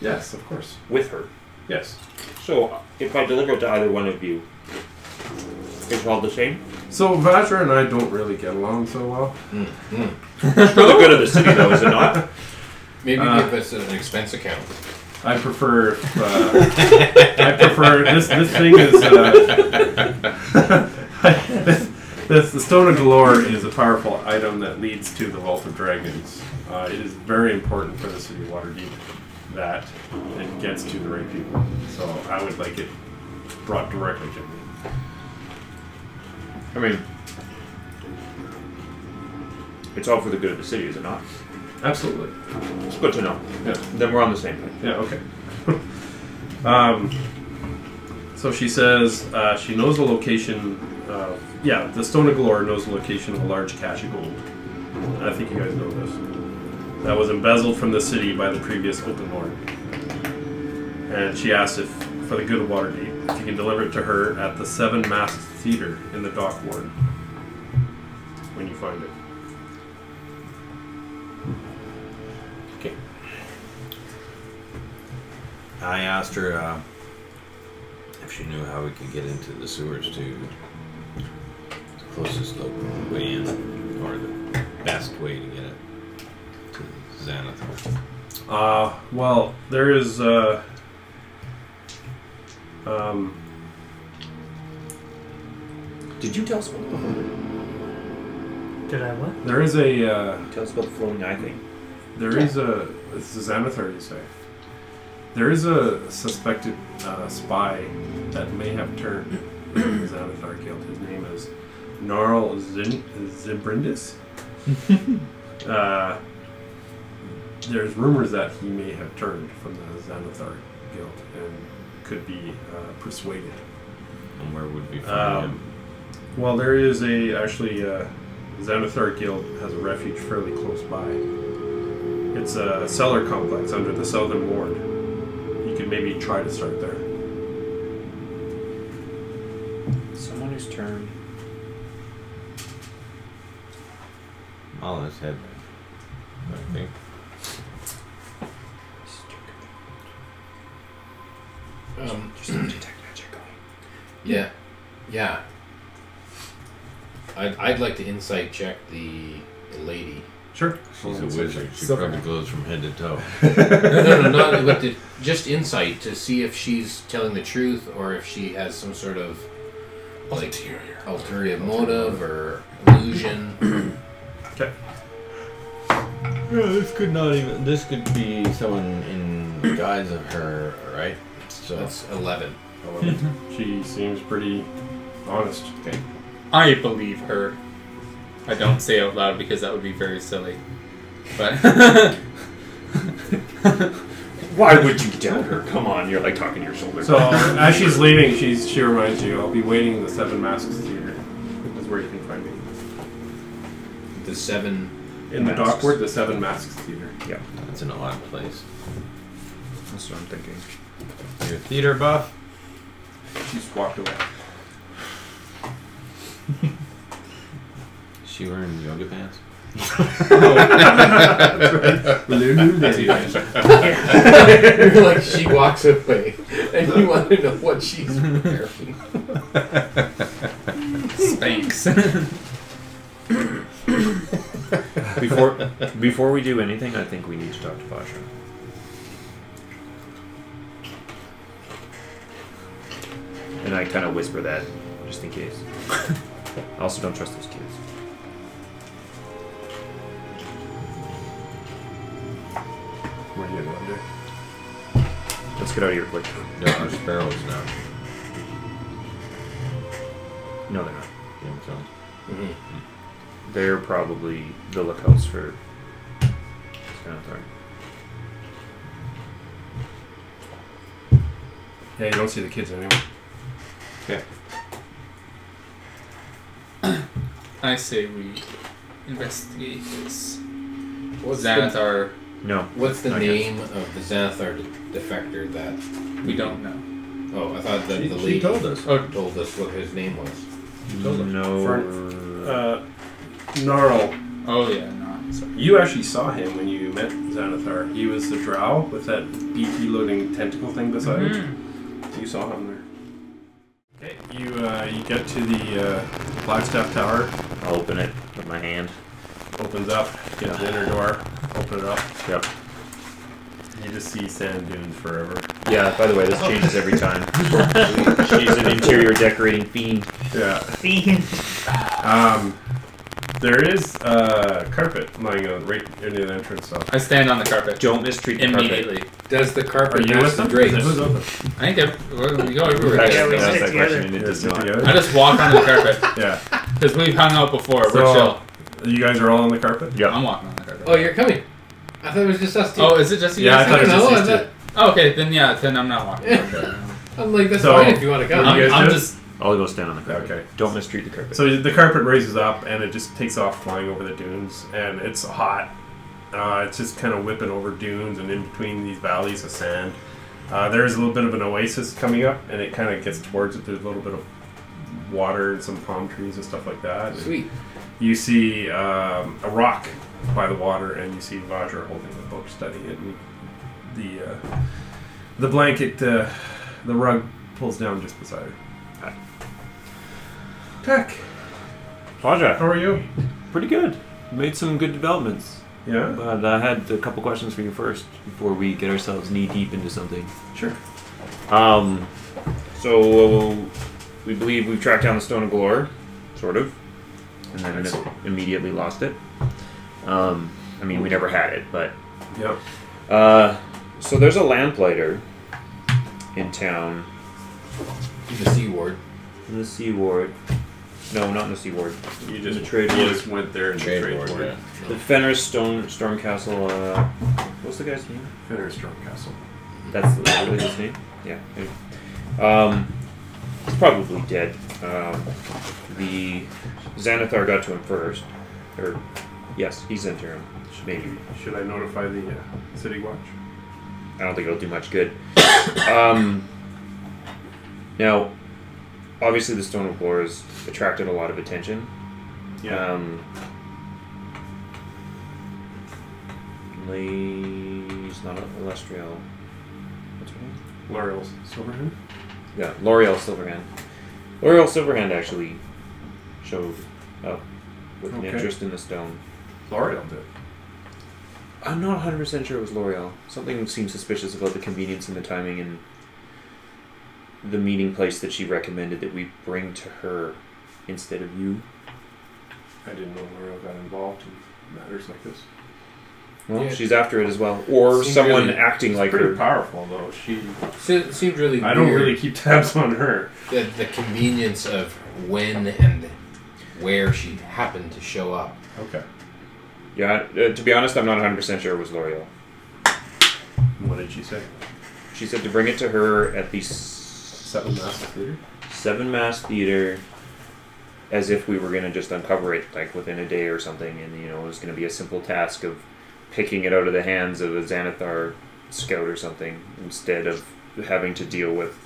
yes, of course.
With her.
Yes.
So if I deliver it to either one of you, it's all the same.
So Vajra and I don't really get along so well.
It's for the good of the city, though, is it not?
Maybe
Uh,
give us an expense account.
I prefer. Uh, I prefer this. This thing is. Uh, this, the Stone of Galore is a powerful item that leads to the Vault of Dragons. Uh, it is very important for the city of Waterdeep that it gets to the right people. So I would like it brought directly to me.
I mean, it's all for the good of the city, is it not?
Absolutely.
It's good to know.
Yeah.
Then we're on the same page.
Yeah, okay. um, so she says uh, she knows the location. Uh, yeah, the Stone of Galore knows the location of a large cache of gold. I think you guys know this. That was embezzled from the city by the previous Open Lord. And she asks if, for the good of Waterdeep, if you can deliver it to her at the Seven Masked Theater in the Dock Ward when you find it.
I asked her uh, if she knew how we could get into the sewers to the closest local way in, or the best way to get it to Xanathar.
Uh, well, there is. Uh, um,
Did you tell us about the,
Did I what?
There is a uh,
tell us about the floating eye thing?
there is a it's a Xanathar you say. There is a suspected uh, spy that may have turned the Xanathar killed. His name is Gnarl Zin- Zibrindis. uh, there's rumors that he may have turned from the Xanathar guild and could be uh, persuaded.
And where would we find
Um, well, there is a actually uh, Xanathar Guild has a refuge fairly close by. It's a cellar complex under the southern ward. You could maybe try to start there.
Someone who's turned.
him? All in his head, I think.
Um,
There's some detect magic going.
yeah, yeah. I'd, I'd like to insight check the, the lady.
Sure.
She's a wizard. She
Silver.
probably glows from head to toe.
No, no, no, not but the, just insight to see if she's telling the truth or if she has some sort of like ulterior, motive or illusion.
Okay.
Yeah, this could not even. This could be someone in the guise of her, right? So
That's eleven.
she seems pretty honest. Okay.
I believe her. I don't say out loud because that would be very silly. But
Why would you doubt her? Come on, you're like talking to your shoulder.
So as she's leaving, she's she reminds you, "I'll be waiting in the Seven Masks Theater. Is where you can find me
The seven.
in the
Masks.
Dockward, the Seven Masks Theater."
that's an odd place.
That's what I'm thinking.
You're a theater buff.
She's walked away.
Is she wearing yoga pants?
like she walks away, and you want to know what she's wearing.
thanks.
Before before we do anything, I think we need to talk to Basha. And I kind of whisper that, just in case. I also don't trust those kids.
What are you going to do?
Let's get out of here quick.
No, our sparrows now.
No, they're not.
Game zone.
They're probably the lookouts for this kind of thing.
Yeah, you don't see the kids anymore.
I say we investigate this.
What's the,
Xanathar,
No.
what's the
Not yet.
name of the Xanathar de- defector that?
we don't know.
Oh, I thought that
She,
the
she
lady
told us.
Oh,
told us what his name was.
No.
Uh, Gnarl,
oh yeah, no, I'm sorry.
you actually saw him when you met Xanathar. He was the drow with that beaky loading tentacle thing beside him.
Mm-hmm.
You saw him there. Okay, you uh, you get to the uh, Flagstaff Tower,
I'll open it with my hand.
opens up, get the inner door, open it up.
Yep.
You just see sand dunes forever.
Yeah, by the way, this
Oh.
changes every time. She's an interior decorating fiend.
Yeah.
Fiend.
Um, there is uh, carpet lying on right near the entrance. So.
I stand on the carpet
Don't mistreat the carpet.
immediately.
Does the
Are
carpet
you
match
with
the
them?
drapes?
It was open.
I think I've, well, we go everywhere.
Yeah, we
That's
sit
that
together.
question, and it
Yeah,
does
sit
not.
together.
I just walk onto the carpet
Yeah.
because we've hung out
So-
before. We're chill.
You guys are all on the carpet?
Yeah.
I'm walking on the carpet.
Oh, you're coming. I thought it was just us two.
Oh, is it just you?
Yeah, I
guys?
thought it was
No,
just
I
these two.
Oh, okay, then yeah, then I'm not walking. on the carpet.
I'm like, that's
So-
fine if you want to come.
You guys
I'm, I'm
do it?
just
I'll go stand on the carpet.
Okay.
Don't mistreat the carpet.
So the carpet raises up and it just takes off flying over the dunes and it's hot. Uh, it's just kind of whipping over dunes and in between these valleys of sand. Uh, there's a little bit of an oasis coming up and it kind of gets towards it. There's a little bit of water and some palm trees and stuff like that. And
Sweet.
you see um, a rock by the water, and you see Vajra holding a book, studying it. And the uh, the blanket, uh, the rug pulls down just beside her. Peck,
Roger.
how are you?
Pretty good. Made some good developments.
Yeah,
But I had a couple questions for you first before we get ourselves knee deep into something.
sure.
Um, so we believe we've tracked down the Stone of Galore, sort of, and then immediately lost it. Um, I mean, we never had it, but
Yeah,
uh, so there's a lamplighter in town
The C word.
in the Sea Ward. No, not in the Sea Ward.
you
just- The trade you ward. just
went there and
Trade trade ward, ward. yeah.
The Fenris Stone Stormcastle. Uh, what's the guy's name?
Fenris Castle.
That's literally his name. Yeah. Um, he's probably dead. Um, the Xanathar got to him first, or yes, he's into him. Maybe
Should I notify the uh, city watch?
I don't think it'll do much good. Um, now, obviously, the Stone of Lore has attracted a lot of attention. Um, Lee's not an Elestrial. What's her name?
L'Oreal's Silverhand.
Yeah, L'Oreal Silverhand. L'Oreal Silverhand actually showed up with
Okay.
an interest in the stone.
L'Oreal did.
I'm not 100% sure it was L'Oreal. Something seemed suspicious about the convenience and the timing and the meeting place that she recommended that we bring to her instead of you.
I didn't know L'Oreal got involved in matters like this.
Well,
Yeah.
she's after it as well. Or
Seemed
someone
really-
acting like
Pretty
her.
powerful though. She.
Se- seemed really
I don't
weird
really keep tabs on her.
that the convenience of when and where she happened to show up.
Okay.
yeah, uh, to be honest, I'm not 100% sure it was L'Oreal.
What did she say?
She said to bring it to her at the s-
Seven Master Theater.
Seven Mass Theater as if we were going to just uncover it like within a day or something and you know it was going to be a simple task of picking it out of the hands of a Xanathar scout or something instead of having to deal with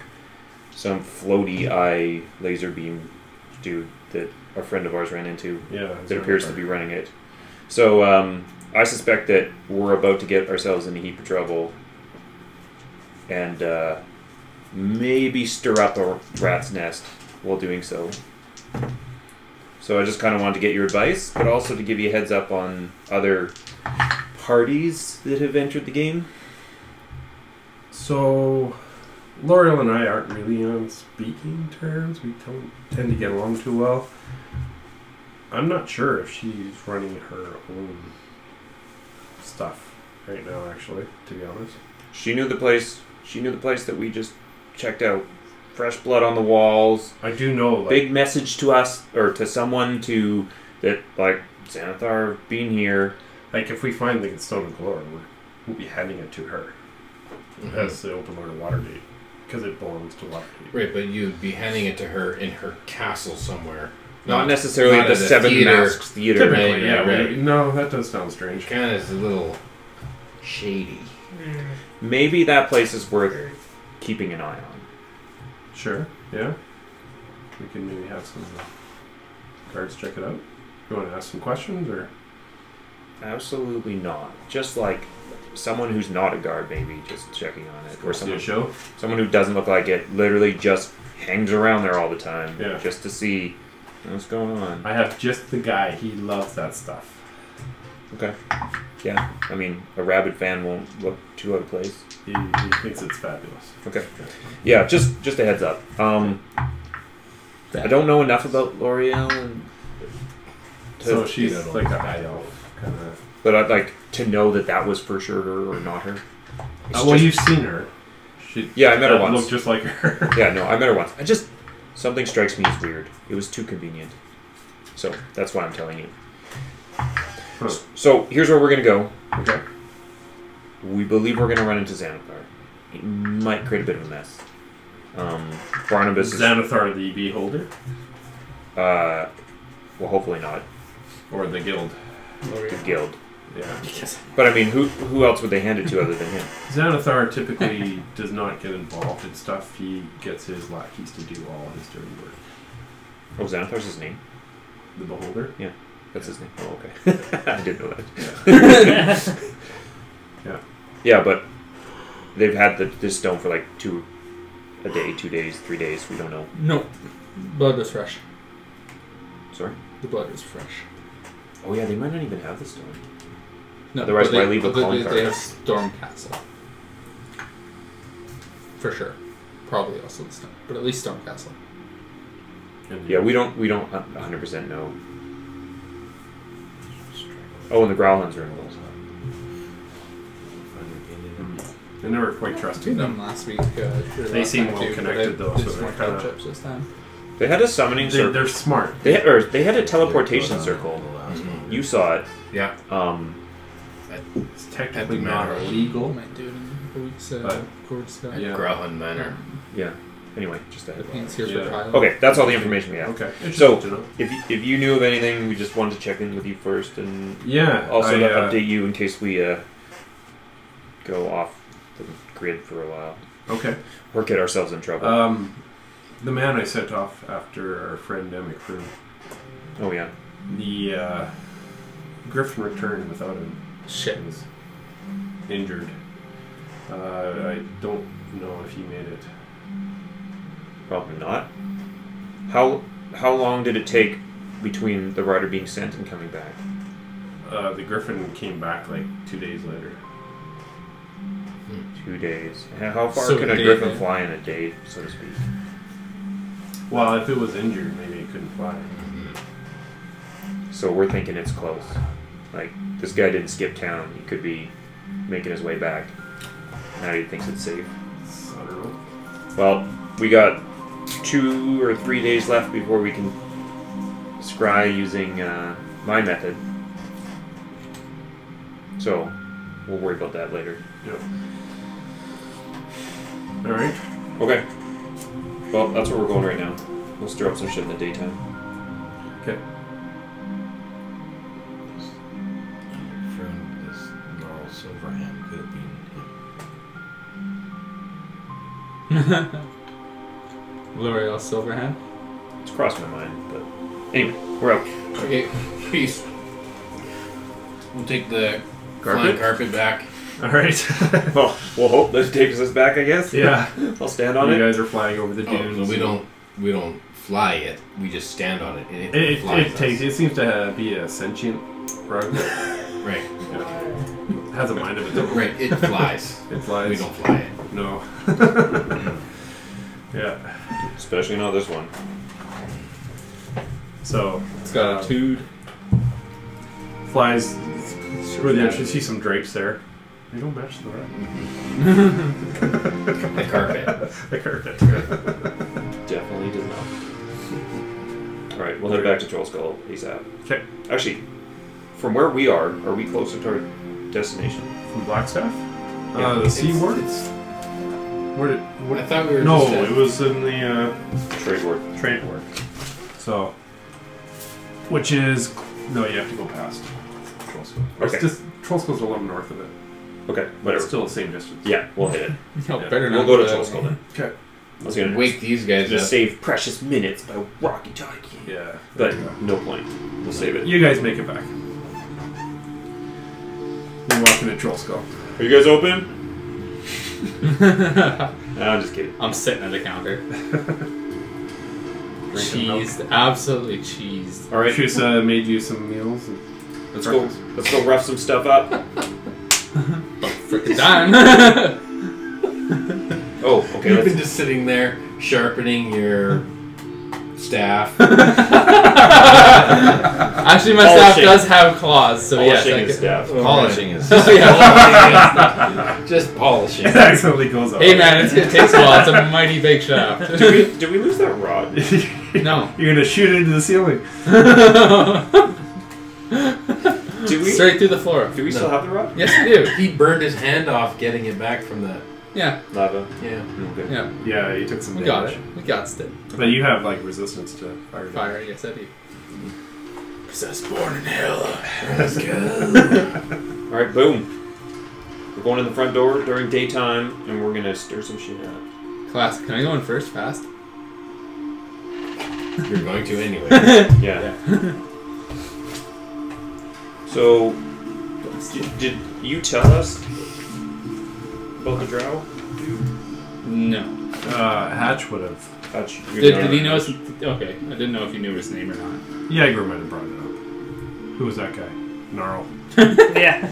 some floaty eye laser beam dude that a friend of ours ran into
Yeah.
that appears to be running it. So um, I suspect that we're about to get ourselves in a heap of trouble, and uh, maybe stir up a rat's nest while doing so. So I just kind of wanted to get your advice, but also to give you a heads up on other parties that have entered the game.
So, L'Oreal and I aren't really on speaking terms. We don't tend to get along too well. I'm not sure if she's running her own stuff right now, actually, to be honest.
She knew the place. She knew the place that we just checked out. Fresh blood on the walls.
I do know, like,
Big message to us or to someone to that like Xanathar being here.
like if we find the Stone of Glory, we're- we'll be handing it to her
Mm-hmm.
as the Open Lord of Waterdeep because it belongs to Waterdeep.
Right, but you'd be handing it to her in her castle somewhere.
Not necessarily
not
the
at a
Seven
theater.
Masks Theater.
Typically.
But yeah,
right.
we- no, that does sound strange.
Kind of is a little shady.
Mm.
Maybe that place is worth keeping an eye on.
Sure, yeah. We can maybe have some of the guards check it out. You want to ask some questions or?
Absolutely not. Just like someone who's not a guard, maybe just checking on it, or
Do a
someone
show?
someone who doesn't look like it, literally just hangs around there all the time,
Yeah.
just to see what's going on.
I have just the guy. He loves that stuff.
Okay. Yeah. I mean, a rabid fan won't look too out of place.
He, he thinks it's fabulous.
Okay. Yeah. Just just a heads up. Um, I don't know enough about L'Oreal, and to,
So she's like a high elf kind of.
but I'd like to know that that was for sure her or not her. It's
Uh, well,
just-
you've seen her. She
Yeah, I met her
that
once.
Looked just like her.
Yeah, no, I met her once. I just something strikes me as weird. It was too convenient, so that's why I'm telling you.
Huh.
So here's where we're gonna go.
Okay.
We believe we're gonna run into Xanathar. It might create a bit of a mess. Um, Barnabas is.
Xanathar the E Beholder
Uh, well, hopefully not
or the Guild.
the guild.
Yeah.
But I mean, who who else would they hand it to other than him?
Xanathar typically does not get involved in stuff. He gets his lackeys to do all his dirty work.
Oh, Xanathar's his name.
The Beholder.
That's his name. Oh, okay. I didn't know that.
Yeah.
Yeah, but they've had the, this stone for like two, a day, two days, three days. We don't know.
No, blood is fresh.
Sorry.
The blood is fresh.
Oh yeah, they might not even have the stone.
No,
Otherwise,
but they-
why leave a
but
calling
they-
card?
They have Storm Castle. For sure. Probably also the Storm, but at least Storm Castle.
And
Yeah, we don't. We don't 100 percent know. Oh, and the Growlhunds are involved.
I never quite trusted
Seen
them.
them last week. Uh, or
They
last
seem
time
well
too, but
connected,
they-
though,
They
so
just
they're
weren't out
kinda-
chips this time.
They had a summoning
They,
circle.
they're smart.
They had, or they had a teleportation circle.
Mm-hmm.
You saw it.
Yeah.
Um,
It's technically
At the
not
manor.
We
illegal.
might do it in a week's uh,
But-
court stuff.
At
Yeah.
Grauhan Manor.
yeah. Anyway, just a
The
head.
pain's here
Yeah.
for trial.
Okay, that's all the information we have.
Okay.
So-
Interesting to know.
If you, if you knew of anything, we just wanted to check in with you first, and
yeah.
also
I,
to
uh,
update you in case we uh, go off the grid for a while
Okay.
or get ourselves in trouble.
Um, the man I sent off after our friend Emmett Crew,
oh yeah,
the uh, Griffin returned without him.
Shit.
He was injured. Uh, I don't know if he made it.
probably not. How how long did it take between the rider being sent and coming back?
Uh, the Griffin came back like two days later.
Two days. How how far
So
can
a
a
day
griffin
then.
fly in a day, so to speak?
Well, if it was injured, maybe it couldn't fly.
So we're thinking it's close. Like this guy didn't skip town. He could be making his way back. Now he thinks it's safe.
It's- I don't know.
Well, we got two or three days left before we can scry using uh, my method. So, we'll worry about that later.
Yeah. All right.
Okay. Well, that's where we're going right now. We'll stir up some shit in the daytime.
Okay.
friend is Laurel Silverhand could have been him.
L'Oreal Silverhand.
It's crossed my mind, but anyway, we're out.
Okay, peace. We'll take the
Carpet?
flying carpet back.
All right.
Well, we'll hope this takes us back. I guess.
yeah.
I'll stand on
You
it.
guys are flying over the
Oh,
dunes.
so we don't we don't fly it. We just stand on it. And it,
It, it,
flies
it takes. It seems to uh, be a sentient rug.
us. right.
has a mind of its own.
Right, it flies.
It
we
flies.
don't fly it.
No. yeah.
Especially not this one.
So
It's got a tood.
flies through the entrance. You see some drapes there. They don't match the rug.
The carpet.
the carpet.
Definitely does not. Alright, we'll head back to Troll Skull ASAP.
Okay.
Actually, from where we are, are we closer to our destination?
From Blackstaff.
Yeah.
Uh, the sea
It's-
ward.
it's-
Where did?
I thought we were
No,
just at-
it was in the. Uh,
Trade ward.
trade work. So, which is no, you have to go past Troll School.
Okay.
It's just Troll School's a little north of it,
Okay,
but it's
whatever.
still the same distance.
Yeah, we'll hit it.
No,
Yeah.
better
We'll
not
go to
that
Troll
one.
Skull then.
Okay.
Let's get it.
Wake these guys
Just
up.
save precious minutes by walkie talkie.
Yeah.
But no point. We'll save it.
You guys make it back. You walk into Troll Skull.
Are you guys open? no, I'm just kidding.
I'm sitting at the counter. cheesed, absolutely cheesed.
All right,
She's uh, made you some meals. And
let's go. Let's go rough some stuff up.
But freaking done.
Oh, okay.
You've been
Let's,
just sitting there sharpening your staff.
Actually, my staff
Polishing.
does have claws, so yes,
polishing
I
his
could-
staff.
Polishing is.
Oh, yeah.
just polishing.
it accidentally goes up.
Hey man, it's, it takes a while. It's a mighty big shaft.
Did we, did we lose that rod?
No.
You're gonna shoot it into the ceiling.
Do we?
Straight through the floor.
Do we still have the rod?
Yes, we do.
He burned his hand off getting it back from the.
Yeah,
Lava.
Yeah.
Okay.
yeah.
Yeah, you took some
We
Oh
damage.
got it. We got it.
But you have like resistance to fire. damage.
Fire, yes, I do.
Because I was born in hell.
All right, boom. We're going in the front door during daytime, and we're gonna stir some shit up.
Class, can I go in first, fast?
You're going to anyway.
Yeah. so, did, did you tell us about the drow?
No.
Uh, Hatch would have.
Thought you-
Did, did he know? His, okay, I didn't know if you knew his name or not.
Jaeger might have brought it up. Who was that guy? Gnarl.
Yeah.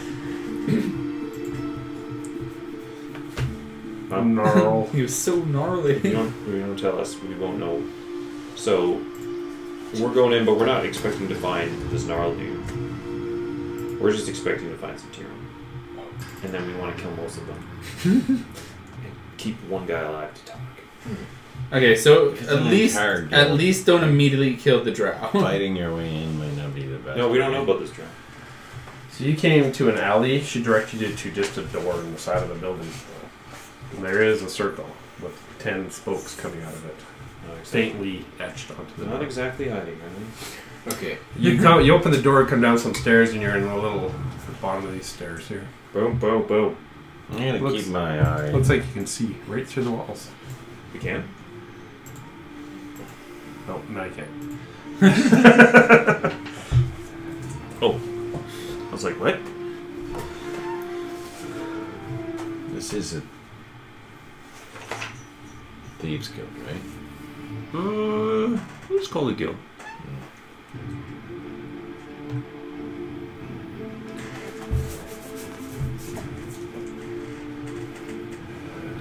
Um,
Gnarl.
He was so gnarly.
If you don't, if you don't tell us, we won't know. So we're going in, but we're not expecting to find this gnarled dude. We're just expecting to find some Tyrion, and then we want to kill most of them and keep one guy alive to talk.
Okay, so at
an
least
entire
at
guild.
least don't immediately kill the drow.
Fighting your way in might not be the best.
No, we don't know
way.
about this drow.
So you came to an alley. She directed you to just a door in the side of the building. And there is a circle with ten spokes coming out of it,
Not exactly,
faintly etched onto the
not
door.
exactly hiding, right?
okay.
You come, you open the door, come down some stairs, and you're in the little the bottom of these stairs here.
Boom, boom, boom.
I'm gonna
Looks-
keep my eye.
Looks like you can see right through the walls.
We can.
No, no, you can't.
I was like, what?
This is a thieves guild, right?
Uh, let's call it guild.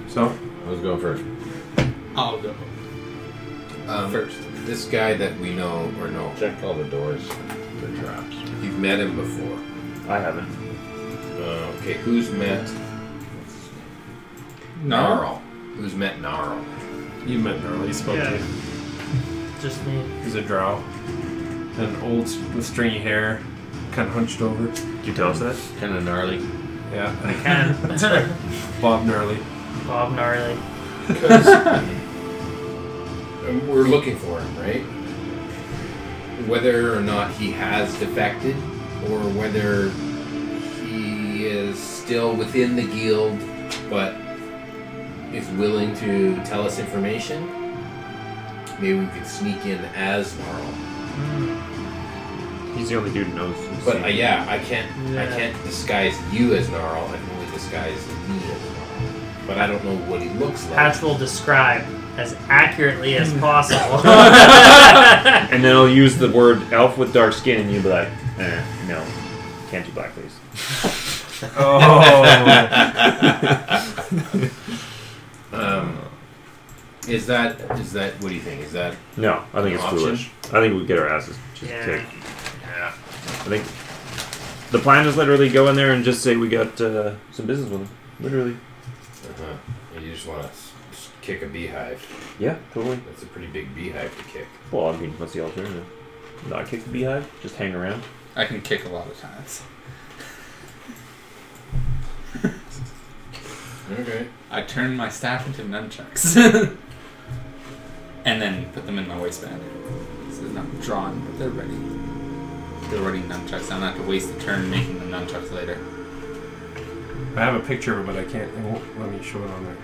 So
Who's going first?
I'll go
Um,
first.
This guy that we know or know,
Check all the doors for traps.
you've met him before.
I haven't.
Uh, okay, who's met
No.
Gnarl? Who's met Gnarl?
you met Gnarl. You spoke to
Yeah.
him.
Just me.
He's a drow, an old s- with stringy hair, kind of hunched over.
Did you tell us that?
Kind of gnarly.
Yeah,
I can.
Bob Gnarly.
Bob gnarly.
Um, We're looking for him, right? Whether or not he has defected, or whether he is still within the guild but is willing to tell us information, maybe we could sneak in as Gnarl.
He's the only dude who knows.
But uh, yeah, I can't. I
Yeah.
can't disguise you as Gnarl. I can only disguise me as Gnarl. But I don't know what he looks like.
Patch will describe as accurately as possible.
And then I'll use the word elf with dark skin, and you'll be like, eh, no, can't do blackface.
Oh.
Um, is that is that what do you think? Is that
No, I think
No
it's
option?
foolish. I think we get our asses just
Yeah.
kicked. I think the plan is literally go in there and just say we got uh, some business with them. Literally.
uh-huh. you just want to s- s- kick a beehive?
Yeah, totally.
That's a pretty big beehive to kick.
Well, I mean, what's the alternative? Not kick the beehive, just hang around.
I can kick a lot of times.
Okay.
I turned my staff into nunchucks. and then put them in my waistband. So they're not drawn, but they're ready. They're already nunchucks. I don't have to waste the turn making them nunchucks later.
I have a picture of it, but I can't. It won't let me show it on there.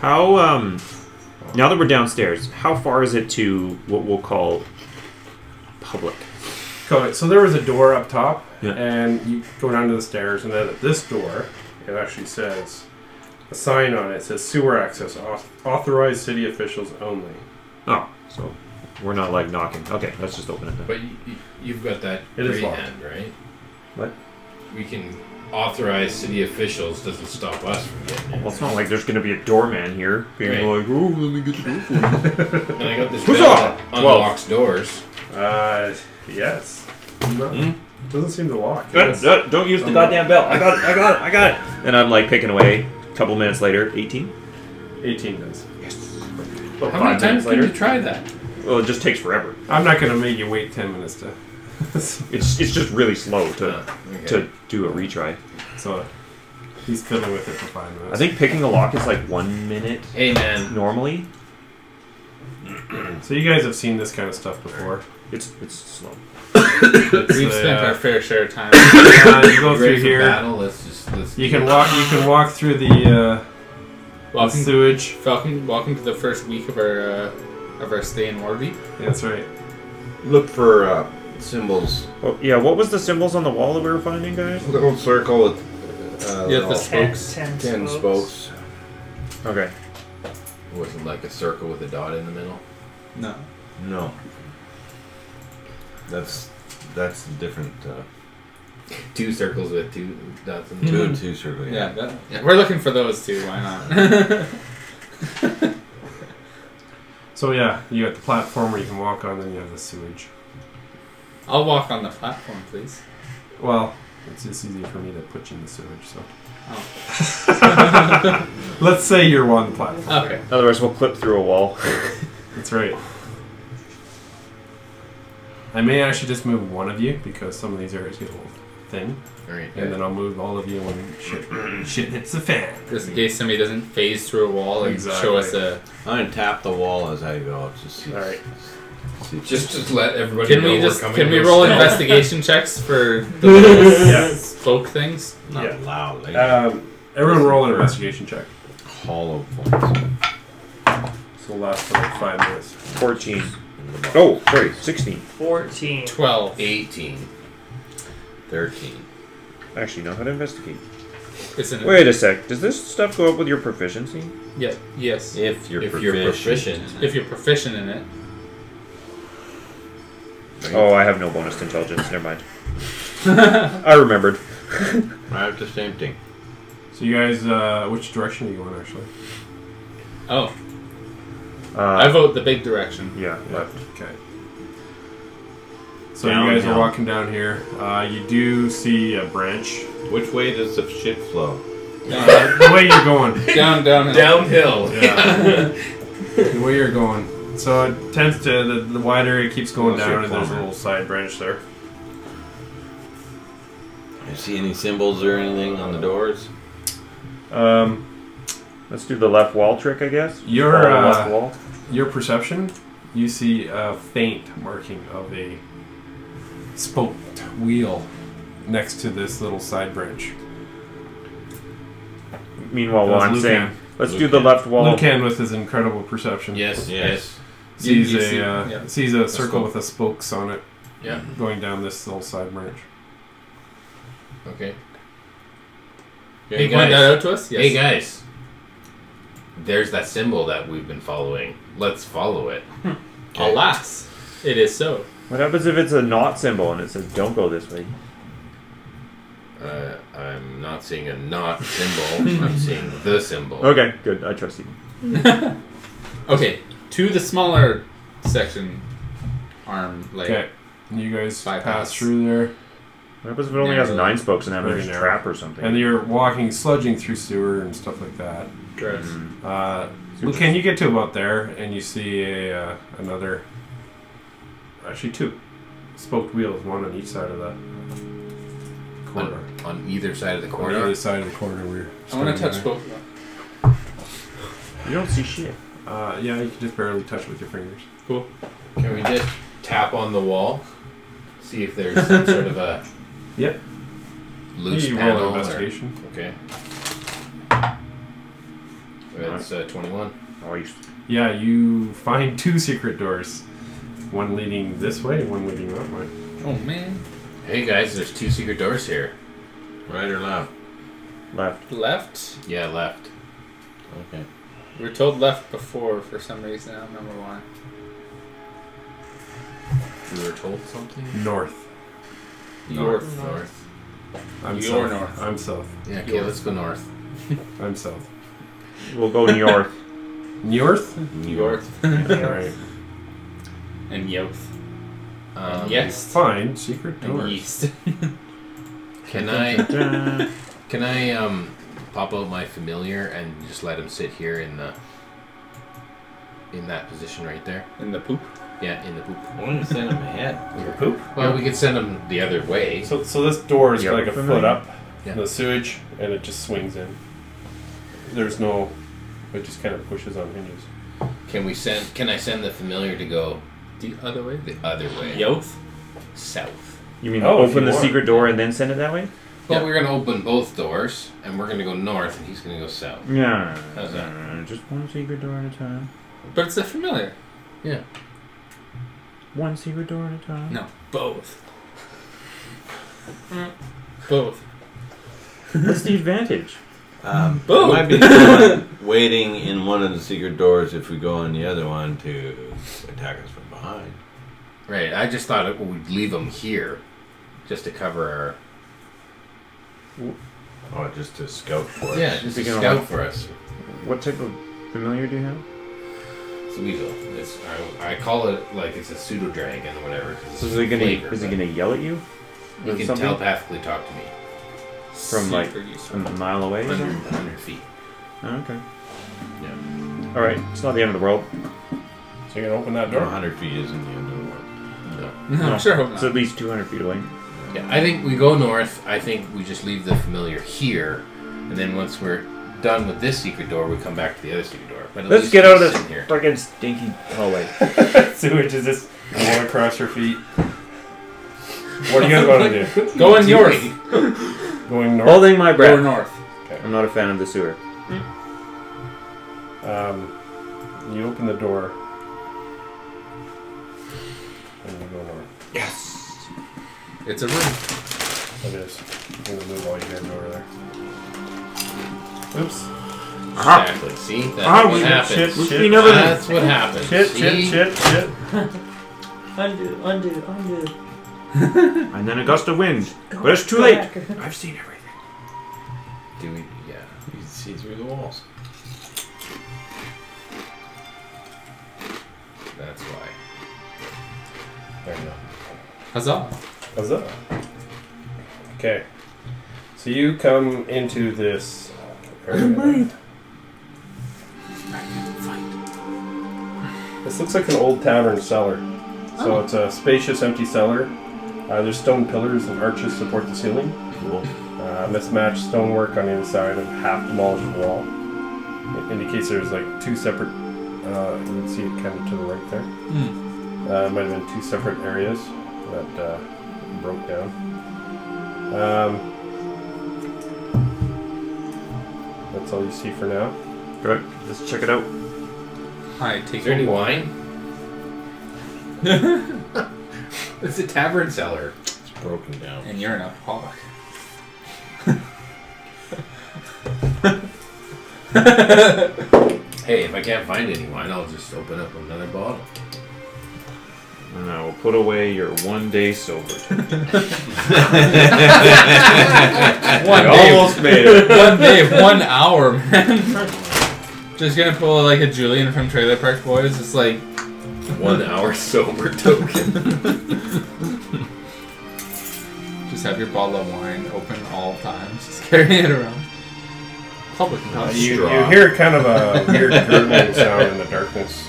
How um now that we're downstairs, how far is it to what we'll call public?
Okay, so there was a door up top,
Yeah.
and you go down to the stairs, and then at this door, it actually says a sign on it says sewer access au- authorized city officials only.
Oh, so we're not like knocking. Okay, let's just open it then.
But you, you- you've got that
It is
free
locked.
hand, right?
What?
We can authorize city officials. Doesn't stop us from getting in.
Well, it's not like there's gonna be a doorman here being
Right.
like, oh, let me get the door for you."
And I got this
Who's
bell
on?
that unlocks doors.
Uh, yes. Hmm? No, Doesn't seem to lock.
Uh,
Don't- Don't don't use the goddamn bell. Oh, I got it. I got it. I got it. And I'm like picking away. A couple minutes later, 18.
18 does.
About
How many
five
times
minutes
can
later.
you try that?
Well, it just takes forever.
I'm not gonna make you wait 10 minutes to.
It's it's just really slow to
okay.
to do a retry.
so he's fiddling with it for five minutes.
I think picking a lock is like one minute
Hey man,
normally.
so. You guys have seen this kind of stuff before.
It's it's slow.
We've
So,
spent
uh,
our fair share of time.
uh, you go
you
through
ready for
here.
battle? Let's just let's.
You can walk. You can walk through the uh,
welcome,
sewage.
welcome, welcome to the first week of our uh, of our stay in Warby.
Yeah, that's right.
Look for uh, symbols.
Oh yeah, what was the symbols on the wall that we were finding, guys?
Little circle with uh,
Yeah,
little
the-
Ten,
Spokes.
ten
ten
spokes.
spokes.
Okay.
It wasn't like a circle with a dot in the middle.
No.
No. That's that's different. Uh,
Two circles with two dots in the
two
middle.
and two circle.
Yeah, that, we're looking for those too. Why not?
So yeah, you got the platform where you can walk on, then you have the sewage.
I'll walk on the platform, please.
Well, it's just easy for me to put you in the sewage. So
Oh.
let's say you're on the platform.
Okay.
Otherwise, we'll clip through a wall.
That's right. I may actually just move one of you because some of these areas get a little thin,
All right.
and then I'll move all of you when shit shit hits the fan.
Just in case somebody doesn't phase through a wall and show us a.
I'm gonna tap the wall as I go up to see.
All right.
see-
Just just let everybody
Can
know
we
we're
just
coming.
can we
here
roll
still.
investigation checks for the little spoke things? No.
Yeah.
Loud, like
Um, everyone, roll an investigation check.
hollow points.
This will last for like five minutes.
Fourteen. Oh, sorry, sixteen.
Fourteen.
Twelve.
Eighteen.
Thirteen.
Actually, know how to investigate.
It's an
Wait a sec. Does this stuff go up with your proficiency?
Yeah. Yes.
If you're
if
proficient.
you're proficient.
If you're proficient in it,
Oh, I have no bonus to intelligence. Never mind. I remembered.
I have the same thing.
So you guys, uh, which direction are you going actually?
oh, I
Uh,
vote the big direction.
yeah, left.
Okay. So
Down,
you guys
down.
are walking down here. Uh, you do see a branch.
Which way does the shit flow?
Down,
the way you're going.
down, down,
Downhill.
Yeah. the way you're going. So it tends to the, the wide area keeps going
Unless
down,
you're
and there's a
plumber.
little side branch there.
You see any symbols or anything on the doors?
Um,
Let's do the left wall trick, I guess.
Your,
Follow the
uh,
left wall.
your perception, you see a faint marking of a spoked wheel next to this little side branch.
Meanwhile, while
That's
I'm
Lucan.
saying, let's do
Lucan.
the left wall.
Lucan, with his incredible perception,
Yes. Yes.
You-
sees
you
a
see-
uh,
yeah.
sees a circle
cool.
with a spokes on it
Yeah.
going down this little side branch.
Okay.
Can you point that out to us? Yes.
Hey guys. There's that symbol that we've been following. Let's follow it.
Alas, it is so.
What happens if it's a not symbol and it says "Don't go this way"?
Uh, Uh, I'm not seeing a not symbol. I'm seeing the symbol.
Okay, good. I trust you.
Okay, to the smaller section, arm, leg.
Okay. You guys
Bypass.
pass through there,
What happens if it only has
Narrow.
nine spokes and that
Very
means a
narrow.
trap or something?
and you're walking, sludging through sewer and stuff like that.
Gross.
Hmm.
Uh, can you get to about there, and you see a, uh, another, actually two, spoked wheels, one on each side of the corridor.
On, Mm-hmm. on either side of the
On the
corridor.
other side of the corridor, we're.
I
standing
want to touch
there.
both. of them.
you don't see shit.
Uh, yeah, you can just barely touch with your fingers.
Can we just tap on the wall? See if there's some sort of a
Yep.
loose
you roll
panel.
an
or-
investigation.
okay. That's uh, 21.
Oh, you
Yeah, you find two secret doors, one leading this way, one leading that way.
Oh man,
Hey guys, there's two secret doors here.
Right or left?
left.
left.
Yeah, left.
Okay.
We were told left before for some reason. I don't remember why.
We were told something.
North.
North.
North.
I'm south.
You're north.
I'm south.
Yeah, okay, let's go north.
I'm south.
We'll go north.
North?
Yorth
Alright.
and Yoth.
Um,
yes.
Find secret
And
doors.
yeast.
Can I can I um pop out my familiar and just let him sit here in the in that position right there?
and the poop.
Yeah, in the poop.
I want to send him ahead.
Your poop?
Well, we could send him the other way.
So, so this door is
Yeah,
like a
familiar.
foot up
Yeah.
the sewage, and it just swings in. There's no, it just kind of pushes on hinges.
Can we send? Can I send the familiar to go
The other way.
the other way?
Yoth.
South.
You mean
Oh, if
open
you
the
want.
secret door and then send it that way?
But
Yeah.
we're gonna open both doors, and we're gonna go north, and he's gonna go south.
Yeah. Uh,
How's
Just one secret door at a time.
But it's a familiar.
One secret door at a time.
No, both. Both.
What's the advantage?
Um,
Boom.
it might be someone waiting in one of the secret doors if we go on the other one to attack us from behind.
Right. I just thought it would leave him here, just to cover
Oh, just to scout for
our
us.
yeah, just to
Speaking of-
scout for us.
What type of familiar do you have?
It's a weasel. It's I, I call it like it's a pseudo dragon or whatever. 'cause it's
So is it gonna
flavor,
is it
but
gonna yell at you?
You
or
can
something?
telepathically talk to me.
From, like,
Super useful.
From a mile away? or something?
100, 100 feet.
Oh, okay.
Yeah.
All right. It's not the end of the world.
So you can open that
Door
door.
100 feet isn't the end of the world.
No.
No, I'm sure hope
It's
not.
at least 200 feet away.
Yeah. I think we go north. I think we just leave the familiar here, and then once we're done with this secret door, we come back to the other secret door. But at
Let's
least
get
he's
out of this
sitting here.
fucking stinky hallway.
Sewage is just all across your feet. What do you guys want to do?
Go in yours.
Going north?
Holding my
Go
breath.
north.
I'm not a fan of the sewer.
Um, you open the door. And you go north.
It's a room.
It is. I'm gonna move all you guys over there. Oops.
Exactly. See, that's
Ah,
what
we-
happens.
shit, shit. We know that-
That's what happens.
Shit, shit,
See?
shit, shit.
Undo, undo, undo.
And then a gust of wind. But it's too late. I've seen everything.
Do we? Yeah.
You can see through the walls.
That's why.
There you go.
Huzzah.
How's that? Okay. So you come into this area. This looks like an old tavern cellar. So it's a spacious, empty cellar. Uh, there's stone pillars and arches support the ceiling.
Cool.
Uh, mismatched stonework on either side of half demolished wall. It indicates there's like two separate. Uh, you can see it kind of to the right there. Uh, it might have been two separate areas that uh, broke down. Um, that's all you see for now.
Right, let's check it out.
I take
Is there any wine? it's a tavern cellar.
It's broken down.
And you're an alcoholic.
Hey, if I can't find any wine, I'll just open up another bottle.
and I will put away your one day silver.
One
I
day,
almost made it.
one day, one hour, man. Just gonna pull like a Julian from Trailer Park Boys. It's like
One hour sober token.
just have your bottle of wine open all times. Just carry it around. Public
Uh,
house.
you, you
Straw.
hear kind of a weird gurgling sound in the darkness.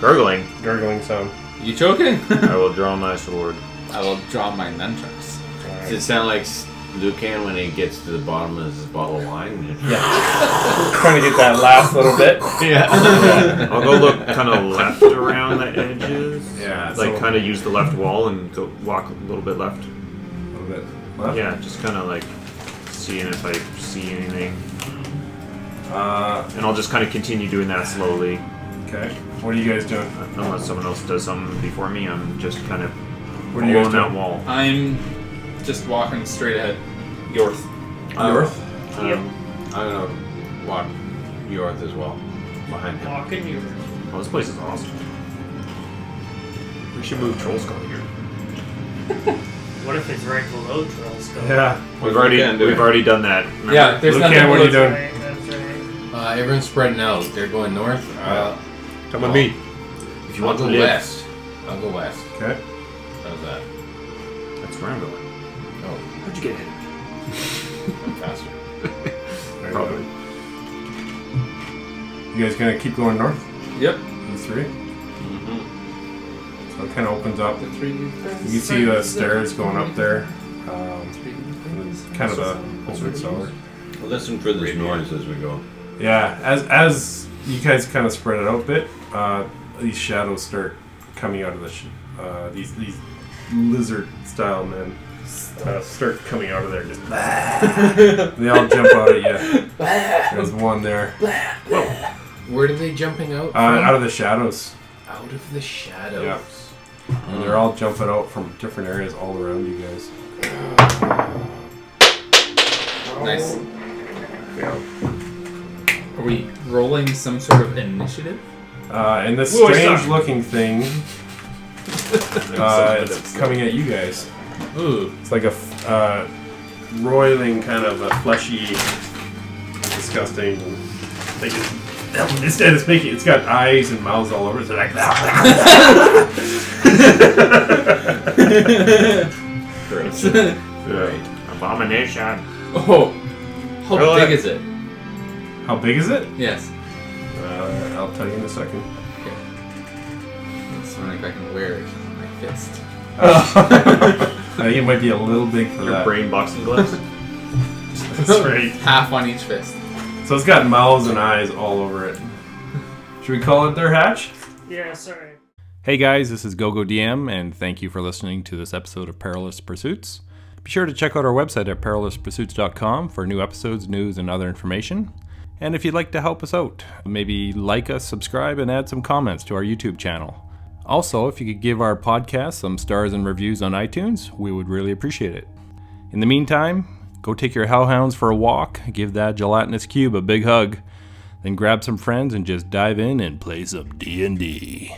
Gurgling,
Gurgling sound.
You choking?
I will draw my sword.
I will draw my nunchucks.
Alright.
Does it sound like S- Lucan when he gets to the bottom of his bottle of wine?
Trying to get that last little bit.
yeah.
I'll go look kind of left around the edges.
Yeah,
Like
so-
kind of use the left wall and go walk a little bit left.
A little bit left.
Yeah, just kind of like seeing if I see anything.
Uh,
And I'll just kind of continue doing that slowly.
okay. What are you guys doing?
Unless someone else does something before me, I'm just kind of
What are you guys
along that
doing?
wall.
I'm just walking straight ahead. Yorth.
Yorth?
Um,
I'm gonna walk Yorth as well behind him.
Walking you.
well, Oh, this place is awesome. We should move Troll Skull here.
What if it's right below Trill's skull?
Yeah.
We've already
Lucan doing?
we've already done that. remember?
Yeah, there's
Lucan,
nothing.
what are you
below-
doing?
Right, that's right.
Uh, everyone's spreading out. They're going north. Uh,
Come with me.
if you
If you
I'll
want to
go
live,
west. I'll go west.
Okay.
How's that?
that's where I'm going.
Oh,
How'd you get hit?
faster.
There you go.
Probably.
You guys gonna keep going north?
Yep.
You 3 So it kind of opens up. You can see the stairs going up there. Um, it's kind of a open cellar.
Well, listen for this noise as we go.
Yeah. As as you guys kind of spread it out a bit, uh, these shadows start coming out of the sh- uh, these these lizard style men uh, start coming out of there. Just they all jump out at you. There's one there
Where are they jumping out?
uh, out of the shadows.
Out of the shadows.
Yeah. And they're all jumping out from different areas all around you guys.
Nice. Are we rolling some sort of initiative?
Uh, and this
Whoa, I
strange
suck.
looking thing uh, is coming at you guys.
Ooh.
It's like a f- uh, roiling kind of a fleshy, disgusting thing. It's- It's, it's making it's got eyes and mouths all over. it. It's like
Gross.
Yeah.
Abomination.
Oh. How
Really?
big is it?
How big is it?
Yes.
Uh, I'll tell you in a second.
Okay. Just wondering if I can wear it on my fist.
I think it Uh, might be a little big for
Your
that.
brain boxing gloves.
That's right.
Half on each fist.
So it's got mouths and eyes all over it. Should we call it their hatch?
Yeah, sorry.
Hey guys, this is GoGo DM, and thank you for listening to this episode of Perilous Pursuits. Be sure to check out our website at perilouspursuits.com for new episodes, news, and other information. And if you'd like to help us out, maybe like us, subscribe, and add some comments to our YouTube channel. Also, if you could give our podcast some stars and reviews on iTunes, we would really appreciate it. In the meantime, go take your hellhounds for a walk, give that gelatinous cube a big hug, then grab some friends and just dive in and play some D&D.